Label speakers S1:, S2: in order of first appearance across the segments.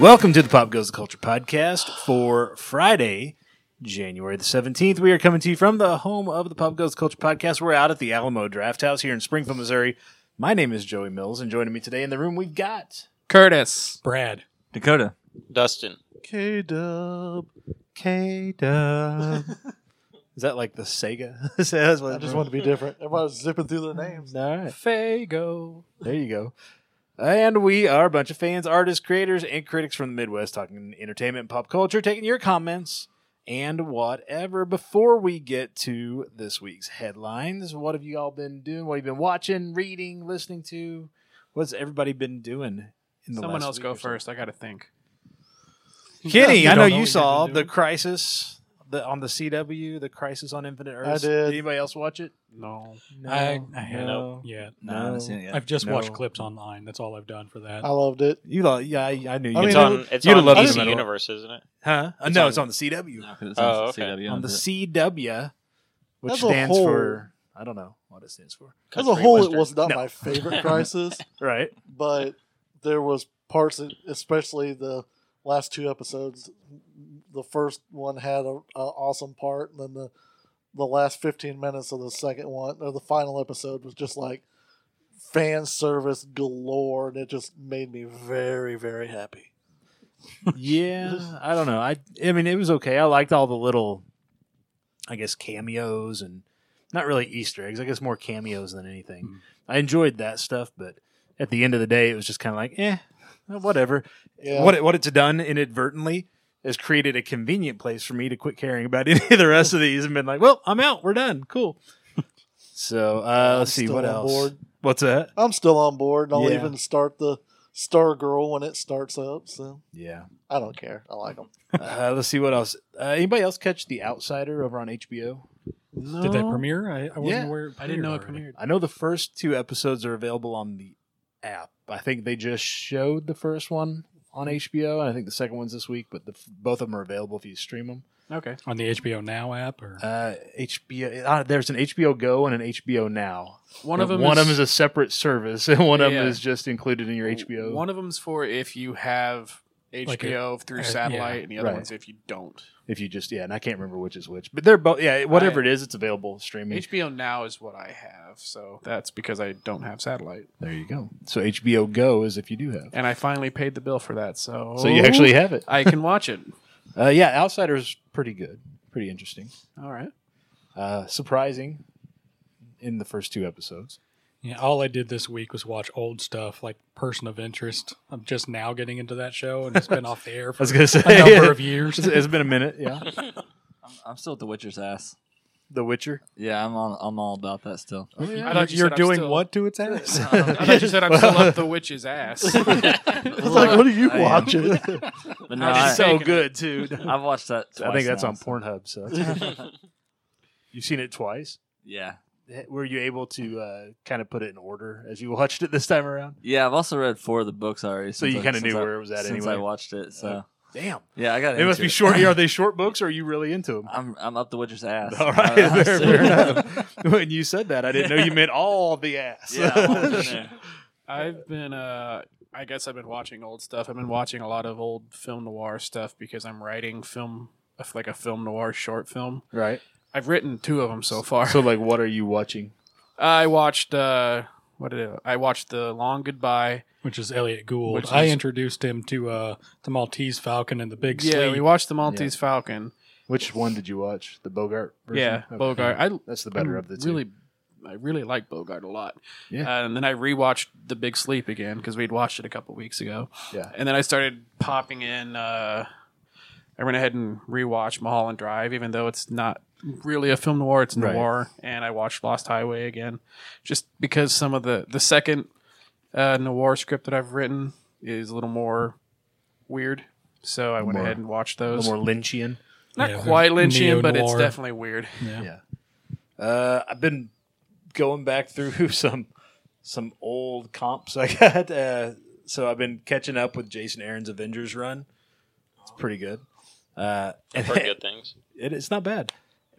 S1: Welcome to the Pop Goes the Culture podcast for Friday, January the 17th. We are coming to you from the home of the Pop Goes the Culture podcast. We're out at the Alamo Draft House here in Springfield, Missouri. My name is Joey Mills, and joining me today in the room we've got
S2: Curtis.
S3: Brad.
S4: Dakota.
S5: Dustin.
S1: K Dub. K Dub. Is that like the Sega? Is that what
S6: I
S1: it
S6: just
S1: is?
S6: want to be different. Everybody's zipping through their names.
S1: All right.
S2: Fago.
S1: There you go. And we are a bunch of fans, artists, creators, and critics from the Midwest talking entertainment and pop culture, taking your comments and whatever. Before we get to this week's headlines, what have you all been doing? What have you been watching, reading, listening to? What's everybody been doing? In the
S2: Someone
S1: last
S2: else
S1: week
S2: go
S1: or so?
S2: first. I gotta think.
S1: Kenny,
S6: You
S1: I
S6: don't
S1: know
S6: know
S1: you
S6: what
S1: saw
S2: you've been
S1: the
S2: doing.
S1: Crisis the, on the CW, the Crisis on Infinite Earth.
S6: did.
S1: anybody else watch it?
S2: No.
S1: No,
S3: I- I haven't.
S1: no.
S3: Yeah.
S4: No, I haven't seen it yet.
S3: I've just
S1: No.
S3: watched clips online. That's all I've done for that.
S6: I loved it.
S1: You thought, yeah, I, I knew you.
S6: I
S5: it's
S6: mean,
S5: on.
S6: it-
S5: It's
S1: you'd
S5: on
S1: love
S5: DC
S1: it.
S5: Universe, isn't it?
S1: huh? Uh,
S5: It's
S1: no,
S5: on-
S1: it's on the CW.
S4: No, 'cause it's
S5: Oh,
S4: on
S5: okay.
S4: CW,
S1: on the
S4: isn't
S1: CW, which
S6: As a
S1: stands
S6: whole.
S1: for I don't know what it stands for.
S6: As a
S5: Country
S6: whole,
S5: western.
S6: it was not
S1: No.
S6: my favorite crisis,
S1: Right.
S6: but there was parts, that- especially the last two episodes. The first one had a, a awesome part, and then the the last fifteen minutes of the second one or the final episode was just like fan service galore, and it just made me very very happy.
S1: yeah, I don't know. I I mean, it was okay. I liked all the little, I guess, cameos and not really Easter eggs. I guess more cameos than anything.
S6: Hmm.
S3: Mm.
S1: I enjoyed that stuff, but at the end of the day, it was just kind of like, eh, whatever.
S6: Yeah,
S1: What it, what it's done inadvertently has created a convenient place for me to quit caring about any of the rest of these and been like, well, I'm out. We're done. Cool. So uh,
S6: I'm
S1: let's see
S6: still
S1: what
S6: on
S1: else.
S6: board.
S1: What's that?
S6: I'm still on board, and I'll
S1: Yeah.
S6: even start the Star Girl when it starts up. So
S1: Yeah.
S6: I don't care. I like them.
S1: Uh, let's see what else. Uh, anybody else catch The Outsider over on HBO?
S3: No. Did that premiere? I, I wasn't
S1: Yeah.
S3: aware. It
S2: Uh, I didn't know it
S3: already.
S2: premiered.
S1: I know the first two episodes are available on the app. I think they just showed the first one on HBO, and I think the second one's this week. But the, both of them are available if you stream them.
S2: Okay.
S3: on the HBO Now app or
S1: Uh, HBO. Uh, there's an HBO Go and an HBO Now.
S2: One of them.
S1: One of them is a separate service, and one of them
S2: Yeah.
S1: is just included in your HBO.
S2: One of them's for if you have HBO
S3: Like a-
S2: through
S3: uh,
S2: satellite, and the other
S1: Right.
S2: one's if you don't.
S1: if you just yeah, and I can't remember which is which, but they're both yeah. Whatever it is, it's available streaming.
S2: HBO Now is what I have, so that's because I don't have satellite,
S1: there you go. So HBO Go is if you do have.
S2: and I finally paid the bill for that. So
S1: So you actually have it.
S2: I can watch it.
S1: Oh. Uh, yeah, Outsider's pretty good, pretty interesting,
S2: All right.
S1: uh, surprising in the first two episodes.
S3: yeah, all I did this week was watch old stuff like Person of Interest. I'm just now getting into that show and it's been off the air for
S1: gonna say
S3: a number of years.
S1: It's- it's been a minute. Yeah,
S4: I'm, I'm still at The Witcher's ass.
S1: The Witcher.
S4: Yeah, I'm all, I'm all about that still.
S2: I thought you said I'm still-
S3: to its ass?
S2: I thought you said I'm still up the witch's ass.
S6: It's like, what are you
S4: I am.
S6: watching?
S4: But no,
S2: How's
S4: I,
S2: it say?
S1: so
S2: Taken.
S1: good too. I
S4: I've watched that. Twice
S1: think that's
S4: now,
S1: on
S4: so-
S1: Pornhub. So that's- you've seen it twice. Eh,
S4: Yeah,
S1: Were you able to uh, kind of put it in order as you watched it this time around?
S4: yeah. I've also read four of the books already.
S1: So
S4: since
S1: you
S4: I-
S1: kind of
S4: since
S1: knew
S4: I-
S1: where it was at
S4: since
S1: anyway.
S4: I watched it. So
S1: Oh. Damn,
S4: yeah, I got.
S1: it must
S4: into
S1: be short. Are they short books, or are you really into them?
S4: I'm I'm up The Witcher's ass.
S1: All right,
S4: I- I'm
S1: fair,
S4: still-
S1: fair enough. When you said that, I didn't know you meant all the ass.
S4: yeah, I'm all in there.
S2: I've been uh I guess I've been watching old stuff. I've been watching a lot of old film noir stuff because I'm writing film like a film noir short film.
S1: right.
S2: I've written two of them so far.
S1: So, like, what are you watching?
S2: I watched uh what did I, I watched The Long Goodbye.
S3: Which is Elliot Gould.
S2: Which
S3: I
S2: is-
S3: introduced him to uh, the Maltese Falcon and the Big
S2: yeah,
S3: Sleep.
S2: we watched The Maltese Falcon.
S1: Which one did you watch? The Bogart version?
S2: Yeah,
S1: Okay.
S2: Bogart. I
S1: That's the better
S2: I'm
S1: of the two.
S2: Really I really like Bogart a lot.
S1: Yeah.
S2: Uh, and then I rewatched The Big Sleep again because we'd watched it a couple weeks ago.
S1: Yeah.
S2: And then I started popping in. Uh, I went ahead and rewatched Mulholland Drive, even though it's not really a film noir; it's
S1: Right.
S2: noir. And I watched Lost Highway again, just because some of the the second uh, noir script that I've written is a little more weird. So I went
S1: More-
S2: ahead and watched
S1: A
S2: those.
S1: little more Lynchian.
S2: not
S3: Yeah, they're
S2: quite Lynchian, but it's
S3: neo-noir.
S2: definitely weird.
S3: Yeah.
S1: Uh, I've been going back through some some old comps I got. Uh, so I've been catching up with Jason Aaron's Avengers run. It's pretty good. Uh,
S5: I've heard good things.
S1: it, it's not bad.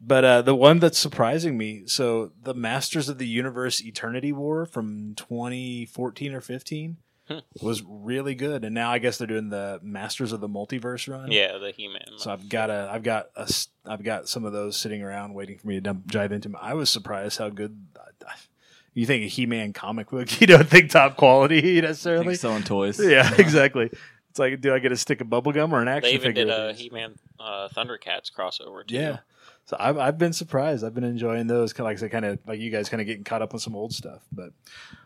S1: But uh, the one that's surprising me, so the Masters of the Universe Eternity War from 2014 or 15,
S5: Hmm.
S1: was really good, and now I guess they're doing the Masters of the Multiverse run.
S5: Yeah, the He Man.
S1: So I've got a, I've got a, s- I've got some of those sitting around waiting for me to dump, dive into. 'em. I was surprised how good. You think a He-Man comic book? You don't think top quality
S4: I
S1: necessarily.
S4: think selling toys.
S1: Yeah, exactly. It's like, do I get a stick of bubble gum or an action
S5: Uh-huh. they even
S1: figure?
S5: did
S1: with
S5: a
S1: these?
S5: He Man uh, Thundercats crossover too.
S1: yeah. So I've, I've been surprised. I've been enjoying those. Kind of like I said, kind of like you guys, kind of getting caught up on some old stuff. But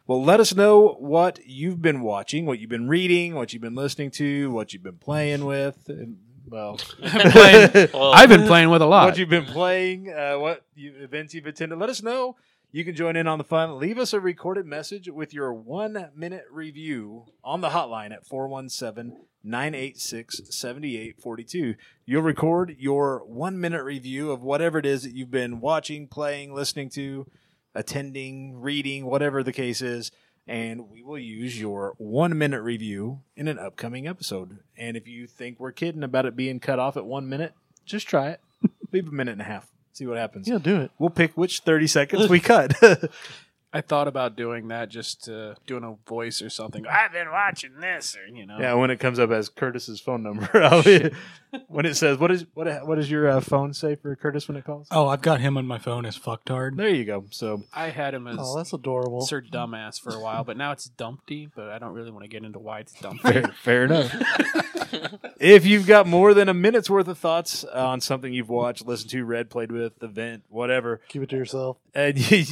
S1: well, let us know what you've been watching, what you've been reading, what you've been listening to, what you've been playing with. And, well,
S2: Playing-
S5: Well,
S2: I've been playing with a
S1: what
S2: lot.
S1: you've been playing, uh, what you, events you've attended. Let us know. You can join in on the fun. Leave us a recorded message with your one minute review on the hotline at 417 986 7842. You'll record your one minute review of whatever it is that you've been watching, playing, listening to, attending, reading, whatever the case is. And we will use your one minute review in an upcoming episode. And if you think we're kidding about it being cut off at one minute, just try it. Leave a minute and a half. See what happens.
S6: Yeah, do it.
S1: We'll pick which 30 seconds we cut.
S2: I thought about doing that, just uh, doing a voice or something. I've been watching this, or you know.
S1: yeah, when it comes up as Curtis's phone number. I'll be- when it says, what is what what does your uh, phone say for Curtis when it calls?
S3: Oh, I've got him on my phone as fucktard.
S1: There you go. So
S2: I had him as
S6: Oh, that's adorable.
S2: Sir Dumbass for a while, but now it's Dumpty. But I don't really want to get into why it's Dumpty.
S1: fair, fair enough. if you've got more than a minute's worth of thoughts on something you've watched, listened to, read, played with, event, whatever,
S6: Keep it to yourself.
S1: and you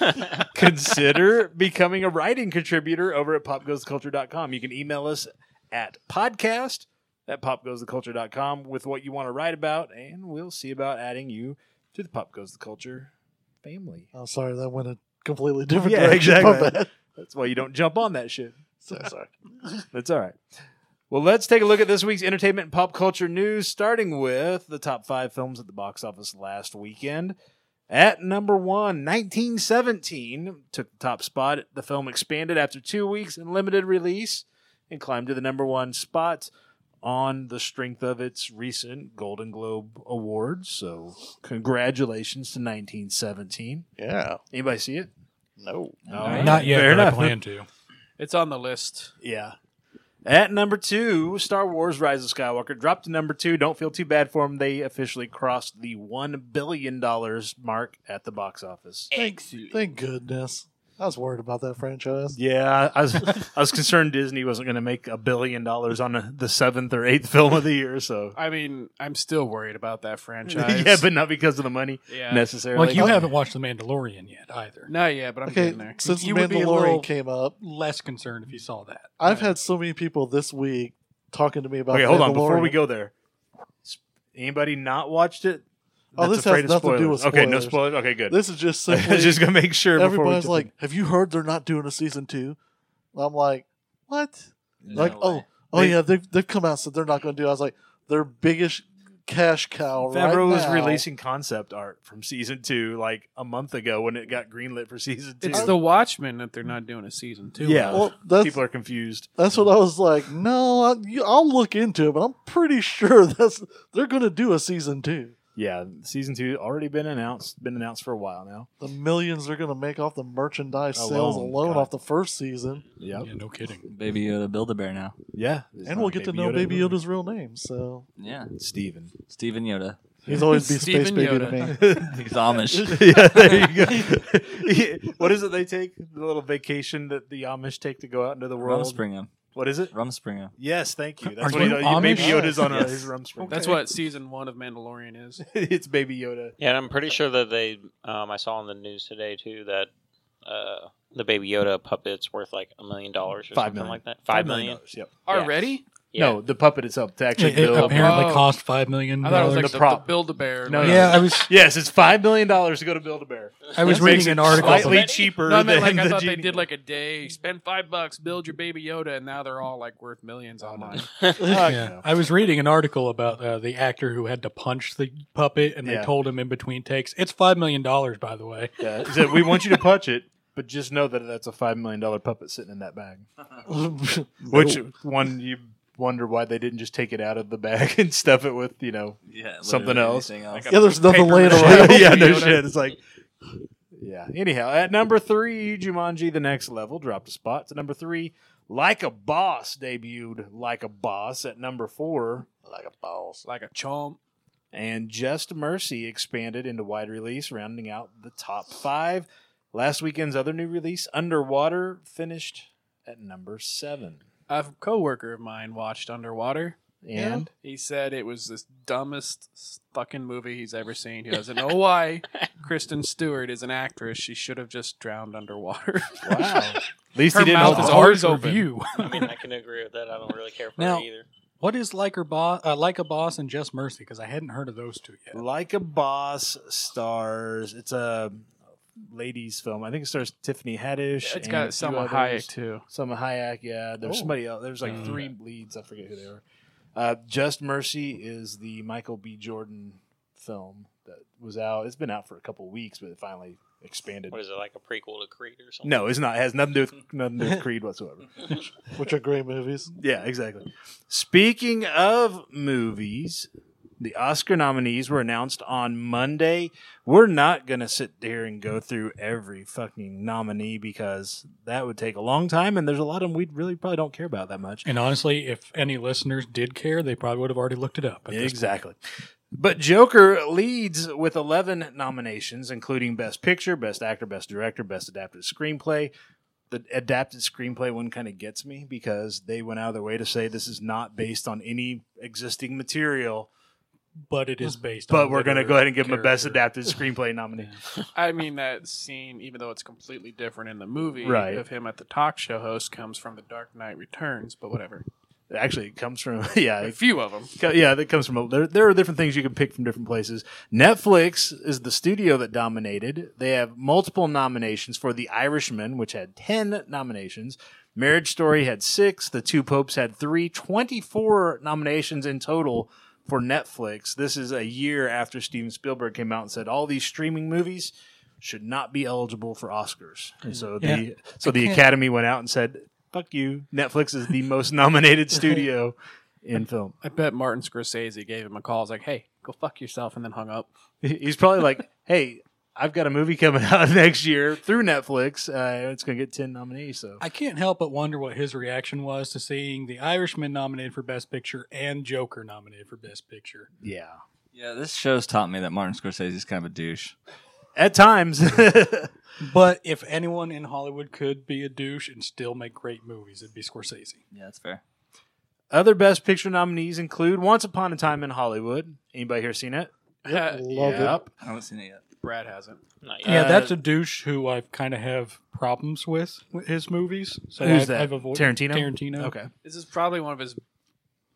S1: consider becoming a writing contributor over at popgoestheculture.com. You can email us at podcast at popgoestheculture.com with what you want to write about, and we'll see about adding you to the Pop Goes the Culture family.
S6: I'm sorry, that went a completely different
S1: Yeah,
S6: direction.
S1: exactly.
S6: My bad.
S1: That's why you don't jump on that shit.
S6: So sorry.
S1: That's all right. Well, let's take a look at this week's entertainment and pop culture news, starting with the top five films at the box office last weekend. At number one, 1917 took the top spot. The film expanded after two weeks in limited release and climbed to the number one spot on the strength of its recent Golden Globe Awards. So, congratulations to 1917.
S6: Yeah.
S1: Anybody see it?
S6: No.
S1: No.
S3: Not yet,
S1: Fair
S3: but
S1: enough.
S3: I plan to.
S2: it's on the list.
S1: Yeah. At number two, Star Wars Rise of Skywalker dropped to number two. Don't feel too bad for them. They officially crossed the $1 billion mark at the box office.
S6: Thank, thank goodness. I was worried about that franchise.
S1: Yeah, I was, I was concerned Disney wasn't going to make a billion dollars on the seventh or eighth film of the year. So,
S2: I mean, I'm still worried about that franchise.
S1: yeah, but not because of the money
S2: yeah,
S1: necessarily.
S3: Like you haven't watched The Mandalorian yet either.
S2: no, yeah, but I'm
S6: Okay,
S2: getting there.
S6: since
S2: you
S6: the
S2: would be a
S6: Mandalorian
S2: little-
S6: came up,
S3: Less concerned if you saw that.
S6: I've had so many people this week talking to me about.
S1: Okay, hold on. Before
S6: Mandalorian.
S1: we go there, s- anybody not watched it?
S6: Oh,
S1: That's
S6: this has
S1: afraid of
S6: nothing to do with
S1: Okay, no
S6: spoilers.
S1: spoilers. Okay, good.
S6: this is just
S1: I
S6: simply
S1: was just going to make sure. before we
S6: everybody's
S1: jump
S6: like, "Have you heard they're not doing a season two? And I'm like, "What? like, oh, oh
S1: They-
S6: yeah, they've they've come out said they're not going to do." it. I was like, "Their biggest cash cow right
S1: Favreau was
S6: now."
S1: releasing concept art from season two like a month ago when it got greenlit for season two.
S2: It's the Watchmen that they're not doing a season two.
S1: Yeah.
S2: of.
S6: Well, that's
S1: People are confused.
S6: that's what I was like. No, I, you- I'll look into it, but I'm pretty sure that's they're going to do a season two.
S1: Yeah, season two already been announced. Been announced for a while now.
S6: The millions they're going to make off the merchandise sales
S1: Alone,
S6: alone
S1: God.
S6: off the first season,
S1: Yep.
S3: Yeah, no kidding.
S4: Baby Yoda Build a Bear now.
S1: Yeah,
S6: and we'll get to know Baby Yoda's real name. So
S4: Yeah,
S1: Steven.
S4: Steven Yoda.
S6: he's always be
S2: Steven
S6: Space Baby to
S2: Yoda.
S6: me.
S4: He's Amish.
S1: yeah, there you go. Yeah, what is it they take? The little vacation that the Amish take to go out into the world.
S4: Rumspringa.
S1: What is it?
S4: Rumspringa.
S1: Yes, thank you. That's
S3: Are
S1: what
S3: you
S1: he does. Baby
S3: Amish?
S1: Yoda's on a,
S4: Yes.
S1: his rum spring.
S2: That's what season one of Mandalorian is.
S1: it's Baby Yoda.
S5: Yeah, and I'm pretty sure that they. Um, I saw on the news today too that uh, the Baby Yoda puppet's worth like a million dollars or
S1: Five
S5: something
S1: million.
S5: like that.
S1: Five
S5: Five
S1: million
S5: million.
S1: dollars, Yep.
S2: Already?
S5: Yeah.
S1: No, the puppet itself to actually
S3: It, it
S1: build.
S3: apparently
S2: Oh.
S3: cost five million
S2: I thought it was
S1: No,
S2: like
S1: the
S2: the,
S3: dollars.
S2: the,
S1: prop.
S2: Build a Bear.
S1: No,
S2: like,
S1: no.
S3: yeah, I was
S1: Yes, it's five million dollars to go to Build a Bear.
S3: I was
S1: Makes
S3: reading
S1: it
S3: an article.
S1: slightly
S3: about-
S1: cheaper
S2: No, I meant
S1: than
S2: like I
S1: the
S2: thought they
S1: Genie.
S2: did like a day, spend five bucks, build your baby Yoda, and now they're all like worth millions
S1: Oh,
S2: online.
S1: Fuck
S3: yeah.
S1: no.
S3: I was reading an article about uh, the actor who had to punch the puppet, and they
S1: Yeah.
S3: told him in between takes, "It's five million dollars, by the way."
S1: Yeah, he said, we want you to punch it, but just know that that's a five million dollar puppet sitting in that bag. Which one you wonder why they didn't just take it out of the bag and stuff it with you know
S4: Yeah,
S1: Something
S4: literally
S1: else.
S4: anything else.
S2: Like a
S6: yeah, there's nothing
S2: paper
S6: laying
S2: mache.
S6: around.
S1: yeah no
S2: Yoda.
S1: shit it's like yeah anyhow at number three Jumanji the Next Level dropped a spot to number three Like a Boss debuted Like a Boss at number four,
S6: like a boss.
S2: like a chomp.
S1: and Just Mercy expanded into wide release, rounding out the top five. Last weekend's other new release, Underwater, finished at number seven.
S2: A coworker of mine watched Underwater.
S1: And
S2: He said it was the dumbest fucking movie he's ever seen. He doesn't know why Kristen Stewart is an actress. She should have just drowned underwater.
S1: wow, at least he
S2: Her
S1: didn't
S2: mouth
S1: hold
S2: is
S1: the-
S2: always
S3: Hard
S2: open.
S3: review.
S5: I mean, I can agree with that. I don't really care for
S4: Now-
S5: it either.
S3: What is like or boss, uh, like a boss, and just mercy? Because I hadn't heard of those two yet.
S1: Like a Boss stars. It's a ladies' film. I think it stars Tiffany Haddish. and
S2: it's
S1: a
S2: got
S1: few
S2: Selma
S1: others.
S2: Hayek too.
S1: Selma Hayek. Yeah, there's
S2: Oh.
S1: somebody else. There's like
S3: Mm.
S1: three leads. I forget who they were. Uh, Just Mercy is the Michael B. Jordan film that was out. It's been out for a couple weeks, but it finally expanded.
S5: What is it like a prequel to Creed or something?
S1: No, it's not. It has nothing to do with, nothing to do with Creed whatsoever.
S6: Which are great movies.
S1: Yeah, exactly. Speaking of movies, the Oscar nominees were announced on Monday. We're not going to sit here and go through every fucking nominee because that would take a long time, and there's a lot of them we really probably don't care about that much.
S3: And honestly, if any listeners did care, they probably would have already looked it up. at this
S1: Exactly. But Joker leads with 11 nominations, including Best Picture, Best Actor, Best Director, Best Adapted Screenplay. The adapted screenplay one kind of gets me because they went out of their way to say this is not based on any existing material,
S3: point. But it is based.
S1: but
S3: on
S1: we're going to
S3: literary
S1: go ahead and give them a Best
S3: character.
S1: Adapted Screenplay nominee.
S2: I mean that scene, even though it's completely different in the movie
S1: Right.
S2: of him at the talk show host, comes from The Dark Knight Returns. But whatever,
S1: Actually, it comes from, yeah,
S2: a
S1: it
S2: few of them.
S1: Co- yeah, that comes from a, there. There are different things you can pick from different places. Netflix is the studio that dominated. They have multiple nominations for The Irishman, which had ten nominations. Marriage Story had six. The Two Popes had three. Twenty-four nominations in total for Netflix. This is a year after Steven Spielberg came out and said all these streaming movies should not be eligible for Oscars. And so
S3: Yeah.
S1: the so the Academy went out and said, "Fuck you." Netflix is the most nominated studio in film.
S2: I bet Martin Scorsese gave him a call. He's like, "Hey, go fuck yourself," and then hung up.
S1: He- He's probably like, "Hey, I've got a movie coming out next year through Netflix. Uh, it's going to get ten nominees." So
S3: I can't help but wonder what his reaction was to seeing The Irishman nominated for Best Picture and Joker nominated for Best Picture.
S1: yeah,
S4: Yeah, this show's taught me that Martin Scorsese's kind of a douche.
S1: at times,
S3: But if anyone in Hollywood could be a douche and still make great movies, it'd be Scorsese.
S4: Yeah, that's fair.
S1: other Best Picture nominees include Once Upon a Time in Hollywood. Anybody here seen it?
S6: Love it.
S4: I haven't seen it yet.
S2: Brad hasn't.
S5: Not yet.
S3: Yeah,
S1: Uh,
S3: that's a douche who I kind of have problems with with his movies. So
S1: Who's
S3: I've,
S1: that?
S3: I've avoided
S1: Tarantino?
S3: Tarantino.
S1: Okay,
S2: This is probably one of his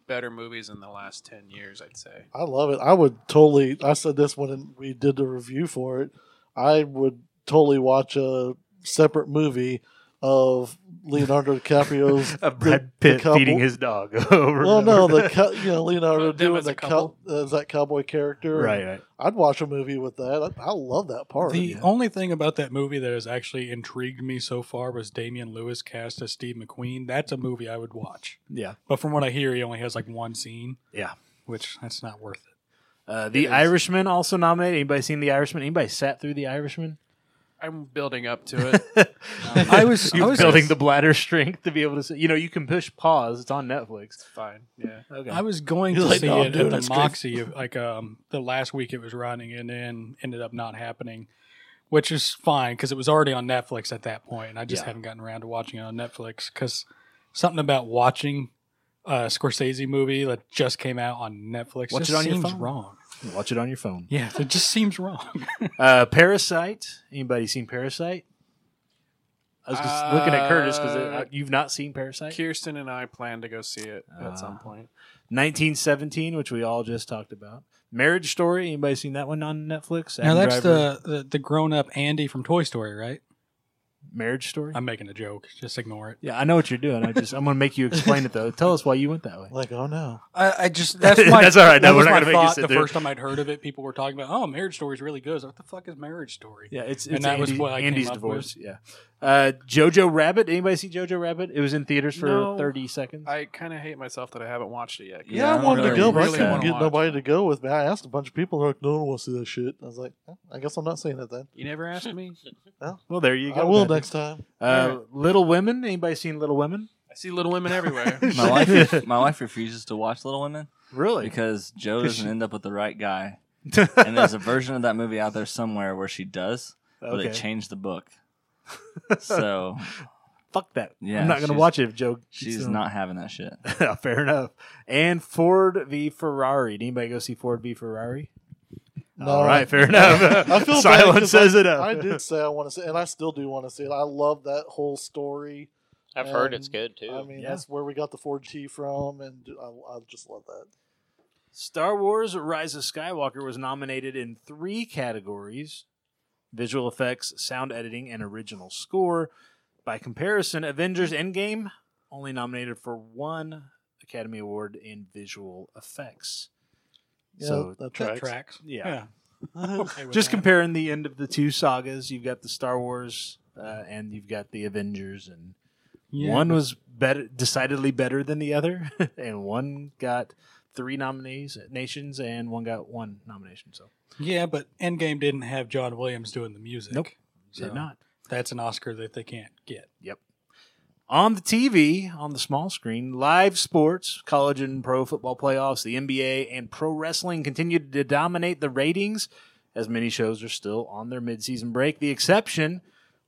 S2: better movies in the last ten years. I'd say.
S6: I love it. I would totally. I said this when we did the review for it. I would totally watch a separate movie of Leonardo DiCaprio's
S1: of Brad
S6: the
S1: Pitt
S6: couple-
S1: feeding his dog. over and
S6: Well, no,
S1: over.
S6: the co- you know Leonardo
S2: Uh, them
S6: doing
S2: as a
S6: the co- as that cowboy character.
S1: right, right.
S6: I'd watch a movie with that. I, I love that part.
S3: The only thing about that movie that has actually intrigued me so far was Damian Lewis cast as Steve McQueen. That's a movie I would watch.
S1: Yeah,
S3: But from what I hear, he only has like one scene,
S1: yeah.
S3: which that's not worth it.
S1: Uh, the
S2: is.
S1: Irishman also nominated. Anybody seen The Irishman? Anybody sat through The Irishman?
S2: I'm building up to it.
S3: I was- I
S1: you
S3: was-
S1: building the bladder strength to be able to. See, you know, you can push pause. It's on Netflix.
S2: Fine. Yeah.
S1: Okay.
S3: I was going
S6: He's
S3: to
S6: like,
S3: see
S1: "Oh,
S6: "No, I'm
S3: it
S6: doing
S3: at the
S6: it.
S3: Moxie, of, like um, the last week it was running, and then ended up not happening, which is fine because it was already on Netflix at that point, and I just
S1: Yeah.
S3: haven't gotten around to watching it on Netflix because something about watching a Scorsese movie that just came out on Netflix
S1: Watch
S3: just
S1: it on your
S3: seems
S1: phone.
S3: wrong.
S1: Watch it on your phone.
S3: Yeah, it just seems wrong.
S1: Uh, Parasite. Anybody seen Parasite? I was just looking at Curtis
S2: Uh,
S1: because you've not seen Parasite.
S2: Kirsten and I plan to go see it
S1: Ah.
S2: at some point.
S1: 1917, which we all just talked about. Marriage Story. Anybody seen that one on Netflix?
S3: now
S1: Adam
S3: that's
S1: Driver.
S3: the, the the grown up Andy from Toy Story, right?
S1: Marriage Story.
S3: I'm making a joke. Just ignore it.
S1: yeah, I know what you're doing. I just I'm gonna make you explain it though. Tell us why you went that way.
S6: like, oh no,
S3: I, I just that's my
S1: That's all right. No,
S3: that
S1: we're
S3: was
S1: not
S3: my
S1: gonna make you
S3: thought
S1: sit
S3: the
S1: there.
S3: first time I'd heard of it, people were talking about, "Oh, Marriage Story is really good." I was like, What the fuck is Marriage Story?
S1: Yeah, it's,
S3: And
S1: it's
S3: that was
S1: Andy-
S3: what I came
S1: Andy's
S3: up
S1: divorce. Yeah. Uh, Jojo Rabbit. Anybody see Jojo Rabbit? It was in theaters for
S2: No.
S1: 30 seconds.
S2: I kind of hate myself that I haven't watched it yet. 'cause
S6: yeah,
S4: Yeah,
S6: I
S4: I
S6: wanted to
S4: really-
S6: go, but
S4: really
S6: I
S4: wanna
S6: couldn't get
S2: watch
S6: nobody
S2: it.
S6: to go with me. I asked a bunch of people, they're like, no one wants to see that shit. I was like, "Eh, I guess I'm not seeing it then.
S2: You never asked me.
S1: well, there you go.
S6: I will
S1: Patrick.
S6: next time.
S1: Uh, Little Women. Anybody seen Little Women?
S2: I I see Little Women everywhere.
S4: My wife, my wife refuses to watch Little Women
S1: Really?
S4: because Joe
S1: Because
S4: doesn't
S1: she-
S4: end up with the right guy. And there's a version of that movie out there somewhere where she does, but
S1: okay.
S4: it changed the book. So
S1: Fuck that.
S4: Yeah,
S1: I'm not going to
S4: she's-
S1: watch it if Joe.
S4: she's
S1: so-
S4: not having that shit.
S1: Fair enough. And Ford v Ferrari. Did anybody go see Ford v Ferrari?
S6: No.
S1: All right, fair enough.
S6: I feel bad
S1: Silence
S6: 'cause
S1: says
S6: I,
S1: it up.
S6: I did say I want to see, it, and I still do want to see it. I love that whole story.
S5: I've heard it's
S6: Um,
S5: good too.
S6: I mean,
S1: Yeah.
S6: that's where we got the 4G from, and I, I just love that.
S1: Star Wars Rise of Skywalker was nominated in three categories visual effects, sound editing, and original score. By comparison, Avengers Endgame only nominated for one Academy Award in visual effects.
S6: Yeah,
S1: so,
S6: that
S3: That
S6: tracks.
S3: tracks.
S1: yeah.
S3: I'm okay with
S1: Just
S3: that.
S1: comparing the end of the two sagas, you've got the Star Wars uh, and you've got the Avengers, and
S3: Yeah,
S1: one
S3: but-
S1: was better, decidedly better than the other, and one got three nominees nations, and one got one nomination. So
S3: Yeah, but Endgame didn't have John Williams doing the music.
S1: Nope.
S3: So
S1: did not.
S3: That's an Oscar that they can't get.
S1: On the TV, on the small screen, live sports, college and pro football playoffs, the NBA, and pro wrestling continued to dominate the ratings as many shows are still on their midseason break. The exception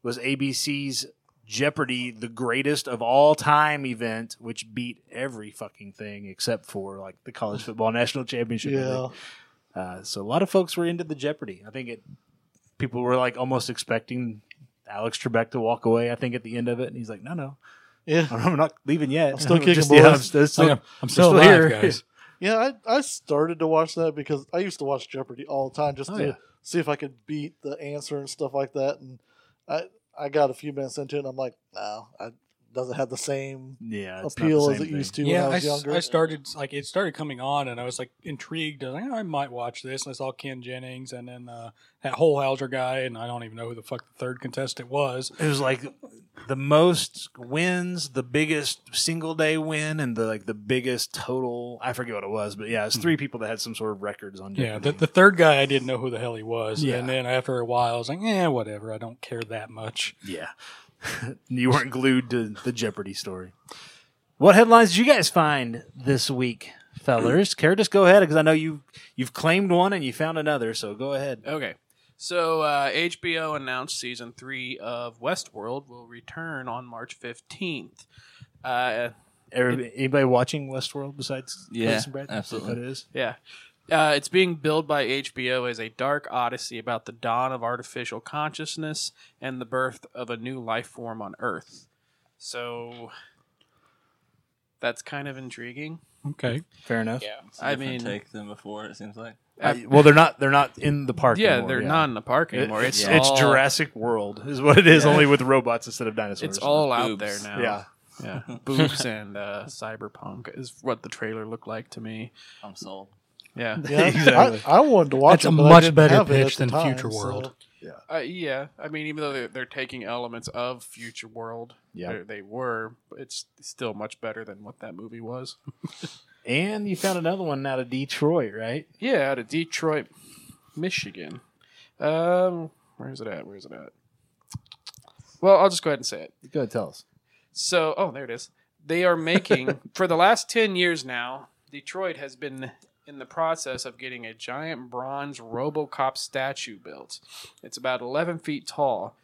S1: was ABC's Jeopardy, the greatest of all time event, which beat every fucking thing except for like the college football national championship. I think.
S6: Yeah.
S1: Uh, so a lot of folks were into the Jeopardy. I think it people were like almost expecting Alex Trebek to walk away. I think at the end of it, and he's like, "No, no,
S6: Yeah.
S1: I'm not leaving yet.
S6: I'm still kicking
S1: Just-
S6: butt.
S1: yeah, I'm still- still-
S3: I'm
S1: still alive, guys.
S6: Yeah, I, I started to watch that because I used to watch Jeopardy all the time just
S1: Oh,
S6: to
S1: yeah.
S6: see if I could beat the answer and stuff like that. And I I got a few minutes into it and I'm like, no, I doesn't have the same
S1: yeah, it's not the
S6: appeal as it
S1: same thing.
S6: used to
S3: yeah,
S6: when I
S3: I, s-
S6: was younger.
S3: I started like it started coming on, and I was like intrigued. I, was like, "Oh, I might watch this. And I saw Ken Jennings, and then uh, that whole Alger guy, and I don't even know who the fuck the third contestant was.
S1: It was like the most wins, the biggest single day win, and the like the biggest total. I forget what it was, but yeah, it's
S6: Hmm.
S1: three people that had some sort of records on.
S3: Yeah, the,
S1: Jeopardy.
S3: the third guy, I didn't know who the hell he was.
S1: Yeah.
S3: And then after a while, I was like, yeah, whatever. I don't care that much.
S1: Yeah. you weren't glued to the Jeopardy story. What headlines did you guys find this week, fellers? Care just go ahead because I know you you've claimed one and you found another, so go ahead.
S2: Okay. So uh, HBO announced season three of Westworld will return on March 15th. Uh,
S1: Everybody, anybody watching Westworld besides
S4: Yeah,
S1: Chris and Brad?
S4: absolutely.
S1: That is.
S2: yeah. Uh, it's being billed by HBO as a dark odyssey about the dawn of artificial consciousness and the birth of a new life form on Earth. So that's kind of intriguing.
S3: Okay.
S1: Fair enough.
S5: yeah.
S4: It's a
S2: I
S4: different
S2: mean-
S4: take than before. It seems like
S1: Uh, well, they're not they're not in the park.
S2: yeah,
S1: anymore,
S2: they're not in the park anymore.
S1: It-
S2: it's
S1: it's,
S2: all,
S1: Jurassic World is what it is,
S2: Yeah.
S1: only with robots instead of dinosaurs.
S2: It's all out
S4: Boobs.
S2: there now.
S1: yeah.
S2: yeah. boobs and uh, cyberpunk is what the trailer looked like to me.
S4: I'm sold.
S2: Yeah,
S6: yeah,
S1: Exactly.
S6: I, I wanted to watch
S3: That's a
S6: it, but I
S3: much
S6: didn't
S3: better
S6: have it at
S3: pitch
S6: the
S3: than
S6: time,
S3: Future
S6: so-
S3: World.
S2: Uh, yeah, I mean, even though they're, they're taking elements of Future World,
S1: Yeah.
S2: they're- they were, but it's still much better than what that movie was.
S1: And you found another one out of Detroit, right?
S2: Yeah, out of Detroit, Michigan. Um, where's it at? Where's it at? Well, I'll just go ahead and say it.
S1: Go ahead, tell us.
S2: So, oh, there it is. They are making for the last ten years now. Detroit has been in the process of getting a giant bronze RoboCop statue built. It's about eleven feet tall,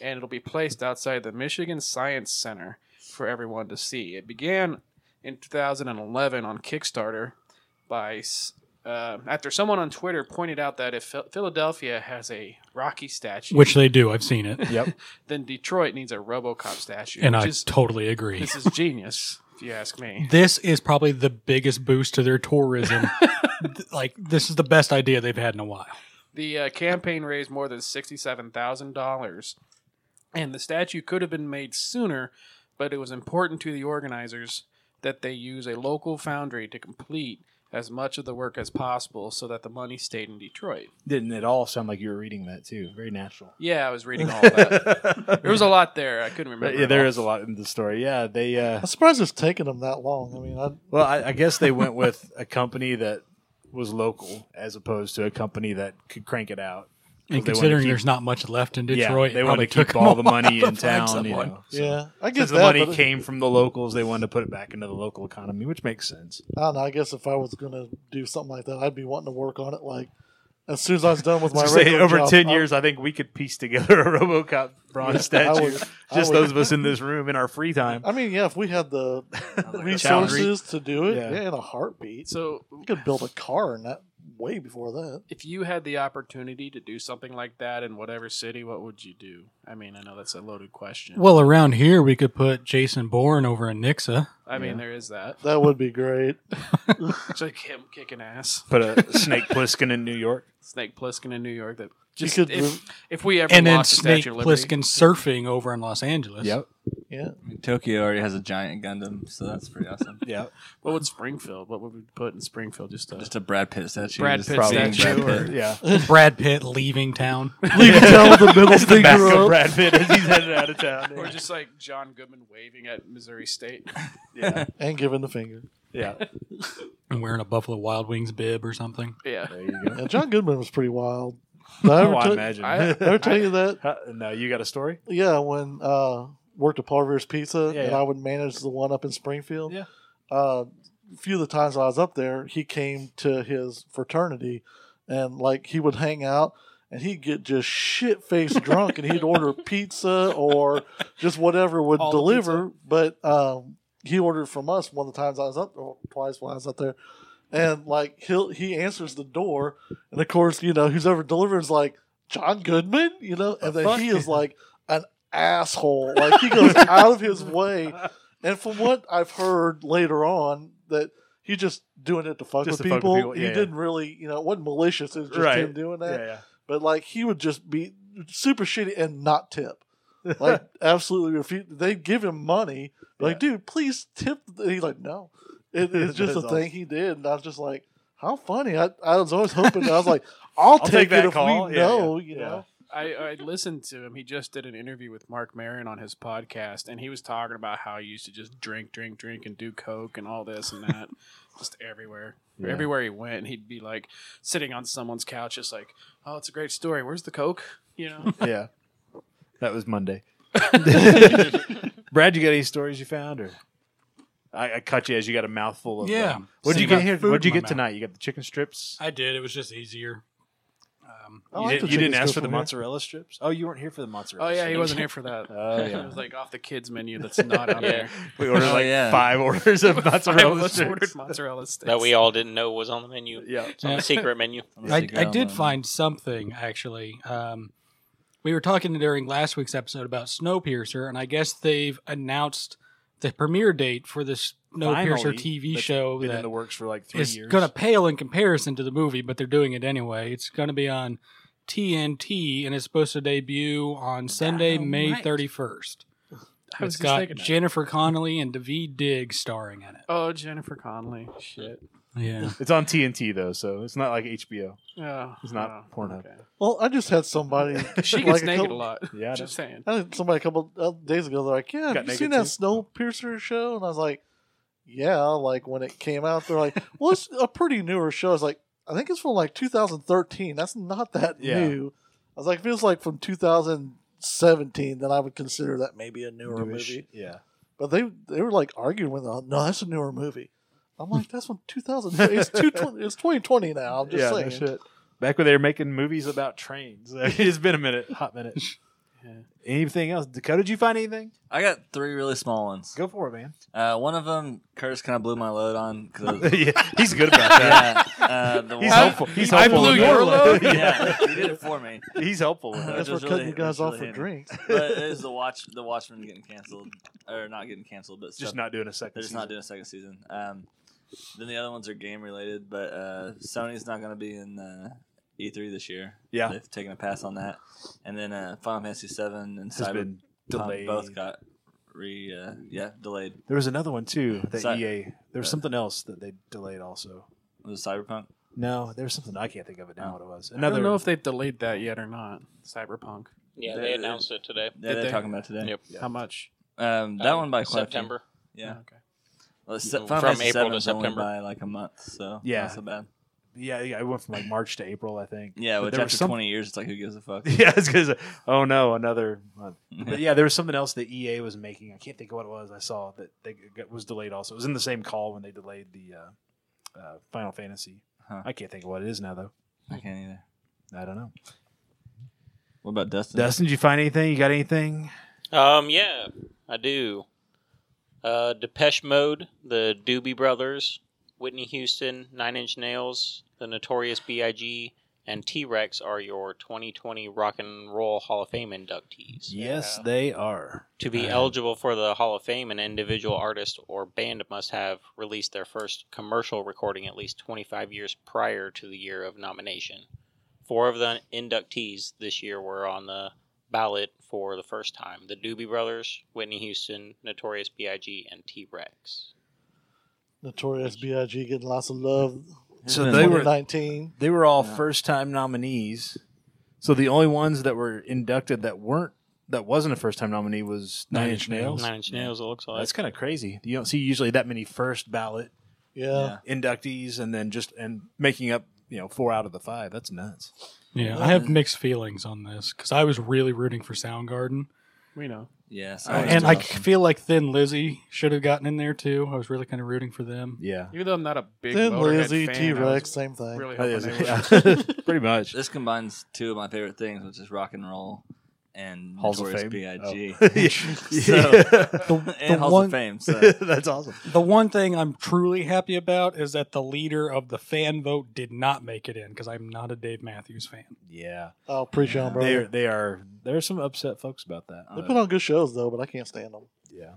S2: and it'll be placed outside the Michigan Science Center for everyone to see. It began in 2011 on Kickstarter by s- uh, after someone on Twitter pointed out that if Phil- Philadelphia has a Rocky statue,
S3: Which they do. I've seen it.
S1: Yep.
S2: then Detroit needs a RoboCop statue,
S3: and
S2: which
S3: I
S2: is
S3: totally agree.
S2: this is genius, if you ask me.
S3: This is probably the biggest boost to their tourism. Th- like, this is the best idea they've had in a while.
S2: The uh, campaign raised more than sixty-seven thousand dollars, and the statue could have been made sooner, but it was important to the organizers that they use a local foundry to complete as much of the work as possible, so that the money stayed in Detroit.
S1: Didn't at all sound like you were reading that too. Very natural.
S2: Yeah, I was reading all that. there was a lot there. I couldn't remember.
S1: yeah,
S2: it
S1: there
S2: all.
S1: is a lot in the story. Yeah, they. Uh,
S6: I'm surprised it's taken them that long. I mean, I,
S1: well, I, I guess they went with a company that was local as opposed to a company that could crank it out. wanna
S3: And considering
S1: keep-
S3: there's not much left in
S1: Yeah,
S3: Detroit,
S1: they
S3: want
S1: wanted
S3: to
S1: to keep all the money in town. You know, so.
S6: Yeah, I
S1: Since
S6: guess
S1: the
S6: that,
S1: money
S6: but it-
S1: came from the locals, they wanted to put it back into the local economy, which makes sense.
S6: I don't know. I guess if I was gonna do something like that, I'd be wanting to work on it like as soon as I was done with my
S1: I was gonna say,
S6: regular
S1: over
S6: job,
S1: 10
S6: I-
S1: years, I think we could piece together a RoboCop
S6: I
S1: bronze statue.
S6: would- I
S1: just
S6: would-
S1: those of us in this room in our free time.
S6: I mean, yeah, if we had the
S1: Challenge.
S6: resources to do it,
S1: Yeah.
S6: yeah. in a heartbeat,
S2: So
S6: we could build a car in that way before that.
S2: if you had the opportunity to do something like that in whatever city, what would you do? I mean, I know that's a loaded question.
S3: Well, around here we could put Jason Bourne over in Nixa.
S2: I mean,
S1: yeah.
S2: there is that.
S6: That would be great.
S2: It's like him kicking ass.
S1: Put a Snake Plissken in New York.
S2: Snake Plissken in New York. That just
S6: could
S2: if,
S6: move-
S2: if we ever
S3: and then
S2: lost the
S3: Snake
S2: Statue of Liberty,
S3: Plissken surfing over in Los Angeles.
S4: Tokyo already has a giant Gundam, so that's pretty awesome.
S1: Yeah.
S2: what would Springfield? What would we put in Springfield? Just a
S4: Just a Brad Pitt statue.
S2: Brad
S4: just
S2: Pitt
S4: being
S2: statue
S4: Brad Pitt.
S1: Yeah.
S3: Brad Pitt leaving town.
S6: Leave it down with the middle
S1: That's the back
S6: finger
S1: of
S6: up.
S1: Brad Pitt as he's headed out of town.
S2: or just like John Goodman waving at Missouri State.
S1: Yeah.
S6: and giving the finger.
S1: Yeah.
S3: and wearing a Buffalo Wild Wings bib or something.
S2: Yeah.
S1: There you go.
S6: Yeah, John Goodman was pretty wild. Did I ever,
S1: Oh, I
S6: tell-
S1: imagine.
S2: I-
S6: ever tell you that?
S1: Huh? no, you got a story?
S6: Yeah, when uh, worked at Paul Revere Pizza,
S1: Yeah,
S6: and
S1: yeah.
S6: I would manage the one up in Springfield.
S1: Yeah.
S6: Uh, a few of the times I was up there, he came to his fraternity, and like he would hang out, and he'd get just shit faced drunk, and he'd order pizza or just whatever would
S2: All the
S6: deliver. But um, he ordered from us one of the times I was up, or twice while I was up there, and like he'll he answers the door, and of course you know who's ever delivers like John Goodman, you know, and then he is like an asshole, like he goes out of his way, and from what I've heard later on that. He just doing it to fuck,
S1: Just
S6: with,
S1: to fuck with
S6: people.
S1: people,
S6: He
S1: yeah, yeah.
S6: didn't really, you know, it wasn't malicious. It was just
S1: Right.
S6: him doing that.
S1: yeah.
S6: But like, he would just be super shitty and not tip like absolutely refuse. They give him money, like, dude, please tip. And he's like, no, it, it's just a
S1: That's
S6: thing he did. And I was just like, how funny. I, I was always hoping. I was like, I'll,
S1: take
S6: take,
S1: that
S6: it if
S1: call.
S6: we
S1: Yeah,
S6: know,
S1: yeah,
S6: you
S1: yeah.
S6: know.
S2: I, I listened to him. He just did an interview with Mark Marin on his podcast, and he was talking about how he used to just drink, drink, drink, and do coke and all this and that, just everywhere.
S1: Yeah.
S2: Everywhere he went, and he'd be like sitting on someone's couch, just like, "Oh, it's a great story. Where's the coke?" You know.
S1: yeah. Yeah. That was Monday. Brad, you got any stories you found? or I, I cut you as you got a mouthful of. uh,
S3: Yeah.
S1: what'd you
S3: Same
S1: get
S3: about
S1: here?
S3: food
S1: What'd you
S3: in my
S1: get
S3: mouth.
S1: tonight? You got the chicken strips?
S3: I did. It was just easier. Um,
S6: Oh, I
S1: you didn't,
S6: like the
S1: you
S6: chicken
S1: didn't ask
S6: strips
S1: for the
S6: from here.
S1: mozzarella strips? Oh, you weren't here for the mozzarella
S2: Oh yeah, he
S1: strips.
S2: wasn't here for that.
S1: Oh, yeah.
S2: It was like off the kids menu that's not on
S5: Yeah.
S2: there.
S1: We ordered
S4: Oh,
S1: like
S4: yeah.
S1: five orders of
S2: I
S1: mozzarella
S2: almost
S1: strips.
S2: ordered mozzarella sticks.
S5: that we all didn't know was on the menu.
S1: Yeah.
S5: It's on
S3: Yeah.
S5: the secret menu.
S4: Let's
S3: I,
S4: see,
S3: I
S4: go
S3: did
S4: on.
S3: find something actually. Um, we were talking during last week's episode about Snowpiercer, and I guess they've announced the premiere date for this Snowpiercer
S1: Finally,
S3: TV
S1: that's
S3: show
S1: Been in
S3: that
S1: the works for like three
S3: is
S1: years.
S3: going to pale in comparison to the movie, but they're doing it anyway. It's going to be on TNT, and it's supposed to debut on Sunday, May
S2: Dynamite.
S3: thirty first.
S2: I
S3: It's
S2: was just
S3: got
S2: thinking that.
S3: Jennifer Connelly and David Diggs starring in it.
S2: Oh, Jennifer Connelly. Shit.
S3: Yeah,
S1: It's on TNT though, so it's not like HBO.
S2: Oh,
S1: It's not
S2: oh,
S1: Pornhub.
S2: okay.
S6: Well, I just had somebody.
S2: She gets
S6: like,
S2: naked a
S6: couple-
S2: lot.
S1: Yeah. I know.
S2: Just saying.
S6: I had somebody a couple of days ago. They're like, "Yeah,
S1: Got
S6: have you seen
S1: naked
S6: that Snowpiercer show?" And I was like, "Yeah." Like when it came out, they're like, "Well, it's a pretty newer show." I was like, "I think it's from like 2013. That's not that
S1: Yeah.
S6: new." I was like, "If it was like from 2017, then I would consider that maybe a newer
S1: Newish.
S6: movie."
S1: Yeah.
S6: But they they were like arguing with, them, "No, that's a newer movie." I'm like, "That's from 2000. It's two, It's 2020 now." I'm just
S1: yeah. no
S6: saying.
S1: shit. Back when they were making movies about trains, it's been a minute, hot minute.
S2: Yeah.
S1: Anything else? Dakota, did you find anything?
S4: I got three really small ones.
S1: Go for it, man.
S4: Uh, one of them, Curtis kind of blew my load on. 'cause-
S1: yeah, he's good about that.
S4: yeah, uh, the
S1: He's
S4: one-
S1: helpful. He's
S2: I
S1: helpful.
S2: blew
S1: with
S2: your
S1: it.
S2: load?
S1: yeah.
S4: Yeah, he did it for me.
S1: He's helpful. With it.
S6: That's
S4: Which
S6: for
S4: was
S6: cutting
S4: really-
S6: you guys
S4: which
S6: off
S4: really
S6: for
S4: hit me.
S6: drinks.
S4: But it was the watch, the Watchmen getting canceled, or not getting canceled, but
S1: Just
S4: stuff-
S1: not doing a second.
S4: They're just
S1: season.
S4: not doing a second season. Um, then the other ones are game related, but uh, Sony's not going to be in uh, E3 this year.
S1: Yeah.
S4: they've taken a pass on that. And then uh, Final Fantasy Seven and
S1: Has
S4: Cyberpunk
S1: been delayed.
S4: both got re uh, yeah delayed.
S1: There was another one too that
S4: Cy-
S1: EA. There was
S4: uh,
S1: something else that they delayed also.
S4: Was it Cyberpunk?
S1: No, there was something I can't think of it
S4: Oh.
S1: now. What it was?
S2: I
S1: Another.
S2: don't know if they've delayed that yet or not. Cyberpunk.
S5: Yeah,
S4: There
S5: they
S4: it
S5: announced it today.
S4: Yeah,
S2: they?
S4: they're talking about today.
S5: Yep.
S2: How much?
S4: Um, that
S5: Um,
S4: one by quite a few.
S5: September.
S4: Yeah,
S2: Okay.
S4: well, se-
S5: From
S4: Final Fantasy
S5: April to
S4: VII's only
S5: September.
S4: by like a month, so
S1: Yeah.
S4: not so bad.
S1: yeah, yeah, it went from like March to April, I think.
S4: Yeah,
S1: But
S4: which
S1: there was
S4: after
S1: some-
S4: 20 years, it's like, who gives a fuck?
S1: Yeah, it's because oh no, another month. But yeah, there was something else that EA was making. I can't think of what it was. I saw that they got, was delayed. Also, it was in the same call when they delayed the uh, uh, Final Fantasy.
S4: Huh.
S1: I can't think of what it is now though.
S4: I can't either.
S1: I don't know.
S4: What about Dustin?
S1: Dustin, did you find anything? You got anything?
S5: Um, yeah, I do. Uh, Depeche Mode, the Doobie Brothers, Whitney Houston, Nine Inch Nails, the Notorious B.I.G., and T Rex are your 2020 Rock and Roll Hall of Fame inductees.
S1: Yes,
S2: Yeah.
S1: they are.
S5: To be eligible for the Hall of Fame, an individual artist or band must have released their first commercial recording at least 25 years prior to the year of nomination. Four of the inductees this year were on the ballot for the first time the Doobie Brothers, Whitney Houston, Notorious B.I.G., and T Rex.
S6: Notorious B.I.G. getting lots of love.
S4: It's
S1: So
S4: been-
S1: they were-
S6: 19.
S1: They were all
S4: Yeah.
S1: first time nominees. So the only ones that were inducted that weren't that wasn't a first time nominee was Nine, Inch Nails.
S5: Nine Inch Nails, it looks like.
S1: That's kind of crazy. You don't see usually that many first ballot
S6: Yeah.
S1: inductees and then just and making up you know four out of the five that's nuts
S3: Yeah, I have mixed feelings on this because I was really rooting for Soundgarden,
S2: We know.
S4: Yeah. so
S1: I-
S4: it's
S3: and I
S4: Dustin.
S3: feel like Thin Lizzy should have gotten in there too. I was really kind of rooting for them.
S1: yeah
S2: Even though I'm not a big
S6: Then
S2: Motorhead
S6: Lizzie, oh,
S2: fan, I
S6: T Rex,
S2: was
S6: same thing.
S2: Really
S1: That
S2: hoping
S1: is-
S2: they would.
S1: yeah. pretty much
S4: This combines two of my favorite things, which is rock and roll and
S1: Halls of
S4: Notorious
S1: Fame.
S4: B.I.G.
S1: Oh. Yeah.
S4: So- and
S3: the
S4: Halls
S3: one-
S4: of Fame. So
S1: that's awesome
S3: The one thing I'm truly happy about is that the leader of the fan vote did not make it in because I'm not a Dave Matthews fan.
S1: yeah
S6: Oh, preach on,
S1: they are
S6: brother.
S1: they are there are some upset folks about that
S6: They put on good shows, though, but I can't stand them.
S1: yeah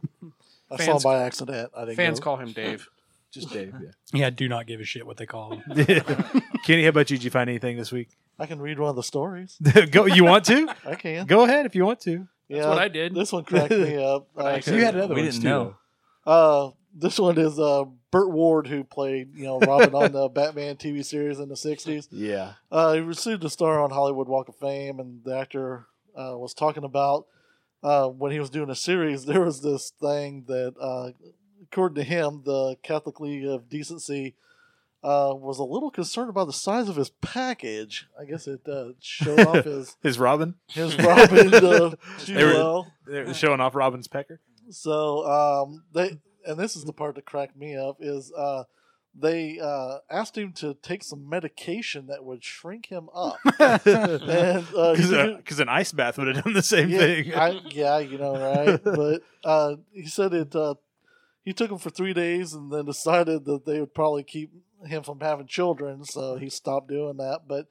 S6: I
S2: Fans-
S6: saw by accident. I didn't
S2: Fans
S6: go.
S2: call him Dave.
S1: just dave yeah
S3: Yeah, I do not give a shit what they call him.
S1: kenny how about you did you find anything this week
S6: I can read one of the stories.
S1: go you want to
S6: I can.
S1: go ahead if you want to
S6: yeah,
S2: That's what I did.
S6: This one cracked me up.
S2: What I
S6: actually.
S1: you had another
S4: We
S1: one
S4: didn't
S1: too.
S4: know.
S6: Uh, this one is uh, Burt Ward, who played you know Robin on the Batman TV series in the '60s.
S1: yeah
S6: Uh, he received a star on Hollywood Walk of Fame, and the actor uh, was talking about uh, when he was doing a series. There was this thing that, uh, according to him, the Catholic League of Decency uh, was a little concerned about the size of his package. I guess it uh, showed off his
S1: his robin
S6: his Robin uh, too
S1: They were-
S6: well.
S1: They're showing off robin's pecker
S6: So um, they and this is the part that cracked me up is uh, they uh, asked him to take some medication that would shrink him up.
S1: because
S6: and uh, he said-
S1: an ice bath would have done the same thing
S6: yeah, I, yeah, you know, right? but uh, he said it. Uh, he took him for three days and then decided that they would probably keep him from having children, so he stopped doing that. But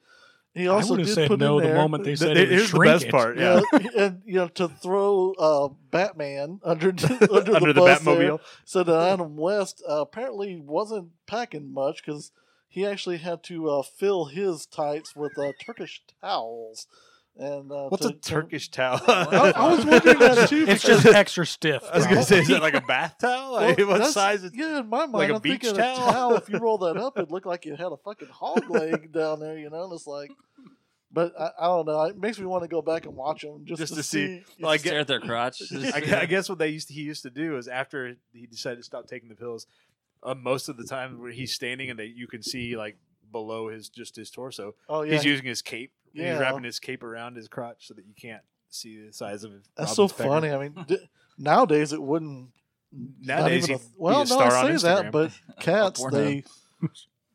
S6: he
S3: I
S6: also
S3: would have
S6: did
S3: said
S6: put
S3: no
S6: in
S3: the
S6: there,
S3: moment they
S1: Th-
S3: said
S1: th-
S3: it was
S1: here's the
S3: shrink
S1: best
S3: it.
S1: part yeah
S6: Yeah, and you know to throw uh, Batman under under,
S1: under the
S6: bus there.
S1: batmobile
S6: So that Adam West uh, apparently wasn't packing much because he actually had to uh, fill his tights with uh, Turkish towels. And uh,
S1: What's
S6: to-
S1: a Turkish towel?
S6: I, I was wondering that too.
S3: It's
S6: because-
S3: just extra stiff.
S1: I was
S3: bro.
S1: gonna say, is that like a bath towel?
S6: well,
S1: Like, what
S6: that's-
S1: size? Is,
S6: Yeah, in my mind,
S1: like a
S6: I'm
S1: beach
S6: thinking
S1: towel?
S6: a towel. If you roll that up, it looked like you had a fucking hog leg down there, you know. And it's like, but I, I don't know. It makes me want to go back and watch them just,
S1: Just
S6: to,
S1: to see,
S6: see.
S1: like,
S4: stare at their crotch.
S1: I, gu- I guess what they used to, he used to do is after he decided to stop taking the pills, uh, most of the time where he's standing and that you can see like below his just his torso,
S6: oh yeah,
S1: he's using his cape. He's
S6: Yeah.
S1: wrapping his cape around his crotch so that you can't see the size of.
S6: That's so
S1: Robin's pecker.
S6: funny. I mean, d- nowadays it wouldn't. not
S1: Nowadays
S6: even
S1: you'd be
S6: well,
S1: a
S6: no,
S1: star
S6: I say
S1: on Instagram.
S6: that, but cats
S4: Pornhub.
S6: they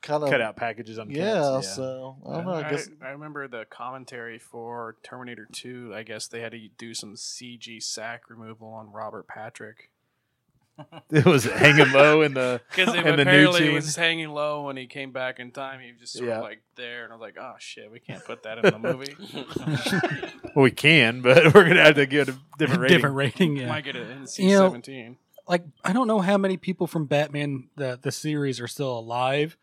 S6: kind of
S1: Cut out packages on
S6: Yeah,
S1: cats. Yeah.
S6: so I don't know. I
S2: I,
S6: guess
S2: I remember the commentary for Terminator 2. I guess they had to do some CG sack removal on Robert Patrick.
S1: it was hanging low in the.
S2: Because
S1: And the new
S2: apparently
S1: team.
S2: it was hanging low when he came back in time. He was just sort
S1: Yeah.
S2: of like there, and I was like, oh shit, we can't put that in the movie.
S1: Well, we can, but we're gonna have to get a different rating.
S3: different rating. Yeah.
S2: Might get an NC
S3: You know-
S2: 17.
S3: like I don't know how many people from Batman the the series are still alive.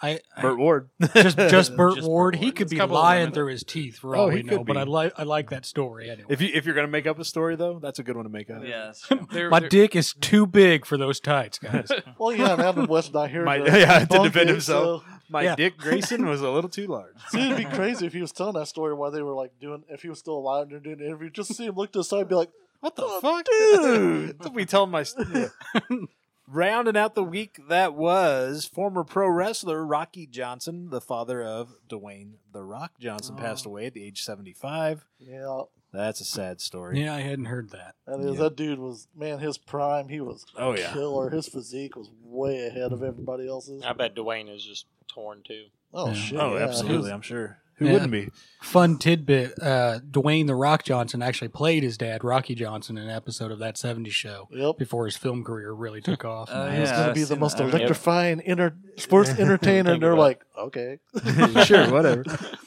S3: I, I-
S1: Burt Ward.
S3: just just Burt
S4: Just Burt
S3: Ward. He
S4: Ward.
S3: could
S2: There's a
S3: be
S2: couple of
S3: lying
S2: them.
S3: through his teeth for
S1: Oh,
S3: all
S1: he
S3: we know.
S1: could
S3: But
S1: be.
S3: I like I like that story anyway.
S1: If you if you're gonna make up a story though, that's a good one to make up.
S4: yeah, that's true.
S2: They're-
S3: My
S2: they're-
S3: dick is too big for those tights, guys.
S6: well, yeah, and Adam West not here.
S1: My-
S6: to
S1: yeah, to
S6: debunk
S1: defend
S6: it,
S1: himself.
S6: so-
S1: My
S3: Yeah.
S1: Dick Grayson was a little too large.
S6: see, it'd be crazy if he was telling that story while they were like doing. If he was still alive and they're doing an interview,
S1: Oh,
S6: just see him look to the side, and be like,
S1: What the
S6: Oh,
S1: fuck, dude? Let me tell my. st- Rounding out the week that was former pro wrestler Rocky Johnson, the father of Dwayne The Rock Johnson,
S6: Oh.
S1: passed away at the age 75.
S6: Yeah,
S1: That's a sad story.
S3: Yeah, I hadn't heard that.
S6: that is
S1: Yeah.
S6: that dude was man. His prime, he was
S1: Oh, yeah.
S6: killer. His physique was way ahead of everybody else's.
S5: I bet Dwayne is just torn too.
S6: Oh
S3: Yeah.
S6: shit!
S1: Oh,
S6: yeah.
S1: absolutely. I'm sure. Who
S3: Yeah.
S1: wouldn't be?
S3: Fun tidbit: uh, Dwayne the Rock Johnson actually played his dad, Rocky Johnson, in an episode of that '70s show
S6: Yep.
S3: before his film career really took off.
S4: Uh,
S6: He was
S4: yeah,
S6: going to
S4: I've
S6: be the
S4: seen
S6: most
S4: that.
S6: electrifying inter- sports entertainer. and
S5: Think
S6: they're
S5: about
S6: like, okay,
S1: sure, whatever.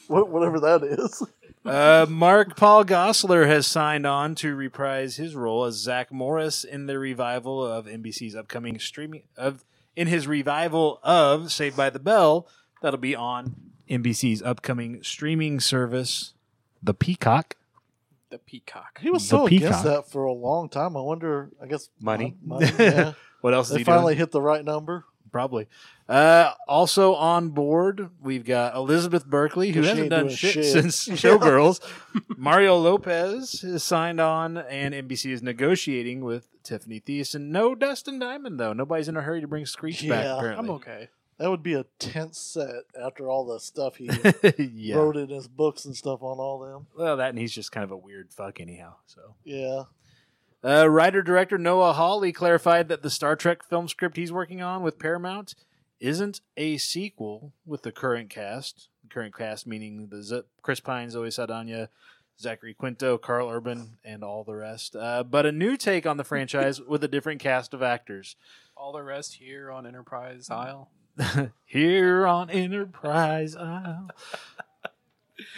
S6: Wha- whatever that is.
S1: Uh, Mark Paul Gossler has signed on to reprise his role as Zach Morris in the revival of NBC's upcoming streaming of in his revival of Saved by the Bell that'll be on NBC's upcoming streaming service, The Peacock.
S2: The peacock.
S6: He was
S1: The
S6: so
S1: peacock.
S6: against that for a long time. I wonder. I guess
S1: Money.
S6: mon- money, yeah.
S1: What else is
S6: they
S1: he doing?
S6: finally hit the right number.
S1: Probably. Uh, also on board, we've got Elizabeth Berkley, who
S6: She
S1: hasn't
S6: ain't
S1: done
S6: doing
S1: shit,
S6: shit.
S1: since
S6: Yeah.
S1: Showgirls. Mario Lopez is signed on, and NBC is negotiating with Tiffany Thiessen. No Dustin Diamond, though. Nobody's in a hurry to bring Screech back,
S6: Yeah.
S1: apparently.
S2: I'm okay.
S6: That would be a tense set after all the stuff he
S1: yeah.
S6: wrote in his books and stuff on all them.
S1: Well, that and he's just kind of a weird fuck, anyhow. So.
S6: Yeah.
S1: Uh, Writer director Noah Hawley clarified that the Star Trek film script he's working on with Paramount isn't a sequel with the current cast. The current cast meaning the Z- Chris Pine, Zoe Saldana, Zachary Quinto, Carl Urban, and all the rest, uh, but a new take on the franchise with a different cast of actors.
S2: All the rest here on Enterprise
S1: Mm.
S2: Isle.
S1: Here on Enterprise uh, Isle,
S6: I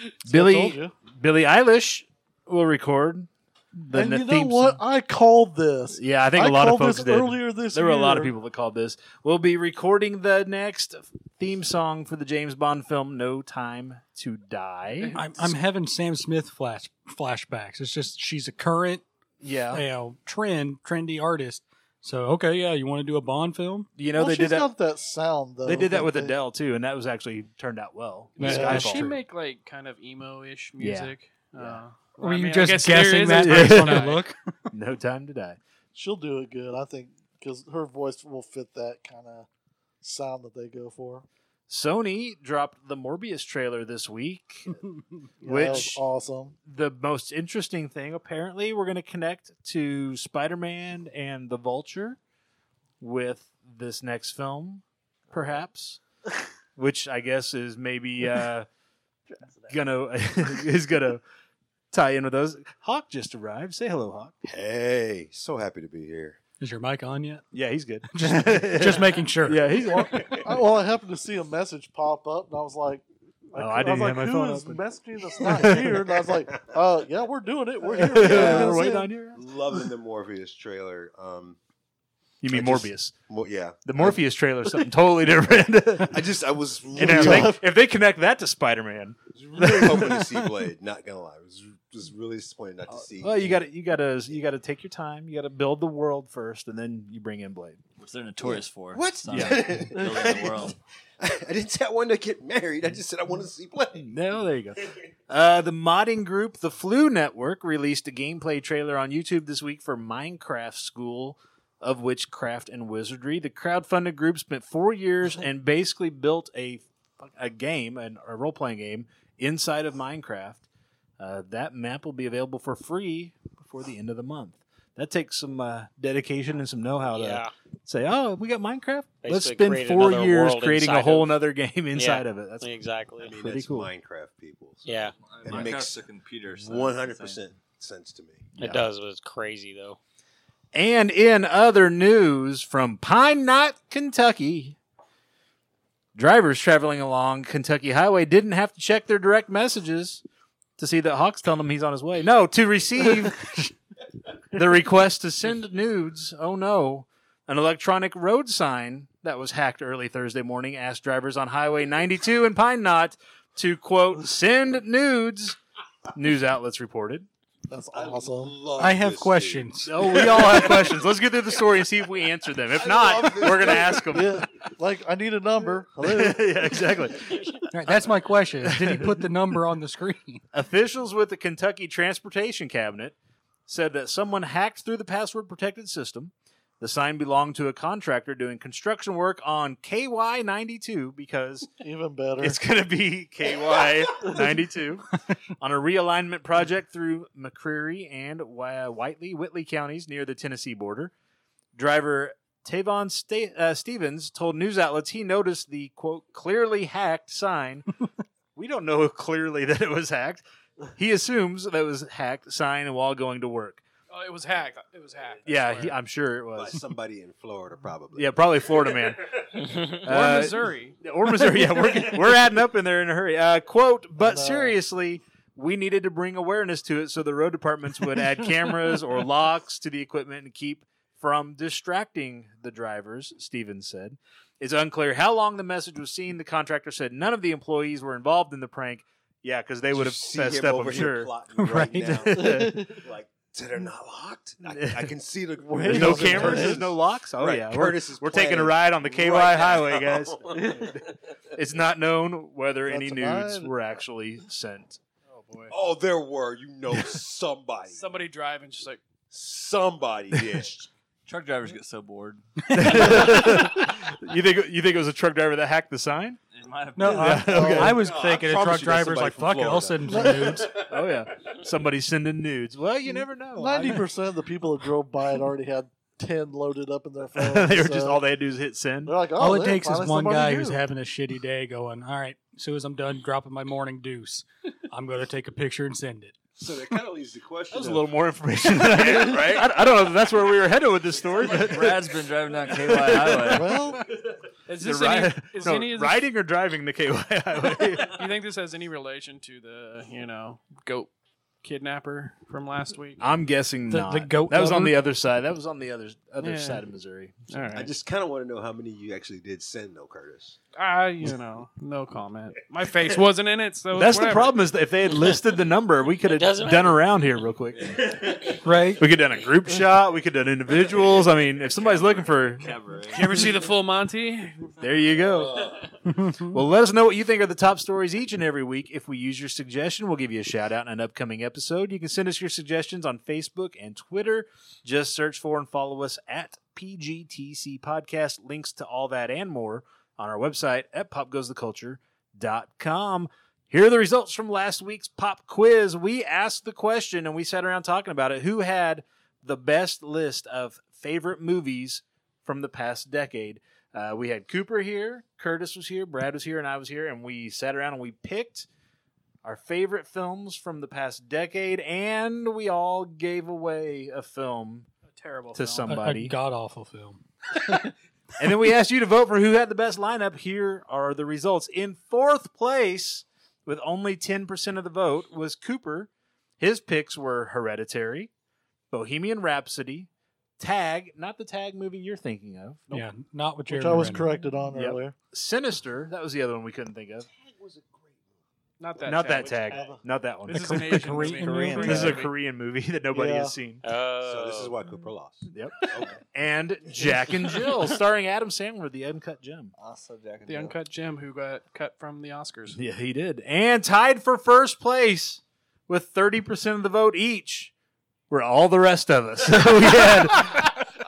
S6: told
S1: Billy
S6: you.
S1: Billy Eilish will record the
S6: and
S1: n-
S6: you know
S1: theme song.
S6: what? I called this.
S1: Yeah, I think a lot of
S6: called
S1: folks
S6: this
S1: did.
S6: earlier this
S1: There were a lot of
S6: year.
S1: people that called this. We'll be recording the next theme song for the James Bond film "No Time to Die."
S3: I'm, I'm having Sam Smith flash flashbacks. It's just she's a current,
S1: Yeah,
S3: you know, trend, trendy artist. So okay, yeah, you want to do a Bond film?
S1: you know
S6: Well,
S1: they
S6: she's
S1: did that.
S6: got that sound though.
S1: They did that with
S6: they-
S1: Adele too, and that was actually turned out well.
S3: Yeah,
S2: Does
S3: that's
S2: she
S3: true.
S2: make like kind of emo-ish
S1: Yeah.
S2: music?
S1: Yeah.
S2: Uh,
S3: Were
S2: well, I
S3: you
S2: mean, I guess
S3: just
S2: there
S3: guessing
S2: is
S3: that
S1: a
S3: based
S1: Bond
S3: on her
S2: side.
S3: look?
S1: No Time to Die.
S6: She'll do it good, I think, because her voice will fit that kind of sound that they go for.
S1: Sony dropped the Morbius trailer this week.
S6: Yeah, that was
S1: Which-
S6: awesome.
S1: The most interesting thing, apparently, we're going to connect to Spider-Man and the Vulture with this next film, perhaps. Which I guess is maybe uh, gonna is gonna tie in with those. Hawk just arrived. Say hello, Hawk.
S7: Hey, so happy to be here.
S3: Is your mic on yet?
S1: Yeah, he's good.
S3: Just- Just making sure.
S1: Yeah, he's.
S6: Well, I, well, I happened to see a message pop up, and I was like,
S1: Oh, I
S6: was
S1: didn't
S6: like,
S1: have my
S6: who
S1: phone
S6: is
S1: open.
S6: messaging us not here? And I was like, uh, yeah, we're doing it. We're here.
S1: Yeah,
S6: Yeah,
S1: we're
S6: we're
S1: waiting
S6: seeing-
S1: on you.
S7: Loving the Morpheus trailer. Um,
S1: You mean
S7: I just-
S1: Morbius?
S7: mo- yeah,
S1: The Morpheus trailer is something totally different.
S7: I just I was really,
S1: And if they,
S7: hoping-
S1: if they connect that to Spider-Man,
S7: really hoping to see Blade. Not gonna lie, I was was really disappointed not to see.
S1: well, you got to you got to you got to take your time. You got to build the world first, and then you bring in Blade.
S4: Which they're notorious for.
S7: What?
S4: Some
S1: Yeah.
S4: building the world.
S7: I didn't say I wanted to get married. I just said I want to see Blade.
S1: No, there you go. Uh, the modding group, the Flu Network, released a gameplay trailer on YouTube this week for Minecraft School of Witchcraft and Wizardry. The crowdfunded group spent four years and basically built a a game, an, a role playing game inside of Minecraft. Uh, that map will be available for free before the end of the month. That takes some uh, dedication and some know how to
S5: yeah.
S1: say, oh, we got Minecraft. Let's
S5: Basically
S1: spend
S5: create
S1: four
S5: another
S1: years
S5: world
S1: creating a
S5: inside
S1: whole
S5: of-
S1: nother game inside of it. That's
S5: Exactly.
S7: I mean,
S1: Pretty
S7: that's
S1: cool.
S7: Minecraft people.
S5: yeah,
S7: It
S4: Minecraft's
S7: makes
S4: a computer. so that's
S7: One hundred
S4: insane.
S7: percent sense to me.
S1: Yeah.
S5: it does. But it's crazy though.
S1: And in other news from Pine Knot, Kentucky, drivers traveling along Kentucky Highway didn't have to check their direct messages to see that Hawk's telling them he's on his way. No, to receive the request to send nudes. Oh no. An electronic road sign that was hacked early Thursday morning asked drivers on Highway 92 in Pine Knot to quote send nudes. News outlets reported.
S6: That's
S7: I
S6: awesome.
S7: love
S3: I
S7: this
S3: have
S7: dude.
S3: questions.
S1: Oh, we all have questions. Let's get through the story and see if we answer them. If
S7: I
S1: not,
S7: love this
S1: we're going to
S7: dude.
S1: ask them.
S6: Yeah, like I need a number. Hello.
S1: yeah, exactly.
S3: All right, that's my question. Did he put the number on the screen?
S1: Officials with the Kentucky Transportation Cabinet said that someone hacked through the password protected system. The sign belonged to a contractor doing construction work on KY92 because
S6: Even better.
S1: it's going to be KY92 on a realignment project through McCreary and Wi- Whiteley, Whitley counties near the Tennessee border. Driver Tavon Sta- uh, Stevens told news outlets he noticed the quote clearly hacked sign. we don't know clearly that it was hacked. He assumes that it was hacked sign while going to work.
S2: Oh, it was hacked. It was hacked. I
S1: yeah,
S2: swear.
S1: he, I'm sure it
S7: by
S1: was.
S7: somebody in Florida, probably.
S1: Yeah, probably Florida man.
S2: or
S1: Uh,
S2: Missouri.
S1: or Missouri. Yeah, we're, we're adding up in there in a hurry. Uh, quote, but
S6: No.
S1: seriously, we needed to bring awareness to it so the road departments would add cameras or locks to the equipment and keep from distracting the drivers, Stevens said. It's unclear how long the message was seen. The contractor said none of the employees were involved in the prank. Yeah, because they would have
S7: See
S1: messed
S7: him
S1: up,
S7: over
S1: I'm
S7: here
S1: sure.
S7: plotting Right,
S1: Right.
S7: now. like, so they're not locked? I, I can see the.
S1: There's no
S6: Curtis is
S1: cameras, there's no locks. Oh,
S7: Right,
S1: yeah. We're,
S7: Curtis is
S1: we're taking a
S7: planning
S1: ride on the KY
S7: right now.
S1: highway, guys. It's not known whether
S6: That's
S1: any
S6: a
S1: nudes
S6: mine.
S1: were actually sent.
S2: Oh boy.
S7: oh, there were. You know, somebody.
S2: Somebody driving, just like
S7: somebody did.
S4: Truck drivers get so bored.
S1: you think you think it was a truck driver that hacked the sign?
S4: It might have
S3: No,
S4: been.
S3: I,
S1: Yeah, okay.
S3: I was
S7: No, I
S3: thinking a truck
S7: promise you there's
S3: driver's
S7: somebody
S3: like,
S7: from
S3: fuck it, I'll
S7: Florida."
S3: send him some nudes.
S1: Oh yeah, somebody's sending nudes. Well, you never know.
S6: Ninety percent of the people that drove by it already had ten loaded up in their phones.
S1: they were just
S6: so
S1: all they had to do is hit send.
S6: They're like, oh,
S3: All it
S6: there,
S3: takes is
S6: finally
S3: one
S6: somebody
S3: guy
S6: knew.
S3: who's having a shitty day going, all right, as soon as I'm done dropping my morning deuce, I'm going to take a picture and send it.
S7: So that kind of leaves the
S1: That
S7: question.
S1: was a
S7: of-
S1: little more information, than I had, right? I, I don't know if that's where we were headed with this story, but
S4: Brad's been driving down KY Highway.
S6: Well,
S2: is
S1: The
S2: this
S1: ri-
S2: any, is
S1: no,
S2: any of this-
S1: riding or driving the KY highway.
S2: Do you think this has any relation to the you know goat kidnapper from last week?
S1: I'm guessing
S3: The-
S1: not.
S3: the goat
S1: that was on
S3: lover?
S1: the other side. That was on the other other
S2: Yeah.
S1: side of Missouri.
S2: All right.
S7: I just kind of want to know how many you actually did send, though, Curtis.
S2: I, Ah, you know, no comment. My face wasn't in it, so
S1: That's
S2: it's
S1: the
S2: whatever.
S1: problem is that if they had listed the number, we could have
S5: It doesn't
S1: done around here real quick.
S3: Right?
S1: We could have done a group shot. We could have done individuals. I mean, if somebody's looking for
S4: Cabaret.
S2: You ever see the full Monty?
S1: There you go. well, let us know what you think are the top stories each and every week. If we use your suggestion, we'll give you a shout out in an upcoming episode. You can send us your suggestions on Facebook and Twitter. Just search for and follow us at PGTC Podcast. Links to all that and more on our website at popgoestheculture.com. Here are the results from last week's pop quiz. We asked the question and we sat around talking about it. Who had the best list of favorite movies from the past decade? Uh, we had Cooper here, Curtis was here, Brad was here, and I was here, and we sat around and we picked our favorite films from the past decade, and we all gave away a film
S2: A terrible.
S1: to
S2: film.
S3: A-
S1: somebody.
S3: A god awful film.
S1: and then we asked you to vote for who had the best lineup. Here are the results. In fourth place, with only 10% of the vote, was Cooper. His picks were Hereditary, Bohemian Rhapsody, Tag, not the Tag movie you're thinking of.
S3: Yeah, not what
S6: which
S3: Jeremy
S6: I was
S3: Renner.
S6: corrected on
S1: Yep.
S6: earlier.
S1: Sinister, that was the other one we couldn't think of.
S2: Not that.
S1: not
S2: tag.
S1: that tag. Not that one.
S2: This
S1: This
S2: is
S1: is,
S2: an
S3: Korean-
S2: Asian movie.
S3: Korean
S4: Korean
S3: movie.
S4: This
S1: a Korean movie that nobody
S6: Yeah.
S1: has seen.
S5: Oh.
S7: So this is why Cooper lost.
S1: Yep.
S7: Okay.
S1: And Jack and Jill, starring Adam Sandler, the uncut gem.
S4: Also, Jack and
S2: The
S4: Jill.
S2: uncut gem who got cut from the Oscars.
S1: Yeah, he did. And tied for first place with 30% of the vote each were all the rest of us. So we had.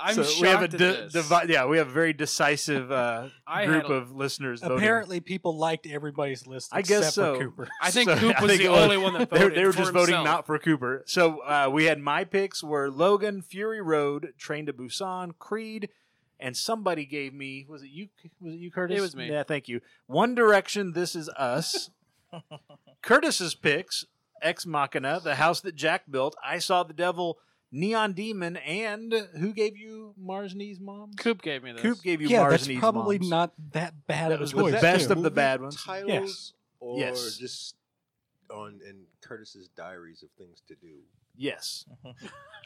S2: I'm
S1: so
S2: shocked
S1: we have a
S2: at
S1: di-
S2: this.
S1: divi- yeah, we have a very decisive uh,
S2: I
S1: group
S2: had a-
S1: of listeners voting.
S3: Apparently, people liked everybody's list.
S1: I guess
S3: except
S1: so.
S3: For Cooper.
S2: I think
S1: So,
S2: Coop
S1: I
S2: was
S1: think
S2: the
S1: it was-
S2: only one that
S1: they,
S2: voted.
S1: they were
S2: for
S1: just voting
S2: himself.
S1: not for Cooper. So uh, we had my picks were Logan, Fury Road, Train to Busan, Creed, and somebody gave me was it you was it you Curtis?
S2: It was me.
S1: Yeah, thank you. One Direction, This Is Us. Curtis's picks: Ex Machina, The House That Jack Built, I Saw the Devil, Neon Demon, and who gave you Marsney's mom?
S2: Coop gave me this.
S1: Coop gave you
S3: yeah,
S1: Mars
S3: that's
S1: Needs
S3: probably
S1: Moms.
S3: not that bad of a
S1: was the
S3: choice.
S1: best
S3: too.
S1: of the bad ones.
S7: Titles
S3: Yes.
S7: or
S1: Yes.
S7: just on in Curtis's diaries of things to do.
S1: Yes,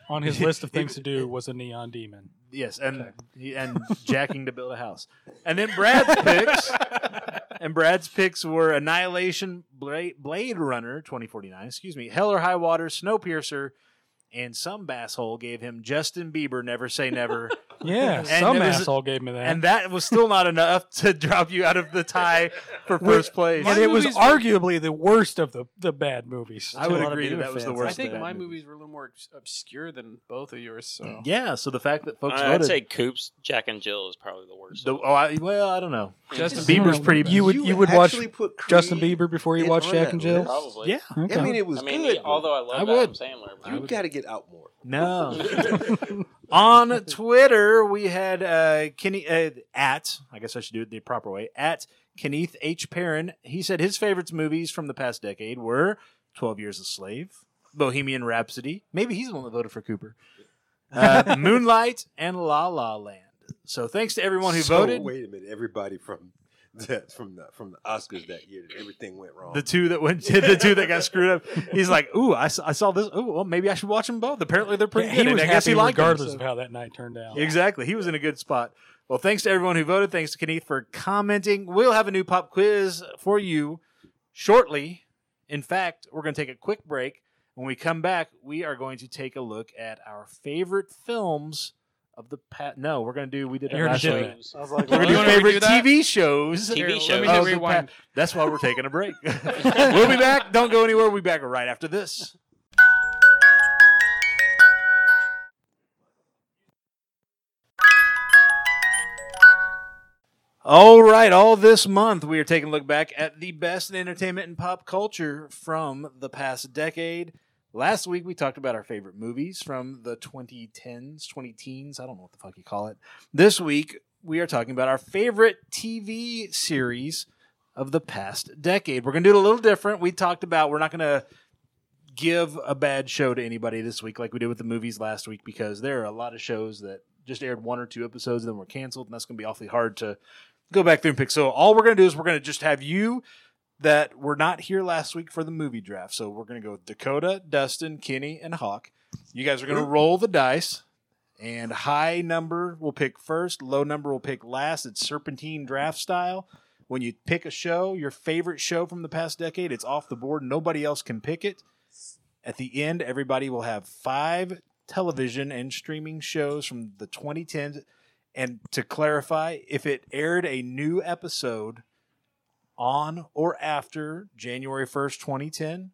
S3: on his list of things to do was a neon demon.
S1: Yes, and he- and jacking to build a house, and then Brad's picks, and Brad's picks were Annihilation, Blade, Blade Runner, twenty forty nine, excuse me, Hell or High Water, Snowpiercer, and some basshole gave him Justin Bieber, Never Say Never,
S3: Yeah, some
S1: it was-
S3: asshole gave me that.
S1: And that was still not enough to drop you out of the tie for
S3: With-
S1: first place.
S3: and it was
S2: movies were-
S3: arguably the worst of the, the bad movies.
S1: I would
S4: a lot of
S1: agree that
S4: Beaver
S1: that was the
S4: fans
S1: worst.
S2: I think
S1: of
S2: my
S1: that.
S2: movies were a little more obscure than both of yours. So
S1: Yeah, so the fact that folks
S5: Uh, I'd
S1: voted.
S5: say Coops, Jack and Jill is probably the worst.
S1: the, oh, I, well, I don't know.
S2: Justin
S1: Bieber's pretty.
S3: You would you would watch
S7: actually put
S3: Justin
S7: Creed-
S3: Bieber before you
S7: in
S3: watch
S7: on
S3: Jack
S7: that
S3: and Jill.
S7: list.
S5: Probably.
S3: Yeah, okay.
S7: I mean, it was
S5: I mean,
S7: good.
S5: although I
S1: I
S5: love
S1: would.
S5: Adam Sandler, but
S7: you got to get out more.
S1: No. On Twitter, we had uh, Kenny uh, at. I guess I should do it the proper way. At Kenneth H. Perrin, he said his favorites movies from the past decade were Twelve Years a Slave, Bohemian Rhapsody. Maybe he's the one that voted for Cooper. Uh, Moonlight and La La Land. So thanks to everyone who
S7: So,
S1: voted.
S7: Wait a minute, everybody from that from the from the Oscars that year, everything went wrong.
S1: The two that went, the two that got screwed up. He's like, "Ooh, I, s- I saw this. Oh, well, maybe I should watch them both. Apparently, they're pretty
S3: Yeah,
S1: good."
S3: he
S1: and
S3: was
S1: I
S3: happy
S1: guess he liked them,
S3: regardless
S1: so-
S3: of how that night turned out.
S1: Exactly. He was in a good spot. Well, thanks to everyone who voted. Thanks to Kenneth for commenting. We'll have a new pop quiz for you shortly. In fact, we're going to take a quick break. When we come back, we are going to take a look at our favorite films of the past. No, we're going to do. We did that
S3: I already
S1: last
S3: did
S1: week.
S3: that.
S6: I was like,
S1: We're
S2: Oh,
S1: going to
S2: You
S1: do
S2: wanna
S1: favorite
S2: redo that?
S1: TV shows.
S5: TV
S2: Here,
S5: shows.
S2: Let
S1: of
S2: me
S1: Oh, the
S2: do rewind.
S1: pa- That's why we're taking a break. we'll be back. Don't go anywhere. We'll be back right after this. All right, all this month we are taking a look back at the best in entertainment and pop culture from the past decade. Last week we talked about our favorite movies from the 2010s, 20 teens, I don't know what the fuck you call it. This week we are talking about our favorite TV series of the past decade. We're going to do it a little different. We talked about we're not going to give a bad show to anybody this week like we did with the movies last week because there are a lot of shows that just aired one or two episodes and then were canceled and that's going to be awfully hard to go back through and pick. So all we're going to do is we're going to just have you that were not here last week for the movie draft. So we're going to go with Dakota, Dustin, Kenny, and Hawk. You guys are going to roll the dice. And high number will pick first, low number will pick last. It's serpentine draft style. When you pick a show, your favorite show from the past decade, it's off the board. Nobody else can pick it. At the end, everybody will have five television and streaming shows from the 2010s. And to clarify, if it aired a new episode on or after January 1st, 2010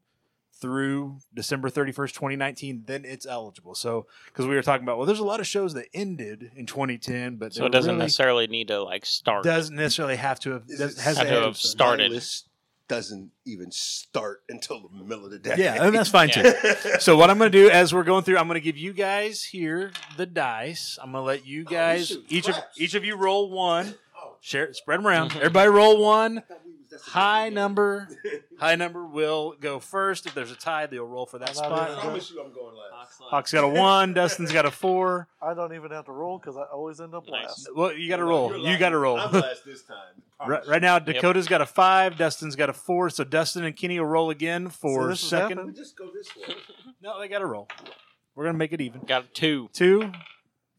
S1: through December 31st, 2019, then it's eligible. So, because we were talking about, well, there's a lot of shows that ended in 2010, but
S5: so
S1: they
S5: it doesn't
S1: really
S5: necessarily need to like start.
S1: doesn't necessarily have to have, doesn't, has
S5: Have
S1: to
S5: to
S1: have
S5: have started.
S7: My list doesn't even start until the middle of the Oh, decade.
S1: Yeah, and that's fine too. so what I'm going to do as we're going through, I'm going to give you guys here the dice. I'm going to
S6: Oh,
S1: let you guys
S7: shoot,
S1: each of
S7: claps.
S1: each of you roll one. Share, spread them around. Everybody roll one. High number, high number will go first. If there's a tie, they'll roll for that
S6: I'm not
S7: I
S6: even
S1: spot.
S6: gonna-
S7: promise you, I'm going last.
S1: Hawk's got a one. Dustin's got a four.
S6: I don't even have to roll because I always end up
S5: Nice.
S6: last.
S1: Well, you got to
S7: You're
S1: roll. You
S7: last.
S1: got to roll.
S7: I'm last this time.
S1: Right, right now, Dakota's got a five. Dustin's got a four. So Dustin and Kenny will roll again for
S6: this is
S1: second.
S6: happening.
S7: We just go this way.
S1: No, they got to roll. We're gonna make it even.
S5: Got two.
S1: two,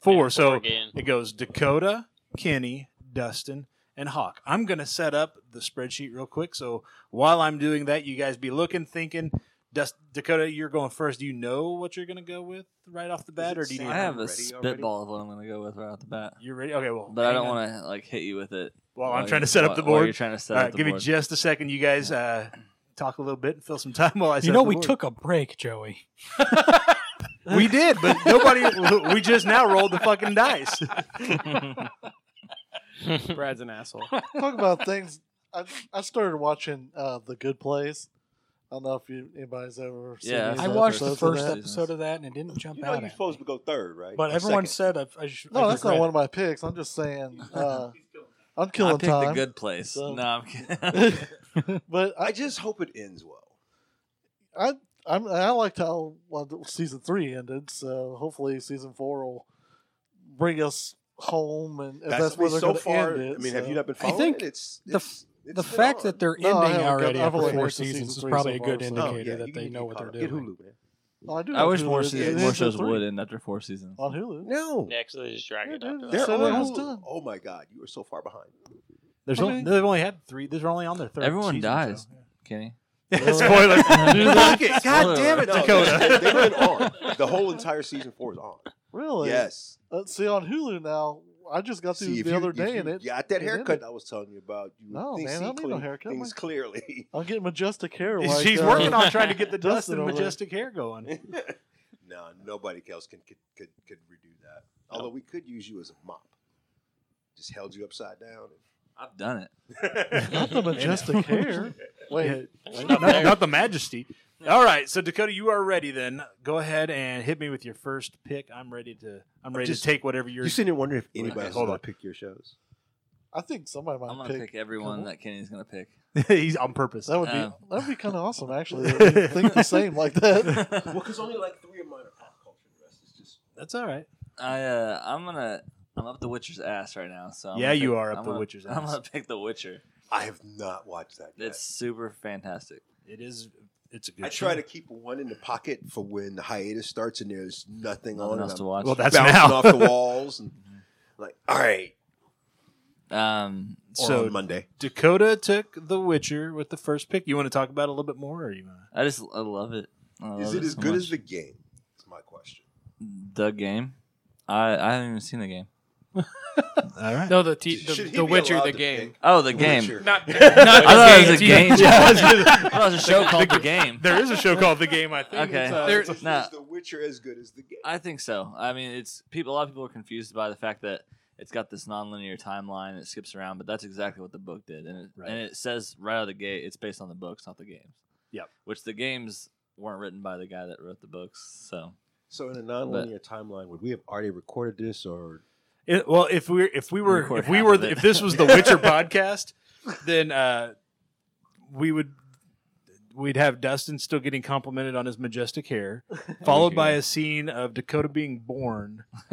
S1: four.
S5: And
S1: so
S5: again.
S1: it goes Dakota, Kenny, Dustin, and Hawk. I'm going to set up the spreadsheet real quick. So while I'm doing that, you guys be looking, thinking. Dust, Dakota, you're going first. Do you know what you're going to go with right off the bat, or do you?
S7: Sam?
S1: Need
S4: I have a
S7: Already,
S4: spitball of what I'm gonna go with right off the bat,
S1: You're ready. Okay, well,
S4: but I don't want to like hit you with it.
S1: Well,
S4: while
S1: I'm trying to
S4: you-
S1: set up
S4: while-
S1: the
S4: while
S1: board.
S4: You're trying to set
S1: All
S4: up
S1: right,
S4: the
S1: give me
S4: board.
S1: just a second. You guys uh, talk a little bit and fill some time while I. Set
S3: You know,
S1: up the
S3: we
S1: board.
S3: took a break, Joey.
S1: We did, but nobody. we just now rolled the fucking dice.
S2: Brad's an asshole.
S6: Talk about things. I, I started watching uh, The Good Place. I don't know if you, anybody's ever seen
S4: Yeah,
S6: these
S4: I
S3: I
S4: Episode
S3: watched the
S6: episodes of
S3: first
S6: that.
S3: episode of that and it didn't jump
S7: You know
S3: out.
S7: you're
S3: at
S7: supposed
S3: me.
S7: to go third, right?
S3: But
S7: Or
S3: everyone
S7: second.
S3: said I, I should.
S6: No,
S3: I
S6: that's not
S3: regret
S6: one of my picks. I'm just saying uh, I'm
S4: I
S6: killing
S4: picked
S6: time.
S4: the good place.
S6: So-
S4: No, I'm kidding.
S6: but I,
S7: I just hope it ends well.
S6: I I'm, I liked how well, season three ended, so hopefully season four will bring us home. And if that's,
S7: I
S6: where
S7: mean,
S6: they're
S7: so
S6: going to
S7: far.
S6: end it.
S7: I mean, have
S6: so-
S7: you not been
S3: I
S7: following?
S3: think
S7: it? It's,
S3: the-
S7: it's- it's
S3: The
S7: been
S3: fact
S7: on.
S3: that they're
S6: No, I
S3: ending
S6: haven't
S3: already
S6: got- I've
S3: after
S6: only
S3: four
S6: watched the season
S3: seasons is
S6: three
S3: probably
S6: so
S3: a good
S6: far, so-
S7: Oh, yeah,
S3: indicator
S7: you
S3: that they
S7: need to
S3: know
S7: get
S3: what they're
S7: caught up.
S3: doing.
S7: Get Hulu, man.
S6: Oh, I, do
S4: I
S6: have
S4: wish
S6: Hulu.
S4: more
S6: It
S4: seasons,
S6: ends
S4: more
S6: in
S4: shows
S6: three.
S4: would end after four seasons.
S6: on Hulu.
S7: No,
S5: Next, they just drag
S6: Yeah,
S5: it
S6: dude,
S5: up.
S6: they're
S7: they're
S6: So
S7: on
S6: on almost
S7: Hulu.
S6: done.
S7: Oh my god, you are so far behind.
S1: There's
S6: I
S1: only,
S6: mean-
S1: they've only had three. They're only on their third.
S4: Everyone
S1: season,
S4: dies.
S1: so, yeah.
S4: Kenny,
S1: Spoiler.
S4: Fuck
S1: God damn it,
S4: No,
S1: Dakota.
S7: They've been on. The whole entire season four is on.
S6: Really?
S7: Yes.
S6: Uh, see on Hulu now. I just got through
S7: See, if
S6: the
S7: you,
S6: other
S7: if
S6: day
S7: you
S6: and it.
S7: got that
S6: it
S7: haircut
S6: ended.
S7: I was telling you about. You
S6: No,
S7: think-
S6: man,
S7: see
S6: I don't need no
S7: clean-
S6: haircut,
S7: Things
S6: man.
S7: clearly.
S6: I'm getting majestic hair. Like,
S1: She's
S6: uh,
S1: working on trying to get the dust
S6: Dustin
S1: and
S6: over there.
S1: majestic hair going.
S7: no, nobody else can could could, could redo that. Although we could use you as a mop. Just held you upside down.
S4: I've done it.
S6: Not the majestic hair. Wait,
S1: not, not the majesty. All right, so Dakota, you are ready. Then go ahead and hit me with your first pick. I'm ready to. I'm ready
S7: just-
S1: to take whatever you're.
S7: you sitting there wondering if
S1: anybody
S7: anybody
S1: else is gonna
S7: to pick your shows.
S6: I think somebody
S4: I'm
S6: might
S4: gonna
S6: pick.
S4: pick, everyone
S6: Come on.
S4: that Kenny's gonna pick.
S1: He's on purpose.
S6: That would be
S4: Oh.
S6: that would be kind of awesome, actually. that we think the same like that.
S7: Well, because only like three of mine are pop culture. The rest is just.
S1: That's all right.
S4: I uh, I'm gonna I'm up the Witcher's ass right now. So I'm
S1: Yeah,
S4: gonna
S1: you
S4: pick-
S1: are up
S4: I'm
S1: the
S4: gonna-
S1: Witcher's
S4: I'm
S1: ass.
S4: gonna pick the Witcher.
S7: I have not watched that. Yet.
S4: It's super fantastic.
S1: It is. It's a good.
S7: I
S1: show.
S7: try to keep one in the pocket for when the hiatus starts and there's nothing on.
S4: Nothing
S7: and
S4: else
S7: I'm
S4: to watch.
S1: Well, that's
S7: bouncing
S1: now.
S7: off the walls and like, all right.
S4: um,
S7: Or
S1: So-
S7: on Monday,
S1: Dakota took The Witcher with the first pick. You want to talk about it a little bit more, or you want?
S4: I just I love it. I love
S7: is it as
S4: so
S7: good as the
S4: much.
S7: game? That's my question.
S4: the game? I I haven't even seen the game.
S1: to... All right.
S2: No, the t-
S7: Should
S2: the,
S7: he
S2: the
S7: be
S2: Witcher,
S7: allowed
S2: the
S7: to
S2: game.
S7: pick
S4: Oh, the
S7: The
S4: game.
S7: Witcher?
S2: Not, not
S4: I thought it was a
S2: T-
S4: game.
S1: I
S4: I
S1: was gonna-
S4: thought it was a show called The Game.
S1: there is a show called The Game. I think.
S4: Okay.
S1: It's, uh,
S2: There-
S7: Is- is
S4: Nah.
S7: the Witcher as good as the game?
S4: I think so. I mean, it's people. A lot of people are confused by the fact that it's got this nonlinear timeline that skips around, but that's exactly what the book did, and it,
S1: Right.
S4: and it says right out of the gate it's based on the books, not the games.
S1: Yep.
S4: Which the games weren't written by the guy that wrote the books, so
S7: So in a non-linear timeline, would we have already recorded this, or
S1: it- well, if we if we were
S4: Record
S1: if we
S4: half
S1: were
S4: of
S1: the,
S4: it.
S1: if this was The Witcher podcast, then uh, we would we'd have Dustin still getting complimented on his majestic hair, followed by a scene of Dakota being born,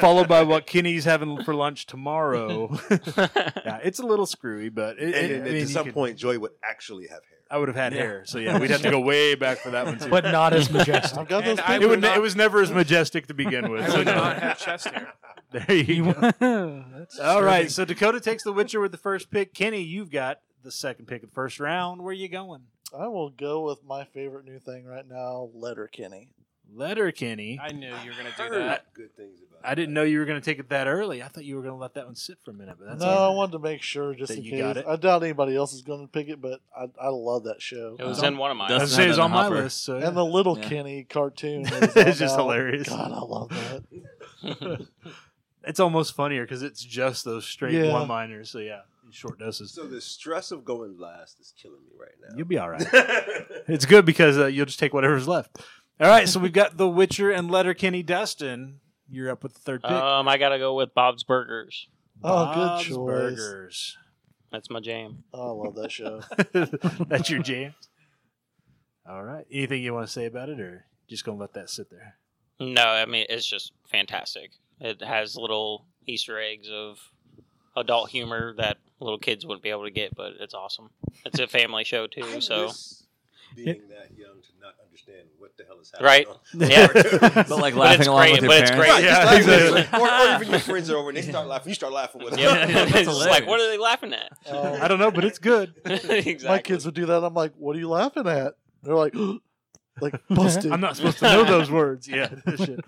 S1: followed by what Kenny's having for lunch tomorrow. yeah, it's a little screwy, but it,
S7: and,
S1: it-
S7: then
S1: I mean,
S7: at
S1: you
S7: some
S1: could-
S7: point Joy would actually have hair?
S1: I would have had
S4: Yeah.
S1: hair. So yeah, we'd have to go way back for that one too.
S8: but not as majestic.
S6: I've got
S2: And
S6: those.
S2: I
S6: pictures.
S1: it, would,
S2: not-
S1: it was never as majestic to begin with.
S2: I
S1: so
S2: would
S1: no.
S2: not have chest hair.
S1: There you go.
S8: That's
S1: All right,
S8: disturbing.
S1: so Dakota takes The Witcher with the first pick. Kenny, you've got the second pick of the first round. Where you going?
S6: I will go with my favorite new thing right now, Letter Kenny.
S1: Letter Kenny. I,
S2: I knew you were gonna do
S7: Heard
S2: that.
S7: good things about. it.
S1: didn't know you were going to take it that early. I thought you were going to let that one sit for a minute, but that's
S6: no,
S1: all
S6: I wanted to make sure just
S1: That
S6: in
S1: you
S6: case.
S1: got it.
S6: I doubt anybody else is going to pick it, but I, I love that show. Uh,
S5: It was
S4: Don't-
S5: in one of mine.
S1: I
S4: doesn't
S1: was gonna say
S4: have
S1: it's
S4: it
S1: on
S4: in the
S1: my
S4: hopper.
S1: list. So
S6: and the Little
S4: Yeah.
S6: Kenny cartoon. is
S1: It's
S6: out
S1: just
S6: now.
S1: hilarious.
S6: God, I love that.
S1: it's almost funnier because it's just those straight
S6: Yeah.
S1: one-liners. So yeah, in short doses.
S7: So the stress of going last is killing me right now.
S1: You'll be all right. It's good because uh, you'll just take whatever's left. All right, so we've got The Witcher and Letterkenny. Dustin, you're up with the third pick.
S5: Um, I gotta go with Bob's Burgers.
S6: Uh, Oh, good
S1: Bob's
S6: choice.
S1: Burgers.
S5: That's my jam.
S6: Oh, I love that show.
S1: That's your jam. All right. Anything you want to say about it, or just gonna let that sit there?
S5: No, I mean it's just fantastic. It has little Easter eggs of adult humor that little kids wouldn't be able to get, but it's awesome. It's a family show
S7: I
S5: too, so
S7: miss being that young to not understand what the hell is happening.
S5: Right.
S7: on-
S5: Yeah.
S7: Or-
S4: but like
S5: But
S4: laughing
S5: it's
S4: along
S5: great,
S4: with your
S5: but it's
S4: parents.
S5: great.
S7: Right, just
S1: Yeah,
S7: laugh with
S1: exactly.
S7: it. or, or even your friends are over and they start laughing. You start laughing with them.
S5: Yep. it's just like
S4: hilarious.
S5: what are they laughing at?
S6: Um,
S1: I don't know, but it's good.
S5: exactly.
S6: My kids would do that. I'm like, what are you laughing at? They're like, like busted.
S1: I'm not supposed to know those words. Yeah. shit.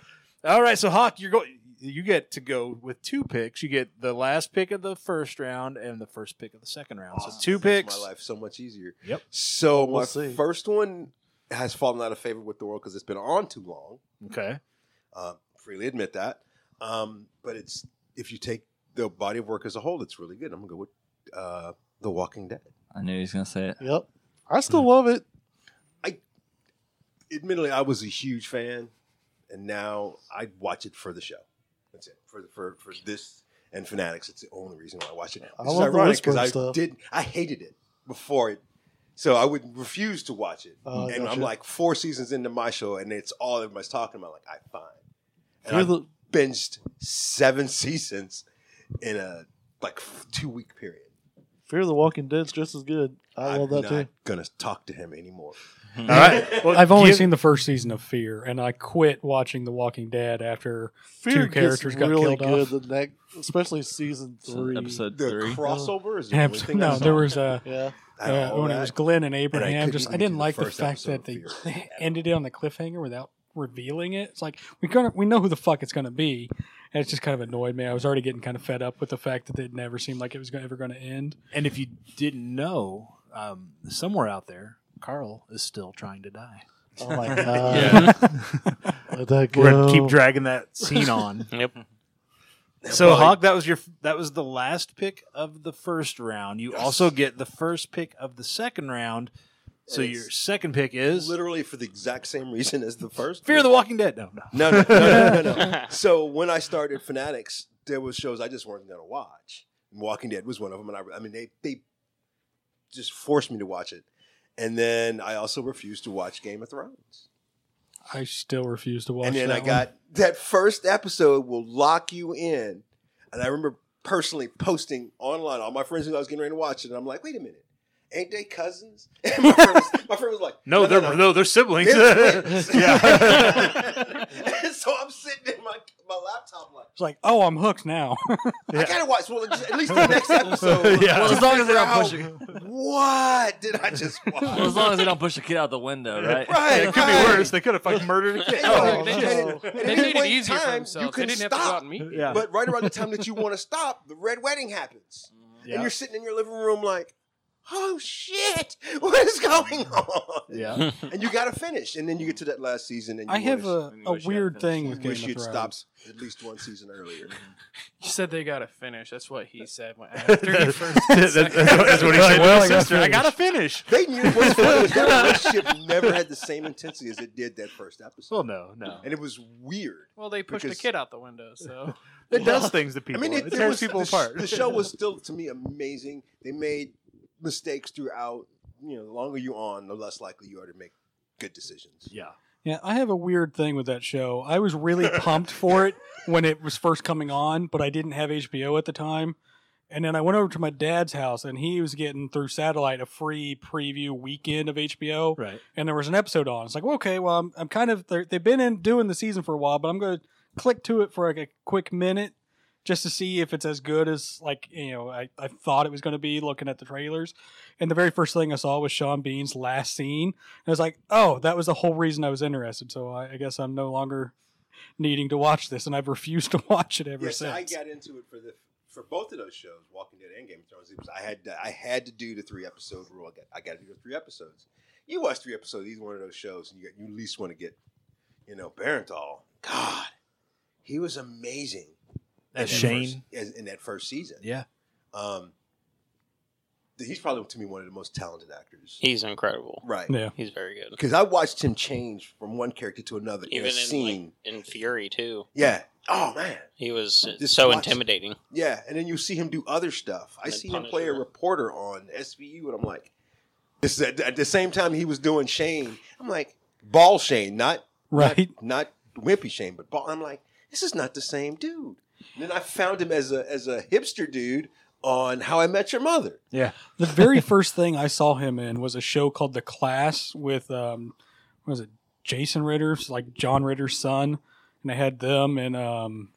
S1: All right. So Hawk, you're going. You get to go with two picks. You get the last pick of the first round and the first pick of the second round.
S7: Awesome.
S1: So two
S7: That makes
S1: picks.
S7: My life so much easier.
S1: Yep.
S7: So
S6: Well, we'll
S7: my
S6: see.
S7: first one has fallen out of favor with the world because it's been on too long.
S1: Okay.
S7: Um, freely admit that. Um, but it's if you take the body of work as a whole, it's really good. I'm gonna go with uh, The Walking Dead.
S4: I knew he was gonna say it.
S6: Yep. I still love it.
S7: Admittedly, I was a huge fan, and now I watch it for the show. That's it for for for this and Fanatics. It's the only reason why I watch it. This
S6: I
S7: is
S6: love the
S7: ironic
S6: Whisper
S7: I
S6: stuff.
S7: did I hated it before it, so I would refuse to watch it.
S6: Oh, I
S7: and I'm
S6: gotcha.
S7: like four seasons into my show, and it's all everybody's talking about. Like, I find, and
S6: You're
S7: I
S6: the-
S7: binged seven seasons in a like two week period.
S6: Fear the Walking Dead's just as good. I
S7: am
S6: love that
S7: not
S6: too.
S7: Gonna talk to him anymore.
S5: Mm-hmm.
S1: All right. Well,
S3: I've only
S1: give-
S3: seen the first season of Fear, and I quit watching The Walking Dead after.
S6: Fear
S3: characters
S6: gets
S3: got
S6: really
S3: killed off.
S6: good. The next, especially season three.
S4: Episode
S7: The
S4: three.
S7: crossover is the only thing I
S3: No,
S7: saw.
S3: there was a.
S6: Yeah.
S7: I know
S3: Uh,
S7: all
S3: when it
S7: that.
S3: was Glenn and
S7: And I
S3: Abraham,
S7: couldn't
S3: just I
S7: even do
S3: didn't
S7: the
S3: like the
S7: first
S3: fact
S7: episode
S3: that
S7: of
S3: they
S7: Fear.
S3: ended it on the cliffhanger without revealing it. It's like we kind of we know who the fuck it's gonna be, and it's just kind of annoyed me. I was already getting kind of fed up with the fact that it never seemed like it was go- ever going to end.
S1: And if you didn't know, um, somewhere out there, Carl is still trying to die.
S6: Oh my god!
S5: Yeah.
S6: Let that go.
S1: We're gonna keep dragging that scene on.
S5: Yep.
S1: so
S7: Well,
S1: Hawk, that was your that was the last pick of the first round. You also get the first pick of the second round. So
S7: And
S1: your
S7: it's
S1: second pick is
S7: Literally for the exact same reason as the first.
S1: Fear the Walking Dead. No, no.
S7: No, no, no, no, no, no. So when I started Fanatics, there was shows I just weren't going to watch. And Walking Dead was one of them, and I, I mean, they they just forced me to watch it. And then I also refused to watch Game of Thrones.
S3: I still refuse to watch.
S7: and then
S3: that
S7: I
S3: one.
S7: got that first episode will lock you in. And I remember personally posting online all my friends who I was getting ready to watch it, and I'm like, wait a minute, ain't they cousins? And my friend was, my friend was like,
S1: No, they're no, they're siblings.
S7: They're twins.
S1: yeah.
S7: and so I'm sitting in my my laptop like.
S3: It's like, oh, I'm hooked now.
S7: I gotta watch well, at least the next episode.
S1: Yeah.
S4: Well,
S7: To
S4: as long as they
S7: figure
S4: don't
S7: out
S4: push it.
S7: What did I just watch?
S4: Well, as long as they don't push the kid out the window, right?
S7: Right,
S1: it could be
S7: right.
S1: worse. They could have fucking murdered a kid.
S7: Oh,
S2: They
S7: shit.
S2: just-
S7: And at
S2: They
S7: any
S2: made it
S7: point in
S2: easier for
S7: time,
S2: themselves.
S7: You
S2: They
S7: can
S2: didn't
S7: stop.
S2: have to go out and meet. people.
S1: Yeah.
S7: But right around the time that you want to stop, the red wedding happens,
S1: Yeah.
S7: and you're sitting in your living room like, "Oh shit, what is going on?"
S1: yeah.
S7: And you gotta finish, and then you get to that last season, and you
S3: I have
S7: wish,
S3: a,
S4: Wish
S3: a
S4: you had
S3: weird
S4: finished.
S3: thing with Game of
S7: wish you'd
S3: Thrones.
S7: stopped at least one season earlier.
S2: You said they gotta finish. That's what he said. when- After you first,
S1: That's, that's what- that's what he said to
S3: Well, I
S1: his
S3: gotta
S1: sister. I gotta finish.
S7: they knew what's funny was that relationship never had the same intensity as it did that first episode,
S1: Well, no, no.
S7: and it was weird.
S2: well, they pushed
S7: Because-
S2: the kid out the window. So
S1: It does things to
S7: I
S1: people.
S7: mean, it,
S1: it,
S7: it
S1: tears
S7: was,
S1: people
S7: the, sh-
S1: apart.
S7: the show was still to me amazing. They made mistakes throughout. You know, the longer you on, the less likely you are to make good decisions.
S1: yeah.
S3: Yeah, I have a weird thing with that show. I was really pumped for it when it was first coming on, but I didn't have HBO at the time. And then I went over to my dad's house, and he was getting through satellite a free preview weekend of HBO.
S1: Right.
S3: And there was an episode on. It's like, well, okay, well, I'm, I'm kind of, they're- they've been in doing the season for a while, but I'm going to click to it for like a quick minute just to see if it's as good as, like, you know, I, I thought it was going to be looking at the trailers. And the very first thing I saw was Sean Bean's last scene. And I was like, oh, that was the whole reason I was interested. So I, I guess I'm no longer needing to watch this, and I've refused to watch it ever
S7: Yes,
S3: since.
S7: I got into it for the for both of those shows, Walking Dead and Game of Thrones. It was, I had to, I had to do the three episode rule. I got I got to do the three episodes. You watch three episodes, either one of those shows, and you you at least want to get, you know, Barenthal. God, he was amazing.
S1: As
S7: in that
S1: Shane.
S7: first- as, in that first season.
S1: Yeah.
S7: Um, th- he's probably to me one of the most talented actors.
S5: He's incredible.
S7: right.
S3: Yeah.
S5: He's very good.
S7: Because I watched him change from one character to another in
S5: Even
S7: a
S5: in,
S7: scene.
S5: like, in Fury too,
S7: yeah. Oh man.
S5: he was
S7: Just
S5: so
S7: watch-
S5: intimidating.
S7: Yeah. And then you see him do other stuff. I
S5: And
S7: see him play a
S5: Punisher.
S7: reporter on SVU, and I'm like, this at, at the same time he was doing Shane. I'm like, ball Shane, not
S3: right?
S7: not, not wimpy Shane, but ball. I'm like, this is not the same dude. And then I found him as a as a hipster dude on How I Met Your Mother.
S3: The very first thing I saw him in was a show called The Class with um what was it Jason Ritter's like John Ritter's son, and they had them and um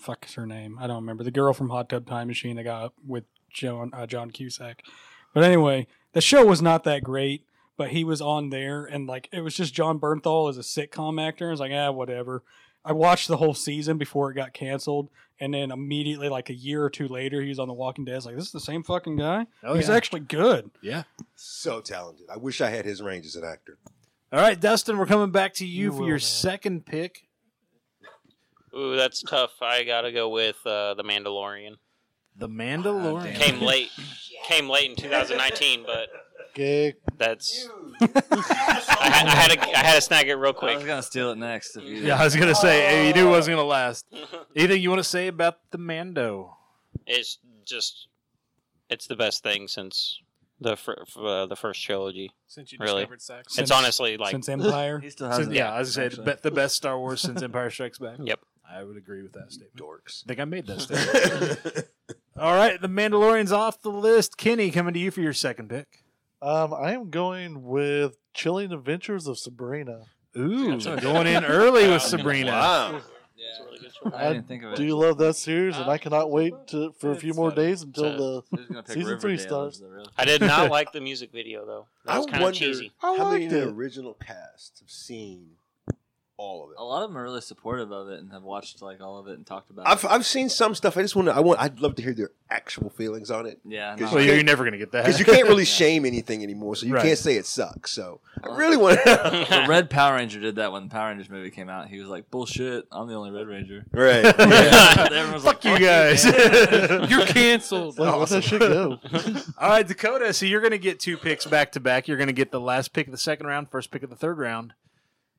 S3: fuck is her name I don't remember the girl from Hot Tub Time Machine that got with John uh, John Cusack, but anyway the show was not that great. But he was on there, and like it was just John Bernthal as a sitcom actor. I was like, ah, whatever. I watched the whole season before it got canceled, and then immediately, like a year or two later, he was on The Walking Dead. I was like, this is the same fucking guy
S1: Oh,
S3: he's
S1: yeah.
S3: actually good.
S1: yeah.
S7: So talented. I wish I had his range as an actor.
S1: All right, Dustin, we're coming back to you,
S3: You
S1: for
S3: will,
S1: your
S3: man.
S1: second pick.
S5: Ooh, that's tough. I gotta go with uh, the Mandalorian.
S1: The Mandalorian.
S5: Came late. Came late in 2019, but
S6: Gig.
S5: that's. I had, I had to, I had to snag it real
S4: I was
S5: quick.
S4: gonna steal it next. If you
S1: yeah, I was gonna say hey, you knew it wasn't gonna last. Oh. Anything you want to say about the Mando?
S5: It's just, it's the best thing since the fir- f- uh, the first trilogy.
S2: since you
S5: Really?
S2: discovered sex,
S5: it's honestly like
S3: Since Empire,
S4: He still has it.
S1: yeah, I was gonna say
S4: actually.
S1: be- the best Star Wars since Empire Strikes Back.
S5: Yep.
S1: I would agree with that statement.
S7: Dorks.
S1: I think I made that statement. All right, the Mandalorian's off the list. Kenny, coming to you for your second pick.
S6: Um, I am going with Chilling Adventures of Sabrina.
S1: Ooh,
S4: That's okay.
S1: going in early with
S5: Wow.
S1: Sabrina.
S7: wow.
S4: I didn't think of it.
S6: Do you love that series? And I cannot wait to, for a few
S4: It's
S6: more
S4: fine.
S6: days until
S5: So-
S6: the.
S4: He was gonna pick
S6: Season three
S4: Riverdale
S6: stars.
S4: as the real-
S5: I did not like the music video though. That
S7: I
S5: was kind
S7: wonder
S5: of cheesy.
S6: I
S7: how many
S6: liked
S7: of the
S6: it.
S7: original cast have seen all of it.
S4: A lot of them are really supportive of it and have watched like all of it and talked about
S7: I've,
S4: it.
S7: I've seen some stuff. I just want to. I want. I'd love to hear their actual feelings on it
S4: Yeah,
S7: 'Cause
S4: no,
S1: Well, you're never gonna get that
S7: because you can't really
S4: Yeah.
S7: shame anything anymore. So you
S1: Right.
S7: can't say it sucks. So I
S4: Well,
S7: really want.
S4: the Red Power Ranger did that when the Power Rangers movie came out. He was like, "Bullshit! I'm the only Red Ranger."
S7: right.
S4: Yeah. Everyone's like,
S1: Fuck you guys.
S2: You're canceled.
S6: Like, let that shit go.
S1: All right, Dakota. So you're going to get two picks back to back. You're going to get the last pick of the second round, first pick of the third round.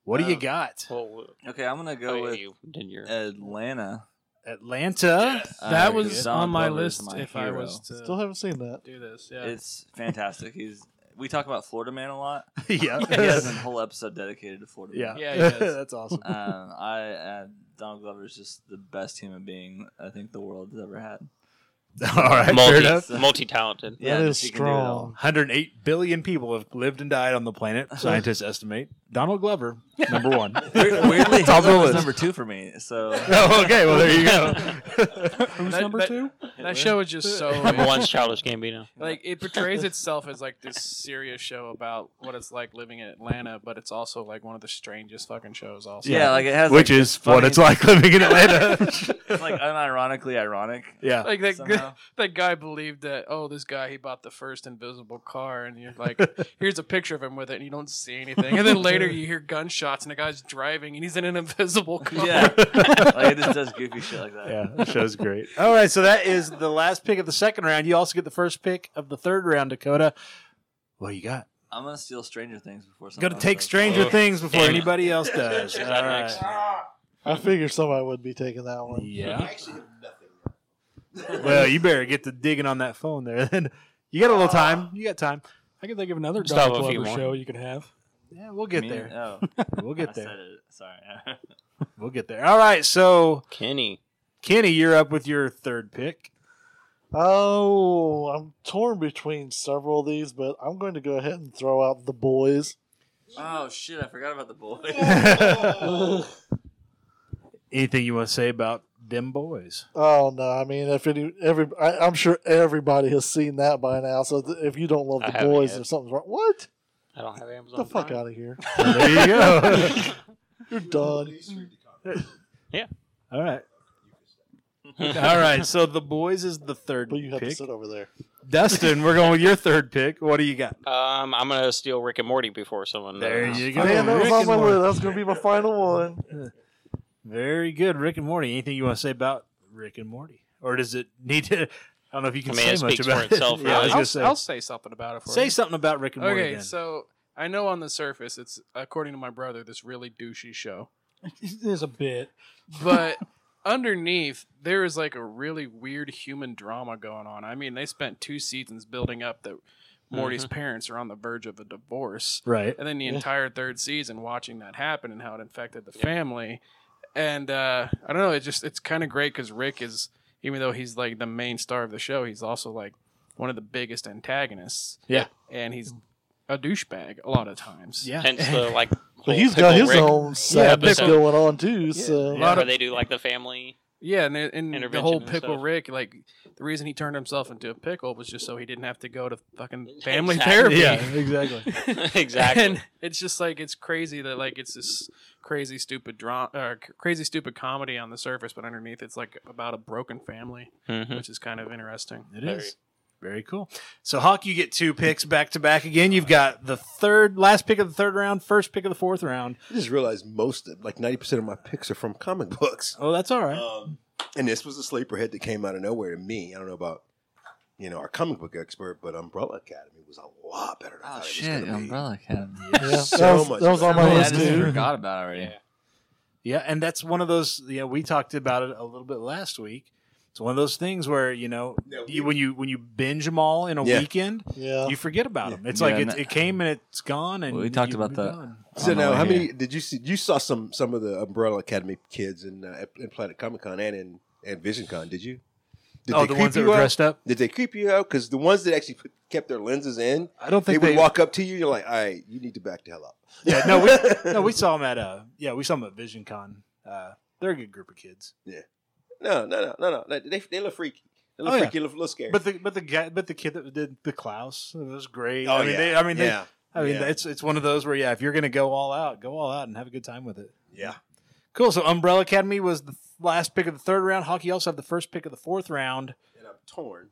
S1: What do you
S2: Um,
S1: got?
S5: Well,
S4: Okay, I'm gonna go
S5: oh, yeah,
S4: with
S5: you did your
S4: Atlanta.
S1: Atlanta.
S2: that
S4: Uh,
S2: was
S4: Don
S2: on my
S4: Glover is
S2: list
S4: my
S2: if I
S4: hero.
S2: was to
S6: Still haven't seen that.
S2: do this. Yeah.
S4: It's fantastic. He's. We talk about Florida Man a lot.
S1: yeah.
S4: He has a whole episode dedicated to Florida.
S1: Yeah.
S4: Man.
S2: Yeah, it is.
S1: That's awesome.
S4: Um, I uh, Donald Glover is just the best human being I think the world has ever had.
S1: All right. Fair
S5: multi,
S1: enough.
S5: multi-talented.
S4: Yeah,
S6: that
S4: just
S6: is
S4: he can do it all.
S6: strong.
S1: 108 billion people have lived and died on the planet. Scientists estimate. Donald Glover, number one.
S4: Weird- Weirdly,
S1: Top of the
S4: Hitler was
S1: list.
S4: number two for me. So
S1: oh, okay. Well, there you go.
S3: Who's
S2: That-
S3: number
S2: that-
S3: two?
S2: That show is just so
S5: Number one's Childish Gambino.
S2: like it portrays itself as like this serious show about what it's like living in Atlanta, but it's also like one of the strangest fucking shows. Also,
S4: yeah, like it has
S1: Which
S4: like,
S1: is what
S4: funny-
S1: it's like living in Atlanta.
S4: it's like unironically ironic.
S1: yeah.
S2: like that gu-
S4: Somehow.
S2: that guy believed that oh this guy he bought the first invisible car and you're like here's a picture of him with it and you don't see anything and then later you hear gunshots and the guy's driving and he's in an invisible car.
S4: Yeah, like it just does goofy shit like that.
S1: Yeah, the show's great. All right, so that is the last pick of the second round. You also get the first pick of the third round, Dakota. What do you got?
S4: I'm gonna steal Stranger Things before.
S1: Got to
S4: someone
S1: take
S4: else does.
S1: Stranger
S5: Oh,
S1: Things before
S5: damn it.
S1: anybody else does. All right.
S5: Next.
S6: I figure somebody would be taking that one.
S1: Yeah.
S7: actually have nothing.
S1: Well, you better get to digging on that phone there. Then you got a
S5: Uh,
S1: little time. You got time.
S3: I can think of another
S5: Stop
S3: Donald
S5: a few
S3: Glover
S5: more.
S3: show you could have.
S1: Yeah, we'll get
S4: Me?
S1: there.
S4: Oh,
S1: We'll
S4: I
S1: get
S4: Said
S1: there.
S4: it. Sorry.
S1: We'll get there. All right, so
S5: Kenny.
S1: Kenny, you're up with your third pick.
S6: Oh, I'm torn between several of these, but I'm going to go ahead and throw out the boys.
S4: oh shit! I forgot about the boy.
S1: Oh, Anything you want to say about them boys?
S6: Oh no! I mean, if any, every, I, I'm sure everybody has seen that by now. So th- if you don't love
S5: I
S6: the
S5: haven't
S6: boys,
S5: yet.
S6: there's something's wrong. What?
S5: I don't have Amazon.
S6: Get the fuck
S5: Prime.
S6: out of here!
S1: There you go.
S6: You're done.
S1: All right. All right. So the boys is the third
S6: But you have to
S1: pick.
S6: sit over there.
S1: Dustin, we're going with your third pick. What do you got?
S5: Um, I'm gonna steal Rick and Morty before someone. knows.
S1: go.
S6: Man, that was on my list. That was going to be my final one.
S1: Very good, Rick and Morty. Anything you want to say about Rick and Morty, or does it need to? I don't know if you can
S5: I mean,
S1: say
S5: it
S1: much
S5: speaks
S1: about
S5: for itself,
S1: it. yeah, I was
S5: really.
S2: I'll,
S1: gonna
S2: I'll
S1: say,
S2: say. something about it for
S1: say
S2: you.
S1: something about Rick and Morty.
S2: Okay,
S1: then.
S2: so I know on the surface it's according to my brother this really douchey show,
S3: There's a bit.
S2: but underneath there is like a really weird human drama going on. I mean, they spent two seasons building up that Morty's
S1: Mm-hmm.
S2: parents are on the verge of a divorce.
S1: right.
S2: and then the
S6: Yeah.
S2: entire third season watching that happen and how it infected the family and uh, i don't know it just it's kind of great because rick is even though he's like the main star of the show he's also like one of the biggest antagonists
S1: Yeah.
S2: and he's a douchebag a lot of times
S1: Yeah.
S5: Hence the like.
S6: But
S5: whole
S6: he's got
S5: Pickle
S6: his
S5: Rick,
S6: own sadness
S5: Pickle-
S6: going on too. So
S1: Yeah.
S5: where they do like the family.
S2: yeah and, the- and the
S5: Intervention
S2: whole
S5: and
S2: pickle
S5: stuff.
S2: rick like the reason he turned himself into a pickle was just so he didn't have to go to fucking family
S5: Exactly.
S2: therapy
S1: Yeah, exactly.
S5: exactly.
S2: And it's just like it's crazy that like it's this crazy stupid drama or c- crazy stupid comedy on the surface, but underneath it's like about a broken family,
S4: Mm-hmm.
S5: Mhm.
S2: which is kind of interesting.
S1: It
S5: Very.
S1: is. Very cool. So, Hawk, you get two picks back to back again. You've got the third, last pick of the third round, first pick of the fourth round.
S7: I just realized most, of, like ninety percent of my picks are from comic books.
S1: Oh, that's all right.
S7: Um, and this was a sleeper hit that came out of nowhere to me. I don't know about you know our comic book expert, but Umbrella Academy was a lot better than I
S4: Oh
S7: thought it
S4: shit!
S7: was going to be.
S4: Umbrella Academy.
S6: yeah, that
S7: So
S6: was,
S7: much
S6: that was on my
S4: I
S6: list
S4: just
S6: too.
S4: forgot about it already.
S5: Yeah.
S1: Yeah, and that's one of those. You know, we talked about it a little bit last week. It's one of those things where you know,
S7: No,
S1: you,
S7: we-
S1: when you when you binge them all in a
S7: Yeah.
S1: weekend,
S6: Yeah,
S1: you forget about them. It's
S4: Uh-huh. Yeah,
S1: like
S4: and
S1: it,
S4: that-
S1: it came and it's gone. And
S4: We talked
S1: you
S4: about
S1: moved
S4: that.
S1: on.
S7: So
S4: on the
S7: now,
S4: way
S7: how
S4: here.
S7: many did you see? You saw some some of the Umbrella Academy kids in uh, at- in Planet Comic Con and in and Vision Con. Did you? Did
S1: oh,
S7: they
S1: the
S7: creep
S1: ones that
S7: you
S1: were
S7: out?
S1: dressed up.
S7: Did they creep you out? Because the ones that actually put, kept their lenses in,
S1: I don't
S7: they
S1: think
S7: would
S1: they.
S7: walk up to you. You're like, all right, you need to back the hell up.
S1: Yeah, no, we no, we saw them at uh, yeah, we saw them at Vision Con. Uh, they're a good group of kids.
S7: no, no, no, no, no. They, they look freaky. They look
S1: Oh, yeah.
S7: freaky. They look, look scary.
S1: But the but the guy but the kid that did the Klaus it was great.
S7: oh
S1: I mean,
S7: yeah,
S1: they, I mean,
S7: yeah.
S1: they, I mean,
S7: Yeah.
S1: it's it's one of those where yeah, if you're gonna go all out, go all out and have a good time with it.
S7: Yeah.
S1: Cool. So Umbrella Academy was the last pick of the third round. Hockey also had the first pick of the fourth round.
S7: And I'm torn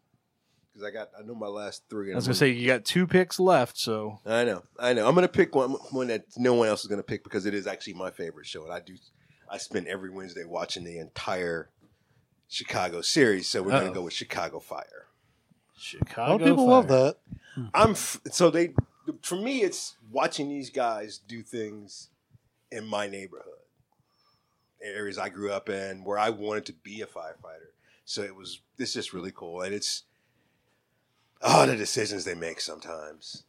S7: because I got I know my last three.
S1: I
S7: And
S1: was
S7: I'm
S1: gonna say you got two picks left, so
S7: I know, I know. I'm gonna pick one one that no one else is gonna pick because it is actually my favorite show, and I do. I spend every Wednesday watching the entire Chicago series, so we're
S1: Uh-oh.
S7: gonna go with Chicago Fire.
S6: A
S1: Chicago.
S6: lot of people love
S1: Fire.
S6: that.
S7: I'm f- so they for me it's watching these guys do things in my neighborhood areas I grew up in where I wanted to be a firefighter so it was it's just really cool and it's oh the decisions they make sometimes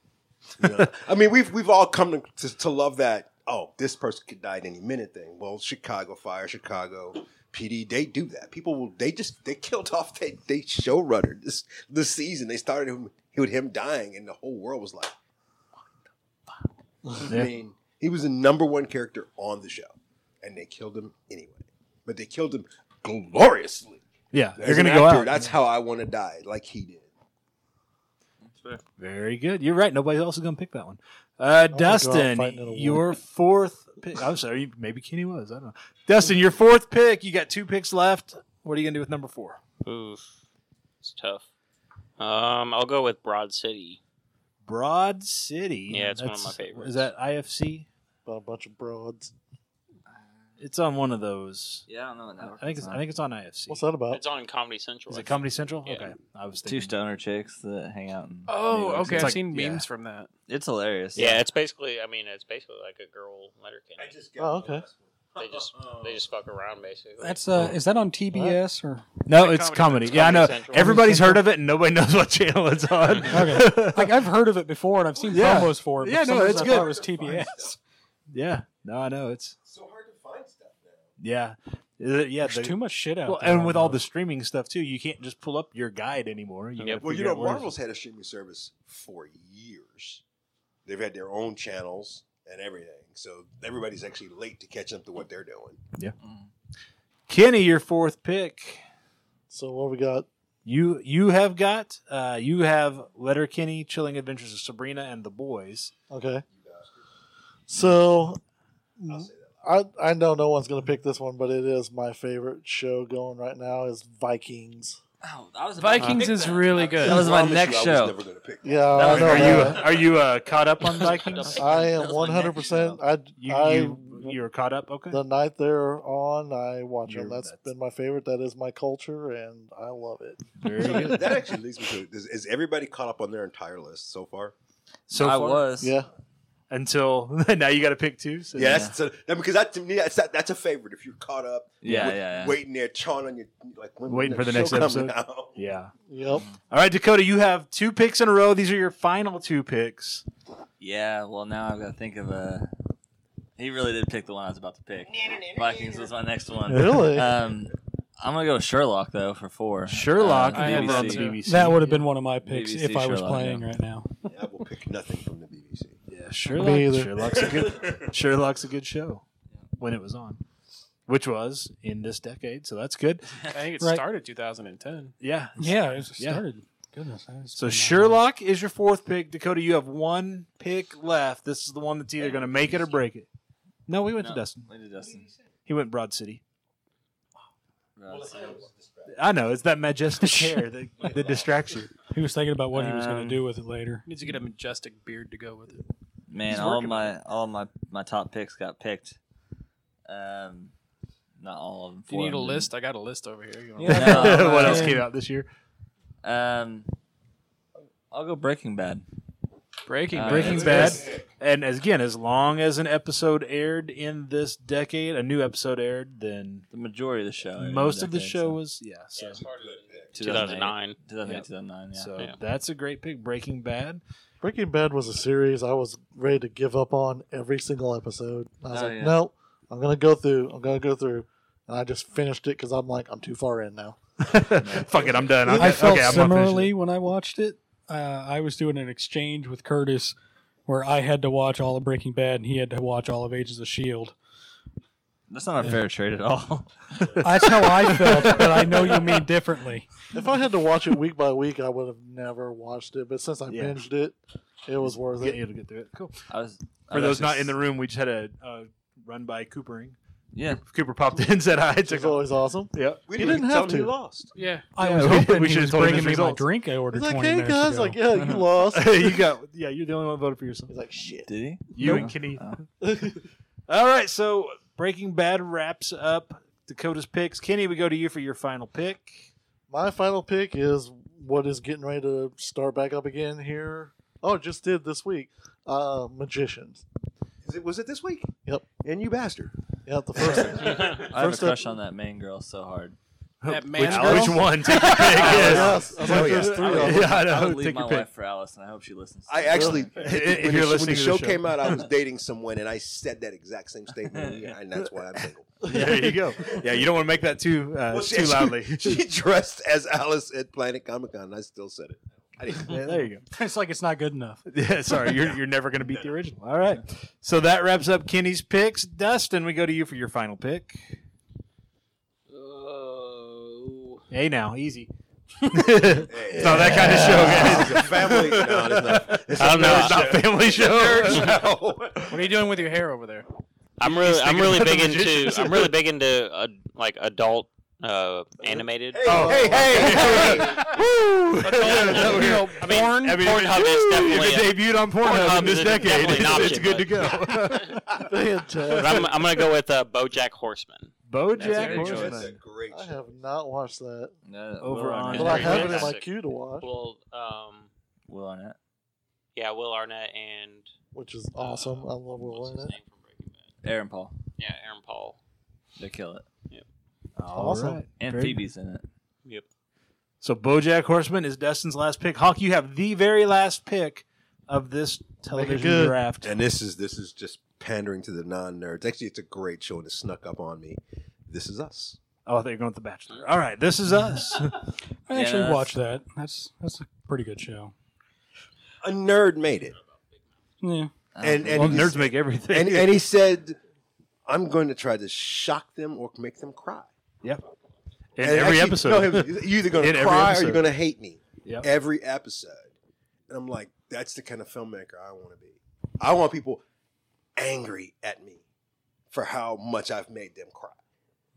S7: You know? I mean we've we've all come to, to, to love that oh this person could die at any minute thing well Chicago fire Chicago PD they do that people will they just they killed off they they showrunner this this season they started him with him dying and the whole world was like I mean, he was the number one character on the show, and they killed him anyway. But they killed him gloriously.
S1: Yeah,
S7: As
S1: you're gonna
S7: an
S1: go
S7: actor,
S1: out.
S7: That's how I want to die, like he did.
S1: Very good. You're right. Nobody else is gonna pick that one. Uh,
S6: go out
S1: Dustin,
S6: fighting in a war.
S1: your fourth pick. I'm sorry, maybe Kenny was. I don't know. Dustin, your fourth pick. You got two picks left. What are you gonna do with number four?
S5: Oof, it's tough. Um, I'll go with Broad City.
S1: Broad City.
S5: Yeah, it's one of
S1: That's-
S5: my favorites.
S1: Is that IFC?
S6: About a bunch of broads.
S1: It's on one of those.
S4: Yeah, I don't know what network
S1: I think it's, I think it's on IFC.
S6: What's that about?
S5: It's on Comedy Central.
S1: Is
S5: I
S1: it Comedy Central?
S5: Yeah.
S1: Okay, I was
S4: two
S1: thinking.
S4: stoner chicks that hang out. In New
S2: Oh,
S4: York
S2: okay. I've
S4: City.
S1: It's like-
S2: seen
S1: yeah.
S2: memes from that.
S4: It's hilarious.
S5: Yeah, it's basically. I mean, it's basically like a girl
S7: I
S5: letterkenny.
S7: just got
S6: Oh, okay.
S5: They just they just fuck around basically.
S3: That's uh, is that on TBS or?
S1: No,
S2: Like
S1: it's comedy.
S2: Comedy
S1: Yeah, I know.
S5: Comedy Central.
S1: Everybody's
S3: Comedy
S1: heard of it, and nobody knows what channel it's on.
S3: Okay. Like I've heard of it before, and I've seen
S1: Yeah.
S3: promos for it. but
S1: Yeah,
S3: for
S1: no,
S3: some
S1: it's
S3: reason I
S1: good.
S3: thought it was TBS.
S1: yeah, no, I know it's
S7: so hard to find stuff now.
S1: yeah, Uh, yeah.
S3: There's
S1: the-
S3: too much shit out
S1: well,
S3: there.
S1: and with all the
S3: this,
S1: streaming stuff too, you can't just pull up your guide anymore. You
S5: Yep.
S1: gotta
S7: Well, you
S1: figure
S7: know,
S1: out where-
S7: Marvel's had a streaming service for years. They've had their own channels and everything, so everybody's actually late to catch up to what they're doing.
S1: Kenny, your fourth pick.
S6: So what we got?
S1: You you have got uh you have Letter Kenny, Chilling Adventures of Sabrina and the Boys.
S6: Okay. So
S7: I'll
S6: Mm-hmm.
S7: say that.
S6: I I know no one's gonna pick this one, but it is my favorite show going right now is Vikings.
S4: Oh, I was about to
S2: Vikings
S4: pick
S2: is
S4: that.
S2: really good.
S4: That was my
S7: I promise
S4: next
S7: you I was
S4: show.
S7: never gonna pick that.
S6: Yeah,
S4: That
S6: I
S4: was
S6: know
S1: are you
S6: that.
S1: are you uh, caught up on Vikings?
S6: I
S4: That
S6: am
S4: was
S6: one
S4: my next
S6: hundred percent. I
S1: You
S6: I
S1: you you're caught up. Okay.
S6: the night they're on, I watch
S1: You're-
S6: them. That's
S1: that's-
S6: been my favorite. That is my culture, and I love it.
S1: Very
S7: So
S1: good.
S7: that actually leads me to: is, is everybody caught up on their entire list so far?
S1: So
S4: I
S1: far?
S4: was.
S6: Yeah,
S1: until now you got to pick two. So
S7: Yeah, that's, that's a, because that to me that's that's a favorite. If you're caught up,
S4: Yeah,
S7: wait-
S4: yeah, yeah.
S7: waiting there, chawing on your like when-
S1: Waiting
S7: when
S1: for the
S7: show
S1: next episode.
S7: coming out.
S1: Yeah.
S6: yep.
S1: All right, Dakota, you have two picks in a row. These are your final two picks.
S4: Yeah, well, now I've got to think of a. He really did pick the one I was about to pick. Vikings was my next one.
S6: Really?
S4: Um, I'm gonna go with Sherlock though for four.
S1: Sherlock
S4: Uh,
S2: I have
S1: over on
S2: that
S1: the
S2: too.
S1: BBC.
S3: that would have been one of my picks
S4: BBC
S3: if I was
S4: Sherlock,
S3: playing
S4: yeah.
S3: right now.
S7: I will pick nothing from the BBC.
S1: yeah,
S6: Me
S1: Sherlock.
S6: either.
S1: Sherlock's a good Sherlock's a good show when it was on, which was in this decade. So that's good.
S2: I think it
S3: Right.
S2: started 2010.
S1: Yeah.
S3: Yeah, it
S1: Yeah.
S3: started. Goodness. I just
S1: So
S3: didn't know.
S1: Sherlock is your fourth pick. Dakota, you have one pick left. This is the one that's either going to make it or break it. No, we went
S4: No.
S1: to Dustin.
S4: Wait, did Dustin?
S1: He went Broad City.
S4: No, it's-
S1: I know it's that majestic hair that, that distracts you.
S3: He was thinking about what he was going
S1: Um,
S3: to do with it later.
S2: Needs to get a majestic beard to go with it.
S4: Man,
S2: He's
S4: all
S2: working
S4: my all my my top picks got picked. Um, not all of them.
S2: Do you
S4: four of
S2: need a
S4: them didn't.
S2: list? I got a list over here. You wanna-
S4: Yeah.
S1: what
S4: No,
S1: else
S4: man.
S1: came out this year?
S4: Um, I'll go Breaking Bad.
S2: Breaking
S4: Uh,
S2: Bad.
S1: Breaking
S4: That's
S1: Bad.
S4: good.
S1: And as, again, as long as an episode aired in this decade, a new episode aired, then
S4: The majority of the show.
S1: most of the
S4: Oh, decade,
S1: show
S4: so
S1: was yeah. So,
S5: 2009.
S4: 2008,
S1: Yep.
S4: 2009. Yeah.
S1: so
S5: Yeah.
S1: that's a great pick. Breaking Bad.
S6: Breaking Bad was a series I was ready to give up on every single episode. I was
S4: Oh,
S6: like,
S4: yeah.
S6: no, I'm gonna go through. I'm gonna go through, and I just finished it because I'm like, I'm too far in now.
S1: Fuck it, I'm done. I'm
S3: I felt
S1: okay, I'm gonna finish
S3: similarly when I watched it. Uh, I was doing an exchange with Curtis where I had to watch all of Breaking Bad and he had to watch all of Agents of S.H.I.E.L.D.
S4: That's not a fair trade at all.
S3: That's how I felt, but I know you mean differently.
S6: If I had to watch it week by week, I would have never watched it. But since I
S1: Yeah.
S6: binged it, it was worth
S1: it.
S6: it.
S1: Yeah, it'll get through it. Cool.
S4: I was I
S1: For
S4: was
S1: those not
S4: actually
S1: in the room, we just had a uh, run by Coopering.
S4: Yeah.
S1: Cooper popped in and said hi. Took
S6: She's
S1: a-
S6: always awesome.
S1: Yep.
S7: We
S6: You
S7: didn't,
S6: didn't
S7: even tell
S6: have
S7: him
S6: to.
S7: you lost.
S2: Yeah.
S3: I
S1: Yeah,
S3: was
S1: we-
S3: hoping
S1: we
S3: he
S1: should
S3: was
S1: have told him
S3: bringing
S1: his
S3: me my
S1: results.
S3: drink I ordered
S6: He's like,
S3: 20
S6: hey
S3: minutes
S6: guys,
S3: ago.
S6: like, yeah, you lost. He's
S1: you got yeah. You're the only one who voted for yourself.
S6: like, shit.
S4: Did he?
S1: You
S4: No.
S1: and Kenny.
S4: Oh.
S1: Uh. All right. So Breaking Bad wraps up Dakota's picks. Kenny, we go to you for your final pick.
S6: My final pick is what is getting ready to start back up again here. Oh, it just did this week. Uh, Magicians.
S7: Is it, was it this week?
S6: Yep.
S7: And you bastard.
S6: Yeah, the first.
S4: I have a
S6: First up-
S4: crush on that main girl so hard.
S2: That man
S1: which,
S2: girl?
S1: which one? Take your pick. yes.
S6: yes. I was like,
S7: Oh, yeah.
S6: there's three
S4: I
S6: of
S4: would,
S6: them.
S1: Yeah, I
S4: I
S1: know.
S4: would leave
S1: Take
S4: my
S1: your pick.
S4: wife for Alice, and I hope she listens. to
S7: I
S4: this.
S7: actually,
S1: If- if
S7: when,
S1: you're
S7: the, when
S1: listening
S7: the
S1: to
S7: show
S1: the show.
S7: came out, I was dating someone, and I said that exact same statement, and that's why I'm single.
S1: there you go. Yeah, you don't want to make that too uh,
S7: Well, she-
S1: too loudly.
S7: She dressed as Alice at Planet Comic Con, and I still said it. I didn't.
S1: yeah, there you go.
S3: it's like it's not good enough.
S1: Yeah, sorry, you're, you're never going to beat the original. All right. So that wraps up Kenny's picks. Dustin, we go to you for your final pick.
S2: Oh.
S1: Hey, now, easy. it's not that kind of show, guys.
S7: It's a family. No, it's not. It's a
S1: I don't know.
S7: nerd
S1: It's not
S7: show.
S1: family show.
S7: Nerd show.
S2: What are you doing with your hair over there?
S5: I'm really, I'm
S1: thinking
S5: really
S1: about the
S5: big into,
S1: magicians.
S5: I'm really big into uh, like adult uh, animated.
S7: Hey,
S1: Oh.
S7: hey, hey, hey.
S1: Woo!
S5: all-
S1: You know,
S5: I mean,
S1: porn-
S5: I mean, Pornhub is definitely
S1: if it debuted on Pornhub,
S5: Pornhub
S1: in this
S5: is
S1: decade,
S5: definitely an
S1: it's
S5: option,
S1: good to go.
S5: But
S6: Fantastic.
S5: I'm, I'm gonna go with uh, BoJack Horseman.
S4: That's a
S1: uh, BoJack
S4: good
S7: That's a
S1: Horseman.
S7: great
S6: I
S7: show.
S6: have not watched that,
S4: No,
S1: Over
S4: Will
S1: on-
S4: Arnett.
S6: but I
S5: very
S6: have it in my
S5: fantastic.
S6: queue to watch,
S5: Well, um,
S4: Will Arnett.
S5: yeah, Will Arnett and
S6: which is awesome. I love
S5: what's
S6: Will
S5: his
S6: Arnett.
S5: name from Breaking Bad?
S4: Aaron Paul.
S5: Yeah, Aaron Paul.
S4: They kill it.
S5: Yep.
S4: All
S6: Awesome.
S4: right. And
S1: Very-
S4: Phoebe's in it.
S5: Yep.
S1: So BoJack Horseman is Dustin's last pick. Hawk, you have the very last pick of this television
S6: good.
S1: draft.
S7: And this is this is just pandering to the non nerds. Actually, it's a great show, and it snuck up on me. This is us.
S1: Oh, I thought you were going with The Bachelor. All right, this is us.
S3: I
S4: Yeah,
S3: actually
S4: that's-
S3: watched that. That's that's a pretty good show.
S7: A nerd made it,
S3: Yeah.
S4: I don't
S7: and
S4: know.
S7: and
S1: well,
S7: he
S1: nerds make everything.
S7: and, and he said, "I'm going to try to shock them or make them cry."
S1: in
S7: And
S1: every
S7: actually- No,
S1: episode.
S7: him- you're either going
S1: In
S7: to
S1: every
S7: cry or
S1: episode.
S7: you're going to hate me.
S1: Yep.
S7: Every episode, and I'm like, that's the kind of filmmaker I want to be. I want people angry at me for how much I've made them cry.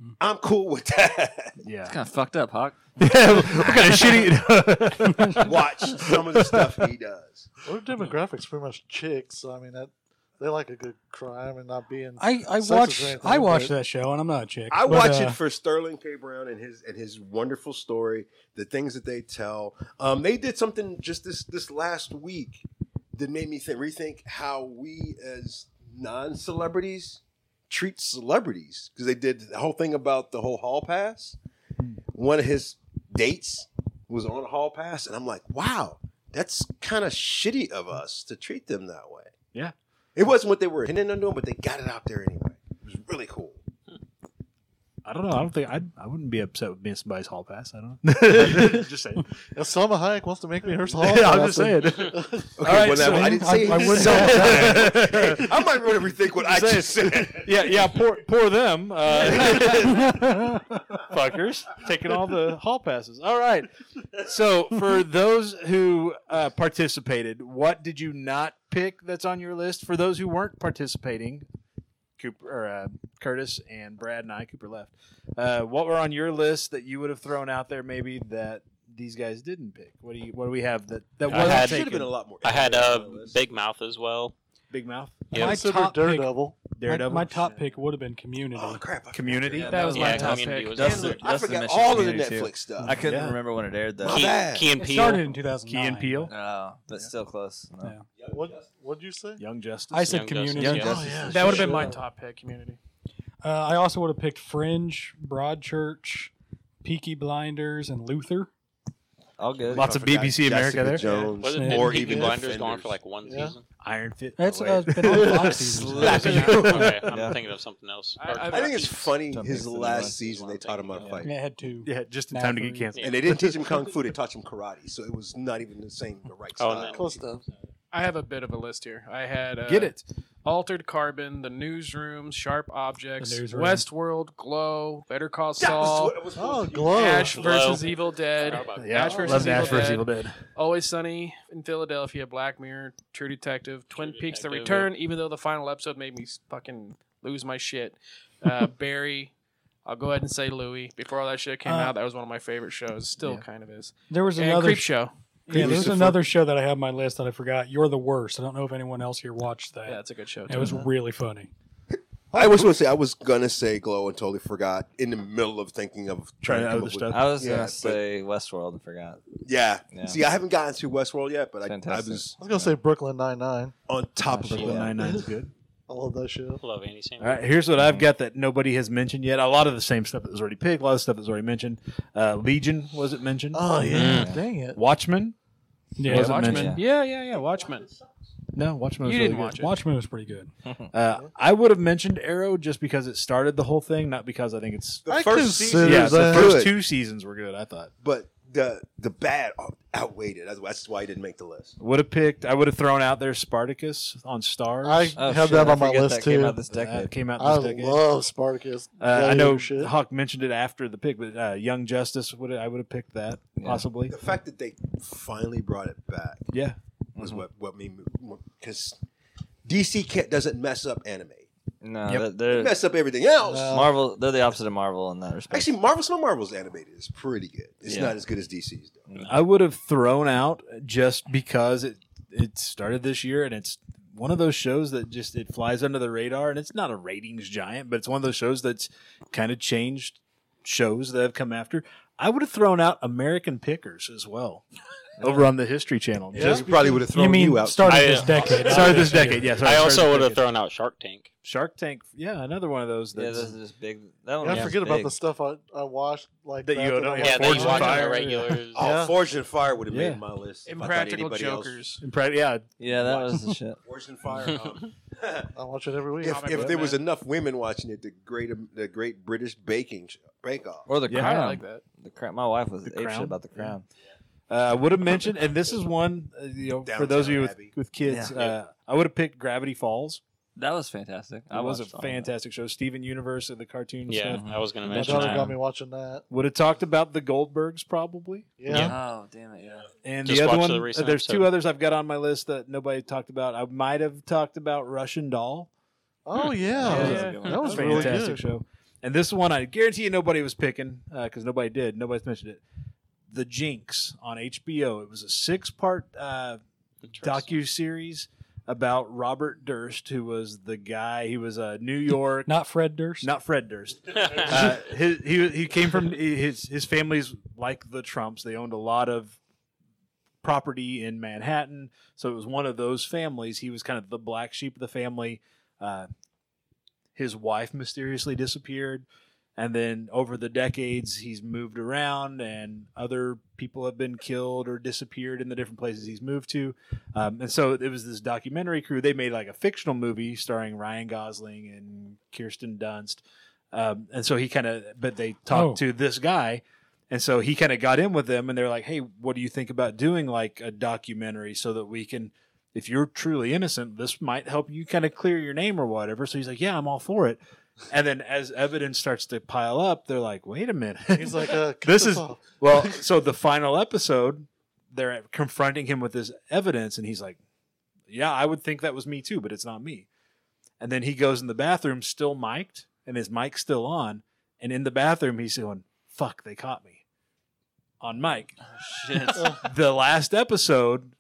S1: Hmm.
S7: I'm cool with that.
S1: yeah.
S4: it's kind of fucked up, Hawk.
S1: what kind of shitty?
S7: Watch some of the stuff he does.
S6: Their demographics pretty much chicks, so I mean that they like a good crime and not being.
S3: I, I
S6: Sexist
S3: watched
S6: or anything,
S3: I watched
S6: but-
S3: that show and I'm not a chick.
S7: I
S3: but,
S7: watch
S3: uh,
S7: it for Sterling K. Brown and his and his wonderful story, the things that they tell. Um, they did something just this this last week that made me think, rethink how we as non celebrities treat celebrities because they did the whole thing about the whole hall pass. One of his dates was on a hall pass, and I'm like, wow, that's kind of shitty of us to treat them that way.
S1: Yeah.
S7: it wasn't what they were intending on doing, but they got it out there anyway. It was really cool.
S1: I don't know. I don't think I'd, I wouldn't be upset with being somebody's hall pass. I don't know. just saying.
S6: If Selma Hayek wants to make me her song,
S1: Yeah, I'm just saying.
S7: Okay,
S1: All right,
S7: well,
S1: so-
S7: now, I didn't say
S3: I- I
S7: anything.
S3: wouldn't
S7: So-
S3: have
S7: Hey, I might want to rethink what I just said.
S1: yeah, yeah. Poor, poor them. Uh, fuckers taking all the hall passes. All right. So for those who uh, participated, what did you not pick that's on your list? For those who weren't participating, Cooper or uh, Curtis and Brad and I, Cooper left. Uh, what were on your list that you would have thrown out there? Maybe that these guys didn't pick. What do you? What do we have that that
S5: I
S1: wasn't
S5: had-
S1: taken?
S7: should have been a lot more.
S5: I had
S7: on
S5: uh,
S7: my list.
S5: Big Mouth as well.
S1: Big Mouth,
S5: Yeah.
S3: my
S6: consider
S3: top pick, my-
S6: Daredevil.
S1: Daredevil,
S3: my, top pick would have been Community.
S7: Oh crap! I
S1: Community.
S4: Yeah,
S2: That was my
S5: yeah,
S2: top
S5: Community
S2: pick.
S5: was
S4: That's
S5: awesome.
S4: the-
S7: I
S4: that's the
S7: forgot
S4: mission
S7: all of the
S4: community, too.
S7: Netflix stuff.
S4: I couldn't
S1: Yeah.
S4: remember when it aired, though.
S7: My
S5: Key,
S7: bad.
S5: Key and
S3: It
S5: Peele.
S3: started in 2009.
S1: Key and Peele.
S4: No, but still close. No.
S3: Yeah.
S6: What what'd you say?
S1: Young Justice.
S3: I said
S5: Young Justice,
S3: Community.
S5: Young
S6: Oh,
S4: Justice.
S6: yeah,
S2: That would have
S6: sure.
S2: been my top pick, Community.
S3: Uh, I also would have picked Fringe, Broadchurch, Peaky Blinders, and Luther.
S4: All good.
S1: Lots of
S7: I forgot
S1: BBC America
S7: Jessica
S1: there.
S7: Jones,
S5: Was it
S3: Yeah.
S5: or
S7: Peaky
S5: even Blinders gone
S7: Blinders.
S5: for like one
S6: Yeah.
S5: season?
S1: Iron Fist.
S3: That's
S1: Oh,
S3: uh,
S1: wait.
S3: been on Fox seasons.
S5: okay, I'm
S4: Yeah.
S5: thinking of something else.
S2: I-
S5: Or-
S2: I-
S7: I think it's funny.
S4: Don't mix
S7: His
S4: them up.
S7: last season, they taught him how to
S4: Yeah.
S7: fight,
S3: Yeah, I had two.
S1: Yeah, just in
S3: Now
S1: time to get
S3: for-
S1: canceled.
S7: and they didn't teach him kung fu. They taught him karate, so it was not even the same the right
S5: Oh,
S7: style.
S5: no.
S6: Close enough.
S2: I have a bit of a list here. I had uh,
S1: Get it?
S2: Altered Carbon, The Newsroom, Sharp Objects,
S3: The Newsroom.
S2: Westworld, Glow, Better Call
S7: That was
S2: Saul,
S7: what it
S6: Oh,
S7: was supposed to be.
S6: glow.
S2: Ash
S5: Glow.
S2: versus Evil Dead,
S1: Yeah,
S2: Ash versus
S1: love Ash
S2: Evil
S1: versus
S2: Dead.
S1: Evil Dead.
S2: Always Sunny in Philadelphia, Black Mirror, True Detective, Twin
S5: True
S2: Peaks: The
S5: Detective,
S2: Return. Even though the final episode made me s- fucking lose my shit. uh, Barry. I'll go ahead and say Louis. Before all that shit came
S3: Uh,
S2: out, that was one of my favorite shows. Still
S3: yeah.
S2: kind of is.
S3: There was
S2: And
S3: another
S2: Creep Show.
S3: Yeah, there's
S6: Lucifer.
S3: another show that I have on my list that I forgot. You're the worst. I don't know if anyone else here watched that.
S2: Yeah, it's a good show.
S3: it
S2: Too.
S3: was really funny.
S7: I was going to say I was gonna say glow and totally forgot in the middle of thinking of
S1: Trying
S7: to come
S1: other
S7: up with-
S1: stuff.
S4: I was
S7: Yeah,
S4: gonna
S7: but-
S4: say Westworld and forgot.
S7: Yeah.
S4: Yeah.
S7: See, I haven't gotten to Westworld yet, but I, I
S4: Fantastic.
S7: was
S6: I was gonna say Brooklyn Nine Nine.
S7: on top of it.
S4: Brooklyn
S7: Yeah.
S1: Nine-Nine's good.
S6: I love that show.
S5: Love Andy Samberg.
S1: All right, here's what I've got that nobody has mentioned yet. A lot of the same stuff that was already picked, a lot of stuff that was already mentioned. Uh, Legion wasn't mentioned.
S6: Oh yeah,
S1: Mm.
S4: Yeah.
S6: dang it!
S1: Watchmen?
S3: Yeah,
S1: Wasn't
S2: Watchmen.
S1: mentioned.
S2: Yeah, yeah, yeah. Watchmen.
S1: No, Watchmen. Was
S2: You
S1: really
S2: didn't
S1: good.
S2: watch it.
S3: Watchmen was pretty good.
S1: Uh, I would have mentioned Arrow just because it started the whole thing, not because I think it's.
S7: The
S6: I
S7: first season,
S6: consider
S1: yeah, the
S6: that-
S1: first
S7: good,
S1: two seasons were good. I thought
S7: but the the bad outweighed it. That's- That's why I didn't make the list.
S1: would have picked. I would have thrown out there Spartacus on Stars. Uh,
S6: I
S4: Oh,
S6: have
S4: shit,
S6: that
S4: I
S6: on my
S4: forget
S6: list
S4: that Came
S6: too.
S4: out this
S1: That
S4: decade.
S1: came out
S6: I
S1: this decade.
S6: love Spartacus.
S1: Uh, I
S6: Gladiator
S1: know
S6: shit.
S1: Hawk mentioned it after the pick, but uh, Young Justice would I would have picked that
S4: Yeah.
S1: possibly.
S7: The fact that they finally brought it back
S1: Yeah,
S7: was
S4: Mhm.
S7: what what me because DC can't, doesn't mess up anime.
S4: No,
S1: Yep.
S4: they're,
S7: They
S4: they're
S7: mess up everything else.
S4: Uh,
S6: No.
S4: Marvel. They're the opposite of Marvel in that respect.
S7: Actually, Marvel, some of Marvel's animated is pretty good. It's
S4: Yeah.
S7: not as good as DC's. Though.
S1: I would have thrown out just because it it started this year and it's one of those shows that just it flies under the radar and it's not a ratings giant, but it's one of those shows that's kind of changed shows that have come after. I would have thrown out American Pickers as well over on the History Channel. Just
S7: Just probably would have thrown
S3: you
S7: you,
S3: mean
S7: out.
S3: started
S5: I,
S3: this
S5: uh,
S3: decade?
S1: sorry, this decade. Yeah, sorry,
S5: I
S1: sorry,
S5: also
S1: this
S5: would have
S1: decade.
S5: thrown out Shark Tank.
S1: Shark Tank. Yeah, another one of those.
S4: yeah,
S1: That's,
S4: those are just big. That one
S6: Yeah, I
S4: was
S6: forget
S4: big.
S6: about the stuff I, I watched like
S1: That you
S6: back
S1: don't-
S6: in the-
S1: yeah,
S5: Yeah,
S1: that
S5: they
S1: you
S5: watch on
S1: Fire.
S5: the regulars.
S7: oh,
S6: Yeah.
S7: Forge and Fire would have
S1: Yeah.
S7: made my list. if I thought
S2: Impractical
S7: anybody else-
S2: Jokers.
S1: Impre- yeah,
S4: Yeah, that was the shit.
S7: Forge and Fire. um,
S6: I watch it every week.
S7: if
S2: Comic
S7: if
S2: book
S7: there was
S2: man.
S7: enough women watching it, the great the Great British Baking Sh- Bake Off.
S4: Or the
S1: Yeah, I
S4: crown.
S2: I like that.
S4: The crown. My wife was
S1: The
S4: ape
S1: Crown?
S4: shit about the crown.
S1: Uh, I would have mentioned, and this is one uh, you know for those of you with,
S7: Downton Abbey.
S1: with kids.
S4: Yeah.
S1: Uh, I would have picked Gravity Falls.
S4: That was fantastic.
S1: It was a
S4: watched all that.
S1: fantastic show. Steven Universe and the cartoon
S5: Yeah,
S1: stuff.
S5: I was going to
S6: My
S5: mention
S6: daughter
S5: that.
S6: got me watching that.
S1: Would have talked about the Goldbergs probably,
S6: Yeah,
S4: Oh damn it! Yeah.
S1: and
S5: Just
S1: the other
S5: watch
S1: one.
S5: the recent
S1: uh, there's two
S5: episode.
S1: others I've got on my list that nobody talked about. I might have talked about Russian Doll.
S6: oh yeah,
S4: Yeah,
S6: that was,
S4: yeah.
S6: That was really
S1: fantastic
S6: good.
S1: show. And this one, I guarantee you, nobody was picking because nobody did. Nobody's mentioned it. The Jinx on HBO. It was a six-part uh, docu series about Robert Durst, who was the guy. He was a New York,
S3: Not Fred Durst.
S1: not Fred Durst. Uh, his, he he came from his his family's like the Trumps. They owned a lot of property in Manhattan, so it was one of those families. He was kind of the black sheep of the family. Uh, his wife mysteriously disappeared. And then over the decades, he's moved around, and other people have been killed or disappeared in the different places he's moved to. Um, and so it was this documentary crew. They made like a fictional movie starring Ryan Gosling and Kirsten Dunst. Um, and so he kind of, but they talked
S3: Oh.
S1: to this guy. And so he kind of got in with them and they're like, hey, what do you think about doing like a documentary so that we can, if you're truly innocent, this might help you kind of clear your name or whatever. So he's like, yeah, I'm all for it. And then as evidence starts to pile up, they're like, wait a minute.
S6: He's like, uh, cut
S1: This is-
S6: off.
S1: Well, so the final episode, they're confronting him with this evidence, and he's like, "Yeah, I would think that was me too, but it's not me." And then he goes in the bathroom, still mic'd, and his mic's still on. And in the bathroom, he's going, "Fuck, they caught me on mic."
S4: Shit.
S1: the last episode,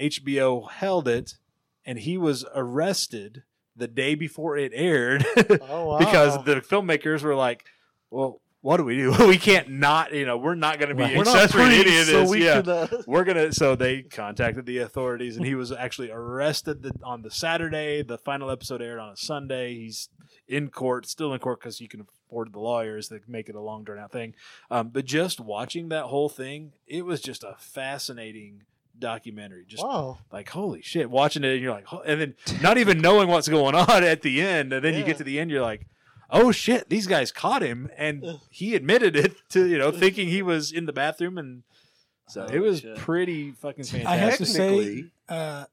S1: HBO held it, and he was arrested the day before it aired
S6: oh, wow.
S1: because the filmmakers were like, "Well, what do we do? we can't not, you know, we're not going to be
S3: Right.
S6: we're not
S1: accessory to
S6: priests,
S1: any of
S6: so
S1: this.
S6: we
S1: yeah,
S6: can. Uh,
S1: we're gonna." So they contacted the authorities, and he was actually arrested the, on the Saturday. The final episode aired on a Sunday. He's in court, still in court, because you can afford the lawyers that make it a long drawn out thing. Um, but just watching that whole thing, it was just a fascinating documentary. Just
S6: wow,
S1: like holy shit watching it and you're like "Ho-" and then not even knowing what's going on at the end and then you
S6: Yeah.
S1: get to the end you're like oh shit these guys caught him and
S6: Ugh.
S1: he admitted it to you know thinking he was in the bathroom and so it
S4: Holy
S1: was
S4: shit.
S1: pretty fucking fantastic
S3: I have to say,
S7: Technically-
S3: uh,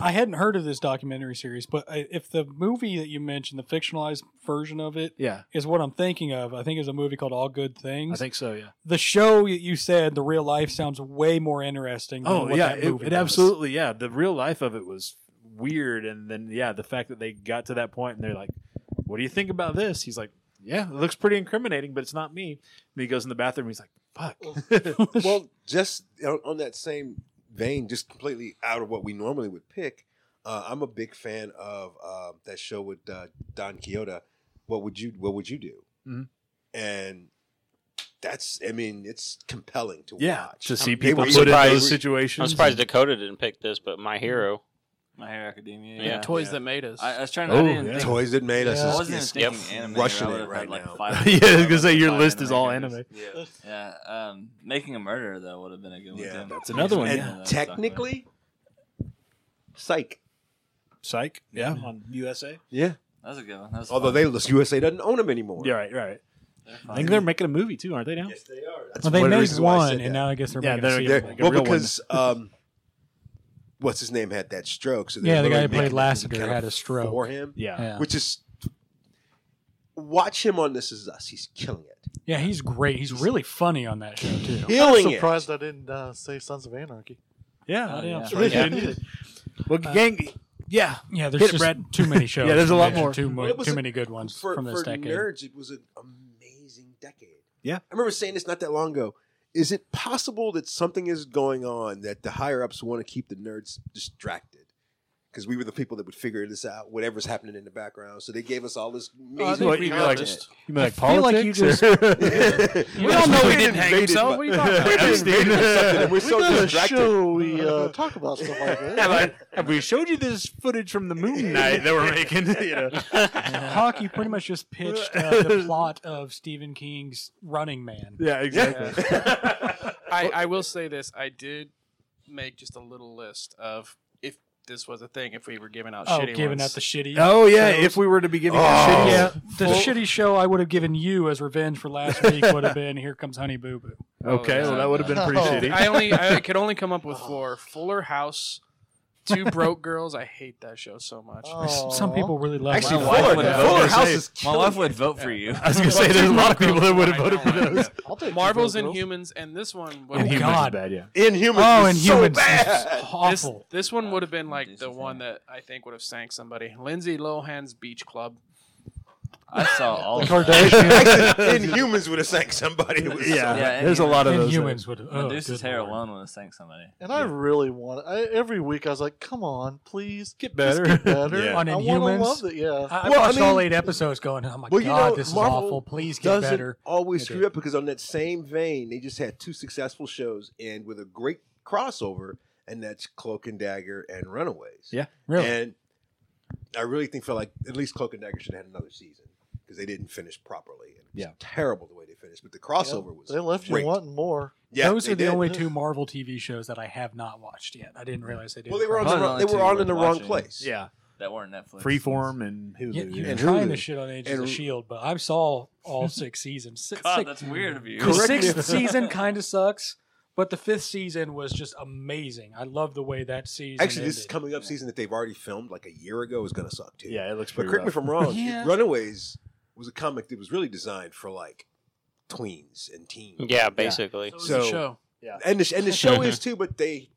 S3: I hadn't heard of this documentary series, but I- if the movie that you mentioned, the fictionalized version of it,
S1: yeah
S3: is what I'm thinking of, I think it's a movie called All Good
S1: i
S3: Things.
S1: think so yeah
S3: the show that you said, the real life, sounds way more interesting. Than
S1: oh
S3: what
S1: yeah
S3: that
S1: it,
S3: movie
S1: it
S3: was.
S1: absolutely yeah the real life of it was weird and then yeah the fact that they got to that point and they're like what do you think about this? He's like, yeah, it looks pretty incriminating, but it's not me. And he goes in the bathroom. He's like, fuck.
S7: well, just on on that same vein, just completely out of what we normally would pick, uh, I'm a big fan of uh, that show with uh, Don Quixote. What would you What would you do?
S3: Mm-hmm.
S1: Mhm.
S7: And that's, I mean, it's compelling to
S1: yeah,
S7: watch.
S1: to see
S7: I'm- they
S1: people
S7: were
S1: put in
S7: surprised-
S1: those situations.
S5: I'm surprised Dakota didn't pick this, but my hero.
S4: My Hero Academia.
S5: Yeah.
S4: Yeah.
S2: Toys
S7: Yeah.
S2: that made us.
S4: I, I was trying to.
S1: Oh,
S4: I didn't
S1: yeah.
S4: think,
S7: Toys that made us.
S4: I
S6: Yeah.
S7: is-
S4: wasn't even
S7: is-
S4: thinking
S7: yep,
S4: anime.
S7: Rushing
S4: I would
S7: it
S4: have
S7: right
S4: had, like
S7: now.
S4: Five
S1: Yeah, I was gonna say,
S4: five
S1: your list is all
S4: characters.
S1: anime.
S4: Yeah. Yeah. Um, Making a murderer though would have been a good one.
S7: Yeah,
S4: too.
S1: that's another one,
S4: Yeah,
S7: and
S1: yeah.
S4: that's a documentary.
S7: technically, psych.
S1: Psych. Yeah, on USA.
S7: Yeah.
S4: that was a good one. That was
S7: Although they
S4: fun.
S7: list USA doesn't own them anymore.
S1: Yeah, right, right.
S4: They're
S1: I
S4: fun.
S1: think they're making a movie too, aren't they now?
S7: Yes, they are. That's
S3: Well, they
S7: one of the
S3: made
S7: reasons why I
S3: one,
S7: said
S3: and
S7: that.
S3: now I guess they're
S1: Yeah,
S3: making a
S1: they're-
S3: sequel.
S7: They're-
S1: like a
S7: well,
S1: real one.
S7: because um, what's his name had that stroke. So they're
S3: Yeah, the guy
S7: really
S3: who played
S7: making this
S3: Lassiter
S7: kind
S3: had
S7: of
S3: a stroke.
S7: for him,
S1: Yeah.
S3: Yeah.
S7: which is watch him on This Is Us. He's killing it.
S3: yeah, he's great. He's really funny on that show too.
S6: I'm
S7: Killing it.
S6: surprised I didn't uh, say Sons of Anarchy.
S1: Yeah, yeah,
S4: Oh, yeah.
S1: that's right.
S7: Yeah.
S1: You didn't either. Well, gang, yeah,
S3: Yeah, there's
S1: Hit it,
S3: just
S1: Brad.
S3: too many shows.
S1: Yeah, there's a lot
S3: There's
S1: more.
S3: Too, mu-
S7: Well, it was
S3: too
S7: a-
S3: many good ones
S7: For,
S3: from this
S7: for
S3: decade.
S7: nerds, it was an amazing decade.
S1: Yeah.
S7: I remember saying this not that long ago. Is it possible that something is going on that the higher ups want to keep the nerds distracted? Because we were the people that would figure this out, whatever's happening in the background. So they gave us all this
S2: I
S7: amazing.
S2: think
S1: What,
S2: we
S1: you mean like-
S2: noticed.
S1: you mean like
S3: I feel like you
S1: politics? or-
S2: we all know he didn't hang himself. What are you talking about?
S1: We've been
S7: Epstein.
S1: invaded or something, and
S7: We're
S6: we
S7: so
S6: got a
S7: distracted.
S6: show we uh, talk about stuff like that.
S1: Yeah, like, have we showed you this footage from the moon night that we're making? you know?
S3: Hawk, you pretty much just pitched uh, the plot of Stephen King's Running Man.
S1: Yeah, exactly.
S2: I, I will say this: I did make just a little list of if this was a thing, if we were giving out
S3: Oh,
S2: shitty
S3: giving
S2: ones.
S3: out the shitty.
S1: Oh yeah, if we were to be giving out shitty-
S3: Yeah, the shitty show I would have given you as revenge for last week would have been "Here Comes Honey Boo Boo."
S1: Okay, well that would have been pretty
S6: Oh.
S1: shitty.
S2: I only I could only come up with four: Fuller House, Two Broke Girls. I hate that show so much.
S6: Aw.
S3: Some people really love. that.
S7: Actually,
S4: My wife would vote
S7: Fuller- Fuller
S4: for
S7: House
S4: you.
S7: is
S4: My wife would vote for you.
S1: I was gonna say there's a lot of people that would have voted for those.
S6: I'll take
S2: Marvels
S6: Google
S2: and
S6: Girls.
S2: Humans, and this one would
S3: Oh,
S1: Inhumans is
S3: God.
S1: bad, yeah.
S7: Inhumans
S3: oh,
S7: is
S3: and
S7: so
S3: humans,
S7: bad.
S2: this,
S3: awful.
S2: this one would have been like the
S4: Jason
S2: one that I think would have sank somebody. Lindsay Lohan's Beach Club.
S4: I saw all of that.
S3: Kardashian
S7: Inhumans would have sank somebody. It was
S1: Yeah,
S7: so-
S4: Yeah,
S1: there's a lot of
S3: and
S1: those.
S3: humans would. Oh,
S4: Medusa's
S3: good
S4: hair
S3: lord.
S4: alone would have sank somebody.
S6: And I really want I, every week I was like, come on, please
S1: Get
S6: just
S1: better.
S6: get better.
S1: Yeah.
S6: I
S3: On
S6: want to
S3: Inhumans?
S6: love it. Yeah.
S3: I, I
S7: Well, I
S3: watched all
S7: mean-
S3: eight episodes, going, "Oh my
S7: Well,
S3: god,
S7: you know,
S3: this is
S7: Marvel
S3: awful. Please get
S7: Doesn't
S3: better."
S7: always
S3: It
S7: screw
S3: did.
S7: up because on that same vein, they just had two successful shows and with a great crossover, and that's Cloak and Dagger and Runaways.
S1: Yeah,
S3: Really,
S7: And I really think felt like at least Cloak and Dagger should have had another season because they didn't finish properly. And it was
S1: Yeah.
S7: terrible the way they finished, but the crossover was
S6: they left
S7: great.
S6: you wanting more.
S7: Yeah,
S3: those
S7: they
S3: are the
S7: did.
S3: only two Marvel TV shows that I have not watched yet. I didn't realize they did.
S7: Well, they were on
S4: Probably
S7: the
S4: the
S7: wrong,
S4: only
S7: they were
S4: two
S7: on
S4: worth
S7: in the wrong
S4: watching.
S7: place.
S1: Yeah,
S4: That weren't Netflix.
S1: Freeform and Hulu.
S3: Yeah, you're
S1: yeah.
S7: and
S3: trying to
S7: Hulu.
S3: shit on Agents of
S7: And-
S3: Shield, but I saw all six seasons. Six,
S4: God,
S3: six-
S4: that's weird of you.
S3: the
S7: Correct me
S3: sixth
S7: if-
S3: season kind of sucks, but the fifth season was just amazing. I love the way that season.
S7: Actually, this is
S3: ended.
S7: coming up season that they've already filmed like a year ago is going to suck too.
S1: Yeah, it looks
S7: but
S1: pretty.
S7: correct me
S1: rough.
S7: if I'm wrong.
S3: Yeah.
S7: Runaways was a comic that was really designed for like tweens and teens.
S5: Yeah, basically.
S2: What was
S7: So-
S2: the show?
S7: and the, and the show is too, but they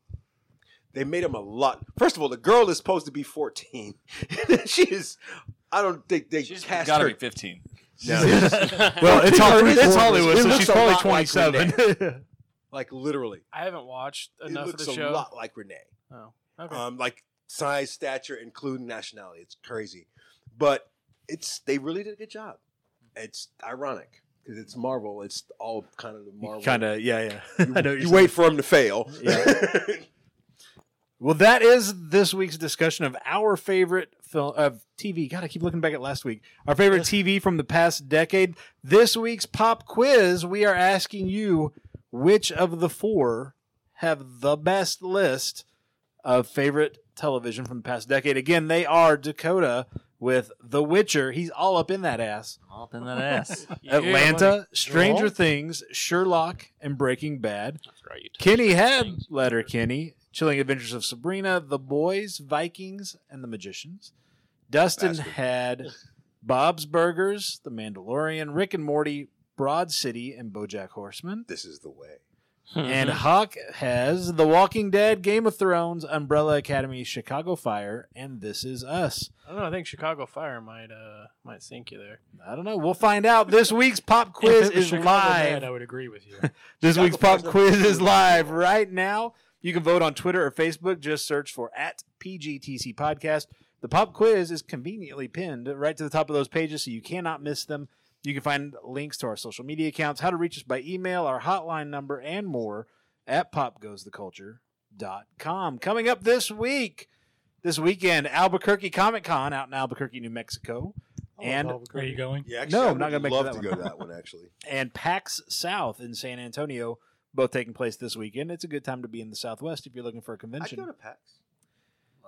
S7: they made him a lot. First of all, the girl is supposed to be 14. she is. I don't think they
S4: She's
S7: cast
S4: gotta
S7: her.
S4: be 15.
S7: No,
S1: Well, it's, Hol-
S7: It
S1: it's
S7: looks
S1: Hollywood,
S7: a
S1: so
S7: lot
S1: she's
S7: like
S1: probably
S7: Renee.
S1: 27.
S7: like literally,
S2: I haven't watched enough
S7: it
S2: of
S7: looks
S2: the
S7: a
S2: show.
S7: lot like Renee.
S2: Oh, okay.
S7: um, like size, stature, including nationality. It's crazy, but it's they really did a good job. It's ironic because it's Marvel. It's all kind of the Marvel.
S1: kind of, yeah, yeah.
S7: You,
S1: I know what
S7: you
S1: you're
S7: wait for them to fail.
S1: Well, that is this week's discussion of our favorite film of TV. God, I keep looking back at last week. Our favorite TV from the past decade. This week's pop quiz, we are asking you which of the four have the best list of favorite television from the past decade. Again, they are Dakota with The Witcher. He's all up in that ass.
S4: All up in that ass.
S2: Yeah, buddy.
S1: Atlanta, Stranger
S6: Cool.
S1: Things, Sherlock, and Breaking Bad.
S5: That's right. You touched
S1: Kenny
S5: those
S1: had
S5: things.
S1: Letter Kenny, Chilling Adventures of Sabrina, The Boys, Vikings, and The Magicians. Dustin
S7: Bastard.
S1: had Bob's Burgers, The Mandalorian, Rick and Morty, Broad City, and BoJack Horseman.
S7: this is the way.
S1: and Hawk has The Walking Dead, Game of Thrones, Umbrella Academy, Chicago Fire, and This Is Us.
S2: I don't know. I think Chicago Fire might uh might sink you there.
S1: I don't know. We'll find out. This week's pop quiz
S3: If it was
S1: is
S3: Chicago
S1: live.
S3: Med, I would agree with you.
S1: This
S7: Chicago
S1: week's pop
S7: Fire's number
S1: quiz
S7: two.
S1: is live right now. You can vote on Twitter or Facebook. Just search for at PGTC Podcast. The pop quiz is conveniently pinned right to the top of those pages, so you cannot miss them. You can find links to our social media accounts, how to reach us by email, our hotline number, and more at popgoestheculture.com. Coming up this week, this weekend, Albuquerque Comic Con out in Albuquerque, New Mexico,
S6: I
S1: And-
S6: love
S3: Where are you going?
S7: Yeah,
S1: No,
S7: I
S1: I'm not gonna
S7: would
S1: make it
S7: love
S1: that
S7: to
S1: one.
S7: go to that one actually.
S1: and PAX South in San Antonio, both taking place this weekend. It's a good time to be in the Southwest if you're looking for a
S7: I
S1: convention.
S7: go to PAX.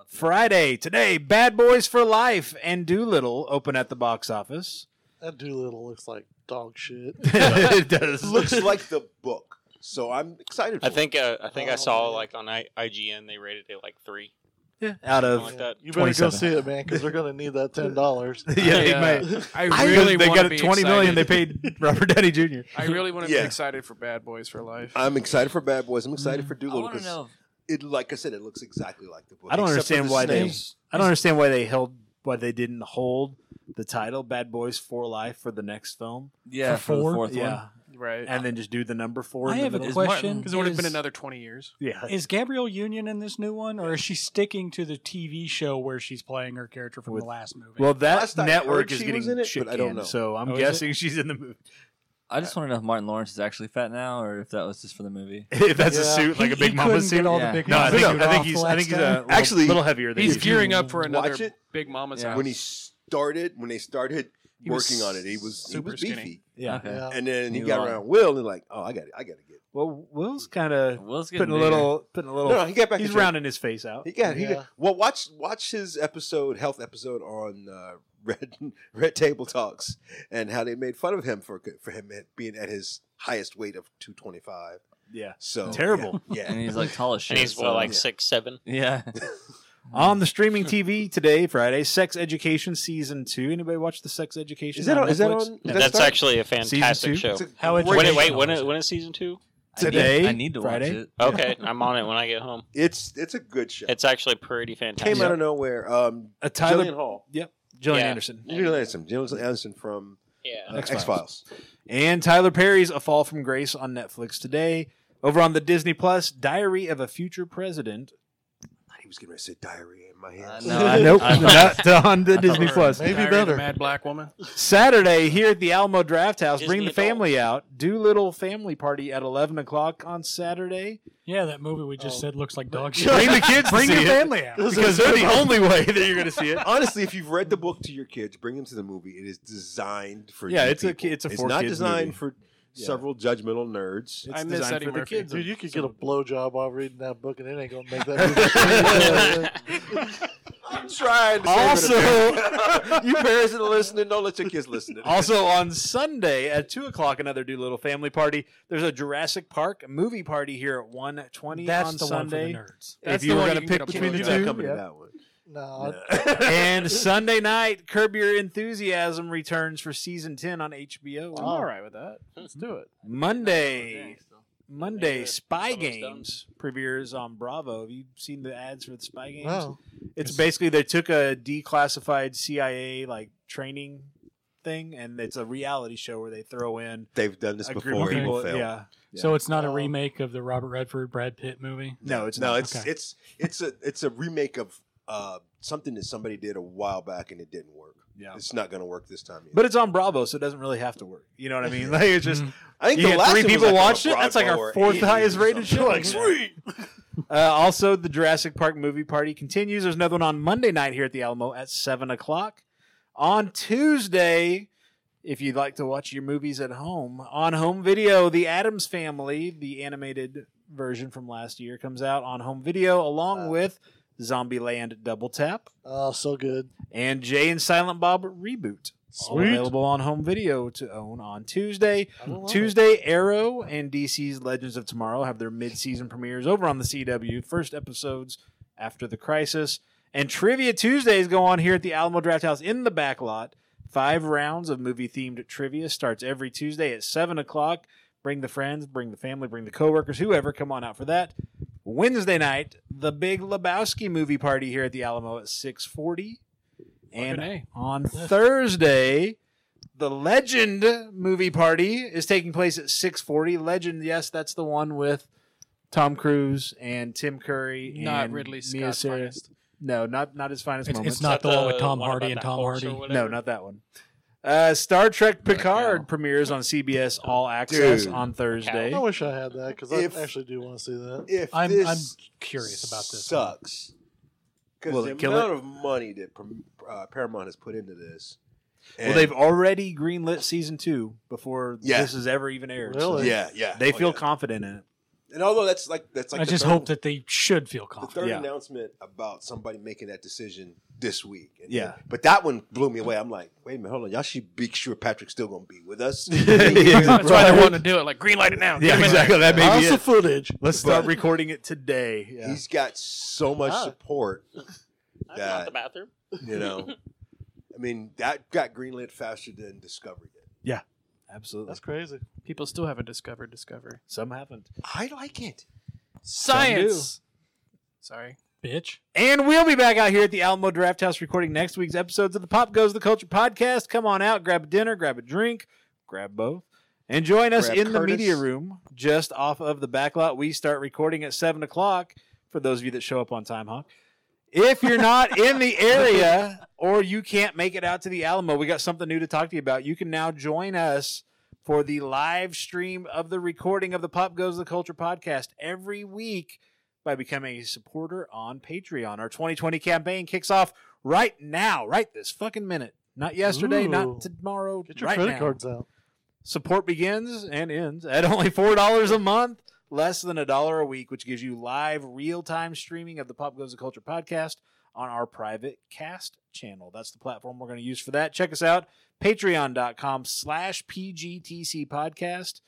S1: Friday, today, Bad Boys for Life and Doolittle open at the box office.
S6: That Doolittle looks like dog shit.
S1: it does.
S7: Looks like the book, so I'm excited. For
S5: I think uh, I think I
S6: Oh,
S5: saw
S6: man.
S5: like on I- IGN they rated it like three.
S1: Yeah, out of.
S5: Something like
S6: Yeah.
S5: that.
S6: You better go
S1: 27.
S6: see it, man, because they're gonna need that ten dollars.
S1: yeah,
S2: I,
S1: they
S2: uh,
S1: might.
S2: I really
S1: they
S2: want
S1: got
S2: to
S1: it
S2: be
S1: twenty million.
S2: excited.
S1: They paid Robert Downey Jr.
S2: I really want to
S7: Yeah. Uh,
S2: be excited for Bad Boys for Life.
S7: I'm excited for Bad Boys. I'm
S1: Mm.
S7: excited for
S4: I
S7: Doolittle
S4: want to
S7: because
S4: know.
S7: it, like I said, it looks exactly like the book.
S1: I don't
S7: except for
S1: understand
S7: the
S1: why they.
S7: snails.
S1: I don't understand why they held why they didn't hold the title Bad Boys for Life for the next film.
S4: Yeah,
S3: For
S4: for the
S3: four?
S4: fourth one.
S1: Yeah,
S2: Right.
S1: and then just do the number four.
S3: I
S1: in the
S3: have a
S1: middle.
S4: Is Martin-
S3: question.
S2: 'Cause it would have been
S3: Is-
S2: another 20 years.
S1: Yeah,
S3: Is Gabrielle Union in this new one, or is she sticking to the TV show where she's playing her character from
S1: With-
S3: the last movie?
S1: Well, that
S7: Last I
S1: network
S7: heard
S1: is
S7: she
S1: getting
S7: was in it,
S1: shit
S7: but I don't
S1: canned,
S7: know.
S1: So I'm
S3: Oh, is it?
S1: guessing she's in the movie.
S4: I just want to know if Martin Lawrence is actually fat now, or if that was just for the movie.
S1: if that's a
S6: Yeah.
S1: suit, like
S3: He-
S1: a big
S3: he
S1: mama
S3: couldn't
S1: suit.
S3: get all
S4: Yeah.
S3: the big
S1: no, I
S3: mama
S1: think,
S7: No,
S3: suit
S1: I think
S3: off
S1: he's
S3: the
S1: I think he's
S3: last
S1: a
S3: guy.
S1: little,
S7: Actually-
S1: little heavier than
S2: He's
S1: you.
S2: gearing up for
S7: Watch
S2: another
S7: it.
S2: Big Mama's
S4: Yeah.
S2: house.
S7: when he started when they started
S2: He was
S7: working on it, he was he
S2: super
S7: was
S2: skinny.
S7: beefy,
S1: Yeah.
S4: Okay.
S6: Yeah.
S7: and then he
S4: He
S7: got
S4: was.
S7: around Will and like, oh, I got I got to get.
S1: Well, Will's kind of
S4: Will's getting
S1: putting a
S4: bigger.
S1: little putting a
S7: No,
S1: little.
S7: no, he got back.
S1: Oh, he's
S7: in shape.
S1: rounding his face out.
S7: He got, he
S6: Yeah.
S7: got. Well, watch watch his episode, health episode on uh, Red Red Table Talks, and how they made fun of him for for him at- being at his highest weight of two twenty five.
S1: Yeah.
S7: So
S1: Terrible.
S7: Yeah.
S4: and
S7: yeah.
S4: he's like tall as shit.
S5: And he's what
S4: so-
S5: like six seven.
S4: yeah.
S1: On the streaming TV today, Friday, Sex Education season two. Anybody watch the Sex Education?
S7: Is that on? Is that
S1: Netflix?
S7: on?
S1: No.
S7: does that
S5: That's
S7: start?
S5: actually a fantastic
S1: two?
S5: show.
S7: It's a
S3: How
S7: great-
S5: When it,
S3: educational
S5: wait, when
S3: is
S5: it
S3: it?
S5: when is season two?
S4: I
S1: Today,
S4: need, I need to
S1: Friday.
S4: watch it.
S5: Okay, I'm on it when I get home.
S7: It's it's a good show. It
S5: It's actually pretty fantastic.
S7: came out of nowhere. Um,
S1: A Tyler
S7: Jillian Hall,
S1: Yep, Jillian
S5: Yeah.
S1: Anderson
S7: Jillian Anderson, Jillian Anderson from uh,
S5: yeah.
S1: X-Files.
S7: X Files.
S1: and Tyler Perry's A Fall from Grace on Netflix today. Over on the Disney Plus, Diary of a Future President
S7: He was getting ready to say diarrhea in my
S4: Uh,
S7: hands.
S4: no, I,
S1: nope,
S4: I thought-
S1: not on the
S4: thought
S1: Disney
S4: we were-
S1: Plus.
S6: Maybe
S2: Diary of the
S6: better.
S2: Mad Black Woman.
S1: Saturday here at the Alamo Draft House.
S5: Disney
S1: Bring the
S5: adult.
S1: family out. Doolittle family party at eleven o'clock on Saturday.
S3: yeah, that movie we just
S6: Oh.
S3: said looks like dog shit.
S1: Bring the kids.
S3: Bring
S1: to
S3: your
S1: see it,
S3: family out.
S1: because they're the only way that you're going to see it.
S7: Honestly, if you've read the book to your kids, bring them to the movie. It is designed for
S1: Yeah,
S7: you
S1: it's a
S7: people.
S1: ki- it's a
S7: it's
S1: for
S7: not
S1: kids
S7: designed
S1: movie.
S7: for
S1: Yeah.
S7: several judgmental
S1: It's
S7: nerds.
S2: I miss
S1: designed
S2: Eddie
S1: for the
S2: Murphy.
S1: kids.
S6: Dude, you could get a blowjob while reading that book, and it ain't gonna make that. movie.
S7: I'm trying. To
S1: Also-
S7: save it a bit. you parents that are listening, don't let your kids listen. To this.
S1: Also on Sunday at two o'clock, another Doolittle family party. There's a Jurassic Park movie party here at one twenty
S3: That's
S1: on
S3: the
S1: Sunday.
S3: one for the nerds.
S1: if
S2: That's
S1: you
S2: the
S1: were
S2: one
S1: going to
S2: you can
S1: pick
S2: get a
S1: between the
S7: You're not
S1: two,
S7: coming
S1: yeah.
S7: to that one.
S6: no,
S1: and Sunday night, Curb Your Enthusiasm returns for season ten on HBO.
S2: I'm all right with that. Let's
S1: Hmm.
S2: do it.
S5: Oh,
S1: Monday, Monday,
S5: Yeah,
S1: Spy
S5: almost done.
S1: Games premieres on Bravo. Have you seen the ads for the Spy Games?
S7: Oh,
S6: no.
S1: It's basically they took a declassified CIA like training thing, and it's a reality show where they throw in
S7: They've done this
S1: a group
S7: before.
S1: of
S7: It
S1: people.
S7: will fail.
S1: Yeah,
S3: So it's not a
S6: Oh.
S3: remake of the Robert Redford Brad Pitt movie.
S1: no, it's
S7: No,
S1: not.
S7: it's
S3: Okay.
S7: it's it's a it's a remake of uh, something that somebody did a while back and it didn't work.
S1: Yeah.
S7: It's not going to work this time. Either.
S1: But it's on Bravo, so it doesn't really have to work. You know what I mean? Like it's
S5: Mm.
S1: just
S7: I think
S1: you
S7: the
S1: had
S7: last
S1: three
S7: one was
S1: people
S7: like on a
S1: watched it? That's like our
S7: Bravo or
S1: fourth
S7: E! or
S1: highest rated
S7: something.
S1: show.
S7: Like, sweet.
S1: Uh, also, the Jurassic Park movie party continues. There's another one on Monday night here at the Alamo at 7 o'clock. On Tuesday, if you'd like to watch your movies at home, on home video, The Adams Family, the animated version from last year, comes out on home video along
S6: Wow.
S1: with Zombieland Double Tap
S6: Oh, so good.
S1: and Jay and Silent Bob Reboot. All available on home video to own on Tuesday.
S6: I don't love it.
S1: Tuesday, Arrow and DC's Legends of Tomorrow have their mid-season premieres over on the CW. First episodes after the crisis. And Trivia Tuesdays go on here at the Alamo Draft House in the back lot. Five rounds of movie-themed trivia starts every Tuesday at seven o'clock. Bring the friends, bring the family, bring the coworkers, whoever. Come on out for that. Wednesday night, the Big Lebowski movie party here at the Alamo at 640. And
S2: Fucking A.
S1: on Thursday, the Legend movie party is taking place at 640. Legend, yes, that's the one with Tom Cruise and Tim Curry.
S2: Not
S1: and
S2: Ridley
S1: Mia
S2: Scott's
S1: Sara-
S2: finest.
S1: No, not, not his finest
S3: It's,
S1: moments.
S3: it's not
S5: that
S3: the one with
S5: the
S3: Tom
S5: one
S3: Hardy
S5: about
S3: and
S5: that
S3: Tom
S5: horse or
S3: Hardy.
S1: No,
S5: whatever?
S1: not that one. Uh, Star Trek Picard
S4: cow.
S1: premieres on CBS All Access
S7: Dude.
S1: on Thursday.
S6: I wish I had that because I
S7: If-
S6: actually do want to see that.
S7: If
S3: I'm
S7: this
S3: I'm curious about this. one.
S7: sucks
S1: Will
S7: because the
S1: it kill
S7: amount of money that Pam- uh, Paramount has put into this.
S1: well, they've already greenlit season two before
S7: Yeah.
S1: this is ever even aired. so
S6: Really?
S7: yeah, yeah.
S1: they
S7: Oh,
S1: feel
S7: yeah.
S1: confident in it.
S7: and although that's like that's like
S3: I
S7: the
S3: just
S7: third-
S3: hope that they should feel
S7: the
S3: confident.
S7: third
S1: Oh, Yeah.
S7: announcement about somebody making that decision this week. And-
S1: Yeah.
S7: but that one blew me away. I'm like, wait a minute, hold on, y'all should be sure Patrick's still gonna be with us.
S2: That's why they want to do it. Like green light it now. Get him in there.
S1: That
S6: Lots of footage.
S1: Let's start recording it today. Yeah.
S7: He's got so much
S6: Ah.
S7: support,
S5: That's not
S7: That-
S5: the bathroom.
S7: you know. I mean, that got greenlit faster than Discovery did.
S1: Absolutely.
S6: That's crazy.
S2: People still haven't discovered Discovery.
S1: Some haven't.
S7: I like it.
S2: Science. Sorry.
S3: Bitch.
S1: And we'll be back out here at the Alamo Draft House recording next week's episodes of the Pop Goes the Culture podcast. Come on out, grab a dinner, grab a drink, grab both, and join us
S7: Grab
S1: in the
S7: Curtis.
S1: media room just off of the back lot. We start recording at 7 o'clock for those of you that show up on time, Hawk. If you're not in the area or you can't make it out to the Alamo, we got something new to talk to you about. You can now join us for the live stream of the recording of the Pop Goes the Culture podcast every week by becoming a supporter on Patreon. Our 2020 campaign kicks off right now, right this fucking minute. Not yesterday,
S6: Ooh.
S1: not tomorrow.
S6: Get your
S1: right
S6: credit
S1: now.
S6: cards out.
S1: Support begins and ends at only $4 a month, less than a dollar a week, which gives you live, real time streaming of the Pop Goes the Culture podcast on our private cast channel. That's the platform we're going to use for that. Check us out, patreon.com slash PGTC podcast.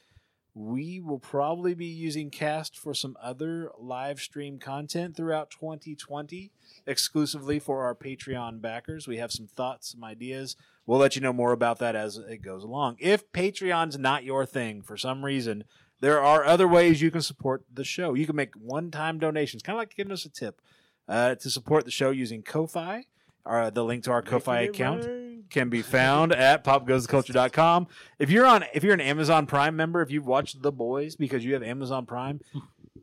S1: We will probably be using Cast for some other live stream content throughout 2020, exclusively for our Patreon backers. We have some thoughts, some ideas. We'll let you know more about that as it goes along. If Patreon's not your thing for some reason, there are other ways you can support the show. You can make one time donations, kind of like giving us a tip, uh, to support the show using Ko fi. Uh, the link to our Ko fi account can be found at popgoesculture.com. If you're on if you're an Amazon Prime member, if you've watched The Boys because you have Amazon Prime,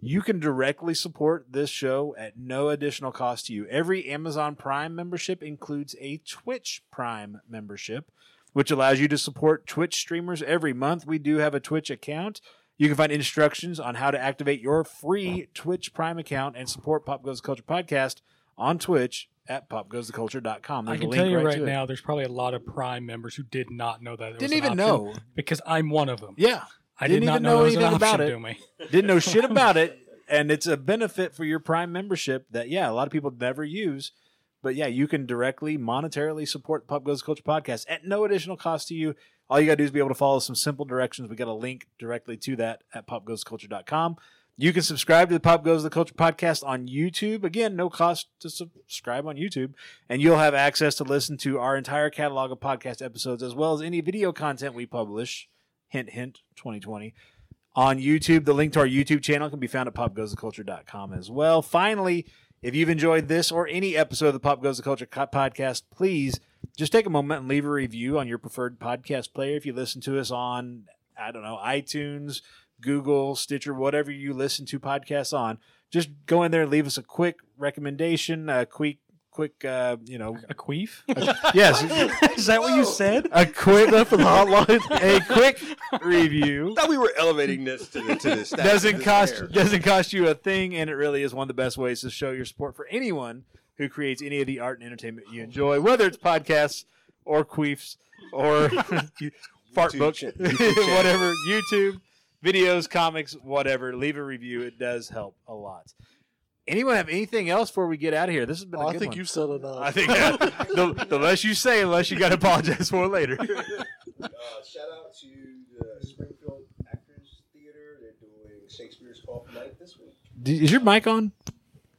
S1: you can directly support this show at no additional cost to you. Every Amazon Prime membership includes a Twitch Prime membership, which allows you to support Twitch streamers every month. We do have a Twitch account. You can find instructions on how to activate your free Twitch Prime account and support Pop Goes the Culture podcast on Twitch at popgoestheculture.com.
S3: I
S1: There's a
S3: can
S1: link
S3: tell you right
S1: to it.
S3: now, there's probably a lot of Prime members who did not know that. It was
S1: Didn't
S3: an
S1: even
S3: option
S1: know.
S3: because I'm one of them.
S1: Yeah.
S3: I
S1: Didn't
S3: did not
S1: even
S3: know,
S1: know
S3: there was an
S1: anything about
S3: option
S1: it.
S3: to me.
S1: didn't know shit about it and it's a benefit for your prime membership that yeah a lot of people never use but yeah you can directly monetarily support the pop goes the culture podcast at no additional cost to you all you gotta do is be able to follow some simple directions we got a link directly to that at popgoesculture.com you can subscribe to the pop goes the culture podcast on youtube again no cost to subscribe on youtube and you'll have access to listen to our entire catalog of podcast episodes as well as any video content we publish hint hint 2020 on YouTube. The link to our YouTube channel can be found at popgoestheculture.com as well. Finally, if you've enjoyed this or any episode of the Pop Goes the Culture co- podcast, please just take a moment and leave a review on your preferred podcast player. If you listen to us on, I don't know, iTunes, Google, Stitcher, whatever you listen to podcasts on, just go in there and leave us a quick recommendation, a quick, quick, uh, you know,
S3: A queef?
S1: yes,
S3: Is that what you said?
S1: a quick, a quick review.
S7: I thought we were elevating this to, the, to this.
S1: doesn't
S7: this
S1: cost
S7: air.
S1: doesn't cost you a thing, and it really is one of the best ways to show your support for anyone who creates any of the art and entertainment you enjoy, whether it's podcasts or queefs or fart
S7: YouTube
S1: book,
S7: cha- YouTube channel.
S1: whatever, YouTube videos, comics, whatever. Leave a review; it does help a lot. Anyone have anything else before we get out of here? This has been.
S6: Oh,
S1: a
S6: I
S1: good
S6: think
S1: one.
S6: you've said enough.
S1: I think the, the less you say, the less you got to apologize for later.
S7: Uh, shout out to the Springfield Actors Theater. They're doing Shakespeare's Call for Night this week.
S1: Is your mic on?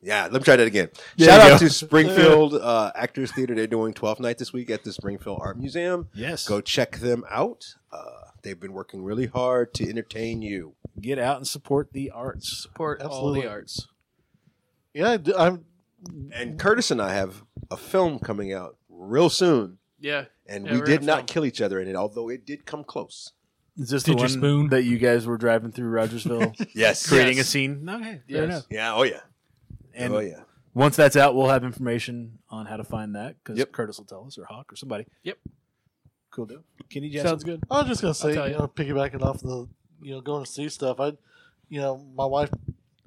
S7: Yeah, let me try that again.
S1: There
S7: Shout
S1: you
S7: out
S1: go.
S7: to Springfield uh, Actors Theater. They're doing 12th night this week at the Springfield Art Museum.
S1: Yes.
S7: Go check them out. Uh, They've been working really hard to entertain you.
S1: Get out and support the arts.
S2: Support all
S6: Absolutely.
S2: the arts.
S6: Yeah, I d- I'm.
S7: And Curtis and I have a film coming out real soon,
S2: Yeah.
S7: and
S2: Yeah,
S7: we
S2: we're
S7: did
S2: in a
S7: not
S2: film.
S7: kill each other in it, although it did come close.
S1: Is this
S3: Did
S1: the
S3: you
S1: one
S3: spoon?
S1: that you guys were driving through Rogersville,
S7: Yes.
S1: creating
S2: Yes.
S1: a scene? Okay, fair
S2: Yes.
S1: enough.
S7: Yeah. Oh yeah.
S1: And
S7: oh yeah.
S1: once that's out, we'll have information on how to find that because
S7: Yep.
S1: Curtis will tell us or Hawk or somebody.
S2: Yep.
S1: Cool deal. Kenny Jackson.
S2: Sounds good.
S6: I was just gonna say,
S2: tell
S6: you.
S2: ya.
S6: know, piggybacking off the, you know, going to see stuff. I, you know, my wife,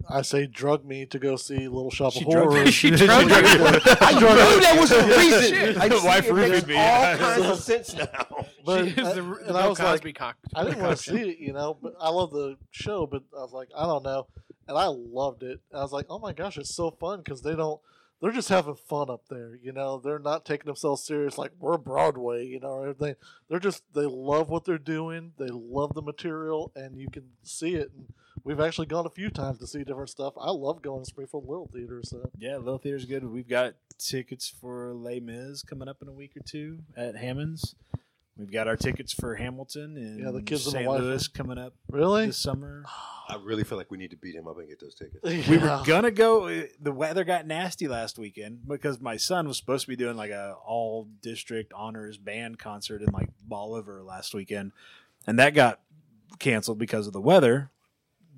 S6: I say, drug me to go see Little Shop
S1: She
S6: of
S1: drugged
S6: Horrors.
S1: you. She drugged you.
S7: I knew that was a reason. I
S1: The
S7: see
S1: wife
S7: it makes
S1: roofied me.
S7: All kinds of sense now.
S6: But
S2: she is
S6: I-
S2: the, the
S6: and I
S2: Bill
S6: was like,
S2: Cosby cock.
S6: I didn't want to see it, you know, but I love the show, but I was like, I don't know. And I loved it. I was like, oh my gosh, it's so fun because they don't, they're just having fun up there, you know, they're not taking themselves serious like we're Broadway, you know, or everything. They're just, they love what they're doing, they love the material, and you can see it. And we've actually gone a few times to see different stuff. I love going to Springfield Little Theater, so
S1: Yeah, Little Theater's good. We've got tickets for Les Mis coming up in a week or two at Hammond's. We've got our tickets for Hamilton and
S6: Yeah, the kids and the
S1: St.
S6: wife.
S1: Louis coming up
S6: really. Oh,
S1: this summer.
S7: I really feel like we need to beat him up and get those tickets.
S1: We were
S6: Yeah.
S1: gonna go. uh, The weather got nasty last weekend because my son was supposed to be doing like a all district honors band concert in like Bolivar last weekend, and that got canceled because of the weather.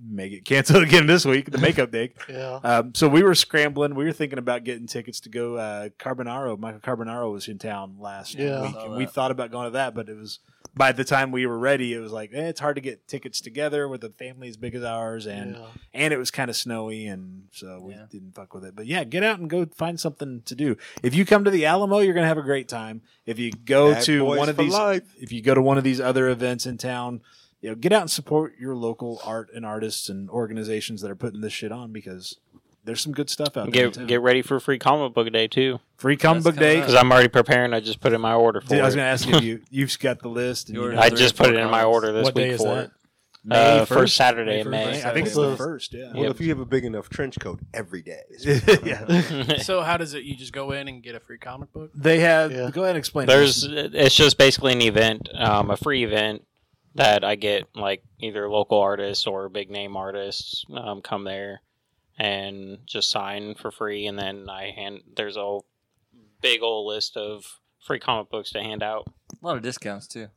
S1: Make it canceled again this week. The makeup day.
S6: yeah.
S1: Um, so we were scrambling. We were thinking about getting tickets to go. Uh, Carbonaro, Michael Carbonaro was in town last
S6: Yeah.
S1: week,
S4: Saw
S1: and we
S4: that.
S1: thought about going to that, but it was by the time we were ready, it was like eh, it's hard to get tickets together with a family as big as ours, and
S6: yeah.
S1: and it was kind of snowy, and so we
S4: Yeah.
S1: didn't fuck with it. But yeah, get out and go find something to do. If you come to the Alamo, you're gonna have a great time. If you go
S7: Bad
S1: to
S7: boys
S1: one of
S7: for
S1: these,
S7: life.
S1: if you go to one of these other events in town, you know, get out and support your local art and artists and organizations that are putting this shit on because there's some good stuff out there.
S5: Get
S1: too.
S5: get ready for free comic book day too,
S1: Free comic
S4: That's
S1: book day.
S4: coming
S5: because I'm already preparing. I just put in my order for
S1: Dude, I was
S5: it.
S1: gonna ask if you you've got the list. And you
S4: Yours
S1: know,
S4: is
S5: I
S4: Three
S5: just
S4: or four
S5: put it in my
S4: comics.
S5: order this
S3: What
S5: week
S3: day is
S5: for
S3: that?
S5: it. Uh,
S1: May 1st.
S5: first Saturday in
S1: May
S5: May.
S1: 1st. I think it's the first.
S7: Well,
S1: Yeah.
S5: Yep.
S7: if you have a big enough trench coat every day,
S1: yeah.
S2: so how does it? You just go in and get a free comic book?
S1: They have.
S6: Yeah.
S1: Go ahead and explain.
S5: There's it's just basically an event, um, a free event that I get like either local artists or big name artists um, come there and just sign for free, and then I hand there's a whole big old list of free comic books to hand out.
S4: A lot of discounts too.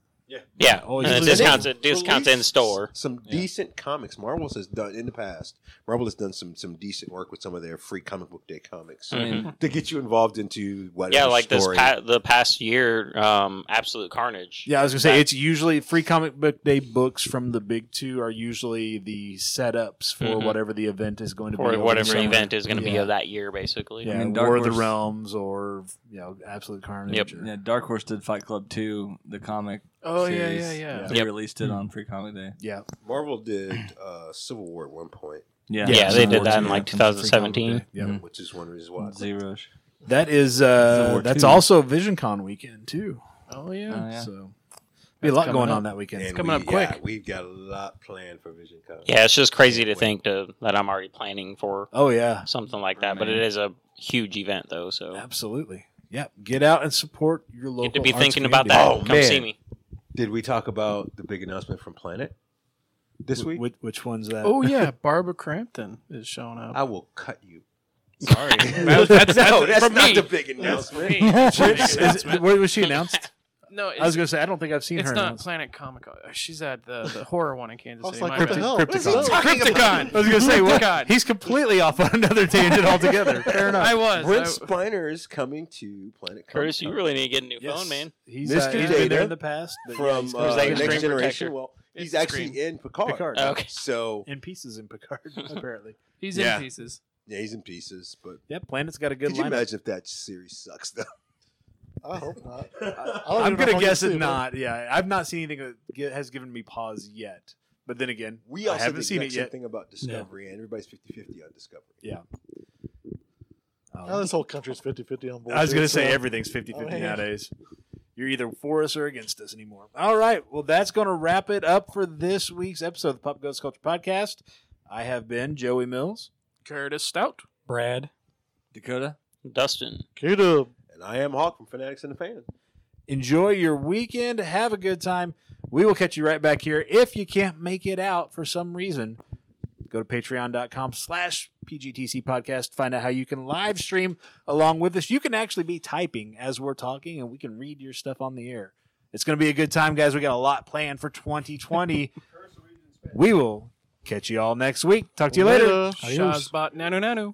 S5: Yeah,
S1: Oh,
S5: and it
S1: usually they
S5: discounts it discounts in
S7: release
S5: store.
S7: Some
S5: Yeah.
S7: decent comics. Marvel's has done in the past. Marvel has done some some decent work with some of their free comic book day comics
S4: I mean,
S7: to get you involved into whatever.
S5: Mm. Yeah, like
S7: story.
S5: this pa- the past year, um, Absolute Carnage.
S1: Yeah, I was gonna say it's usually free comic book day books from the big two are usually the setups for
S5: Mhm.
S1: whatever the event is going to be
S5: or
S1: over the
S5: whatever
S1: summer.
S5: event is going to be
S1: Yeah.
S5: of that year, basically.
S1: Yeah,
S4: I mean, Dark
S1: War of the
S4: Horse-
S1: Realms or you know Absolute Carnage.
S5: Yep.
S1: or-
S4: yeah, Dark Horse did Fight Club 2, the comic.
S2: Oh,
S4: series. They
S5: Yep.
S4: released it on Free Comic Day.
S1: yeah.
S7: Marvel did uh, Civil War at one point,
S5: Yeah,
S4: Yeah,
S5: they
S4: Civil
S5: did
S4: War
S5: that in
S4: two,
S5: like
S4: yeah.
S5: 2017.
S1: Yeah.
S4: Mhm.
S7: which is one reason why.
S4: Zero.
S1: That is
S4: Civil
S1: uh,
S4: War
S1: that's
S4: two.
S1: also VisionCon weekend too.
S2: Oh
S4: Oh,
S2: yeah.
S4: yeah.
S1: So be a lot
S2: coming
S1: going
S2: up.
S1: on that weekend.
S7: And
S2: coming
S7: we-
S2: up quick.
S7: yeah, we've got a lot planned for Vision Con.
S5: Yeah, it's just crazy to think to, that I'm already planning for
S1: Oh yeah,
S5: something like that, but it is a huge event though, so
S1: absolutely. Yeah, get out and support your local.
S5: get to be
S1: arts
S5: thinking about that.
S1: community.
S7: Oh,
S5: Come
S7: man.
S5: see me.
S7: Did we talk about the big announcement from Planet this week?
S1: Which, which one's that?
S2: Oh yeah. Barbara Crampton is showing up.
S7: I will cut you.
S2: Sorry.
S7: No,
S2: That- that's
S7: no, that's
S2: from
S7: not
S2: me.
S7: the big
S2: That's
S7: announcement.
S2: for me. That's a big
S1: Is it-
S2: announcement.
S1: where was she announced?
S2: No, it's,
S1: I was gonna say I don't think I've seen
S2: it's
S1: her.
S2: not
S1: announced.
S2: Planet Comic Con. She's at the, the horror one in Kansas
S6: I was
S2: City.
S6: like,
S2: My
S6: what the
S2: bad.
S6: hell? What is this?
S7: Crypticon.
S1: I was gonna say what
S2: Crypticon.
S1: He's completely off on another tangent altogether. Fair enough.
S2: I was.
S7: Brent
S2: I-
S7: Spiner is coming to Planet
S5: Curtis, you
S7: Comic-Con
S5: really need to get a new phone, man.
S1: He's,
S7: Mr.
S1: uh, he's
S7: Data
S1: been there in the past. but yeah,
S7: from
S1: he's
S7: uh,
S1: coming
S5: like
S1: back.
S5: a
S7: Next
S5: screen
S7: Generation.
S5: protector.
S7: Well,
S2: It's
S7: he's
S2: a
S7: actually
S2: screen.
S7: in Picard.
S1: Picard.
S5: Okay.
S7: So
S1: in pieces in Picard, apparently.
S2: He's
S7: Yeah.
S2: in pieces.
S7: yeah, he's in pieces. But
S1: Yeah, Planet's got a good
S7: could you
S1: lineup.
S7: imagine if that series sucks though?
S6: I hope not. I
S7: I,
S6: don't
S1: I'm
S6: even know
S1: gonna
S6: if I can
S1: guess
S6: see
S1: it not. Yeah, I've not seen anything that gi- has given me pause yet. But then again,
S7: we also
S1: I haven't
S7: did
S1: seen
S7: the
S1: it
S7: exact same
S1: yet.
S7: thing about Discovery, and everybody's 50-50 on Discovery.
S6: Now
S1: Um,
S6: this whole country's 50-50 on board.
S1: I was
S6: too,
S1: gonna say
S6: so-
S1: everything's 50-50
S6: Oh, yeah.
S1: nowadays. You're either for us or against us anymore. All right. Well, that's going to wrap it up for this week's episode of the Pop Goes Culture Podcast. I have been Joey Mills.
S2: Curtis Stout.
S3: Brad.
S4: Dakota?
S5: Dustin.
S6: Q-Dub.
S7: And I am Hawk from Fanatics and the Fan.
S1: Enjoy your weekend. Have a good time. We will catch you right back here. If you can't make it out for some reason, go to patreon.com slash pgtc podcast to find out how you can live stream along with us. You can actually be typing as we're talking, and we can read your stuff on the air. It's going to be a good time, guys. We got a lot planned for 2020. we will catch you all next week. Talk to you later.
S3: Adios.
S2: Shazbot nano nano.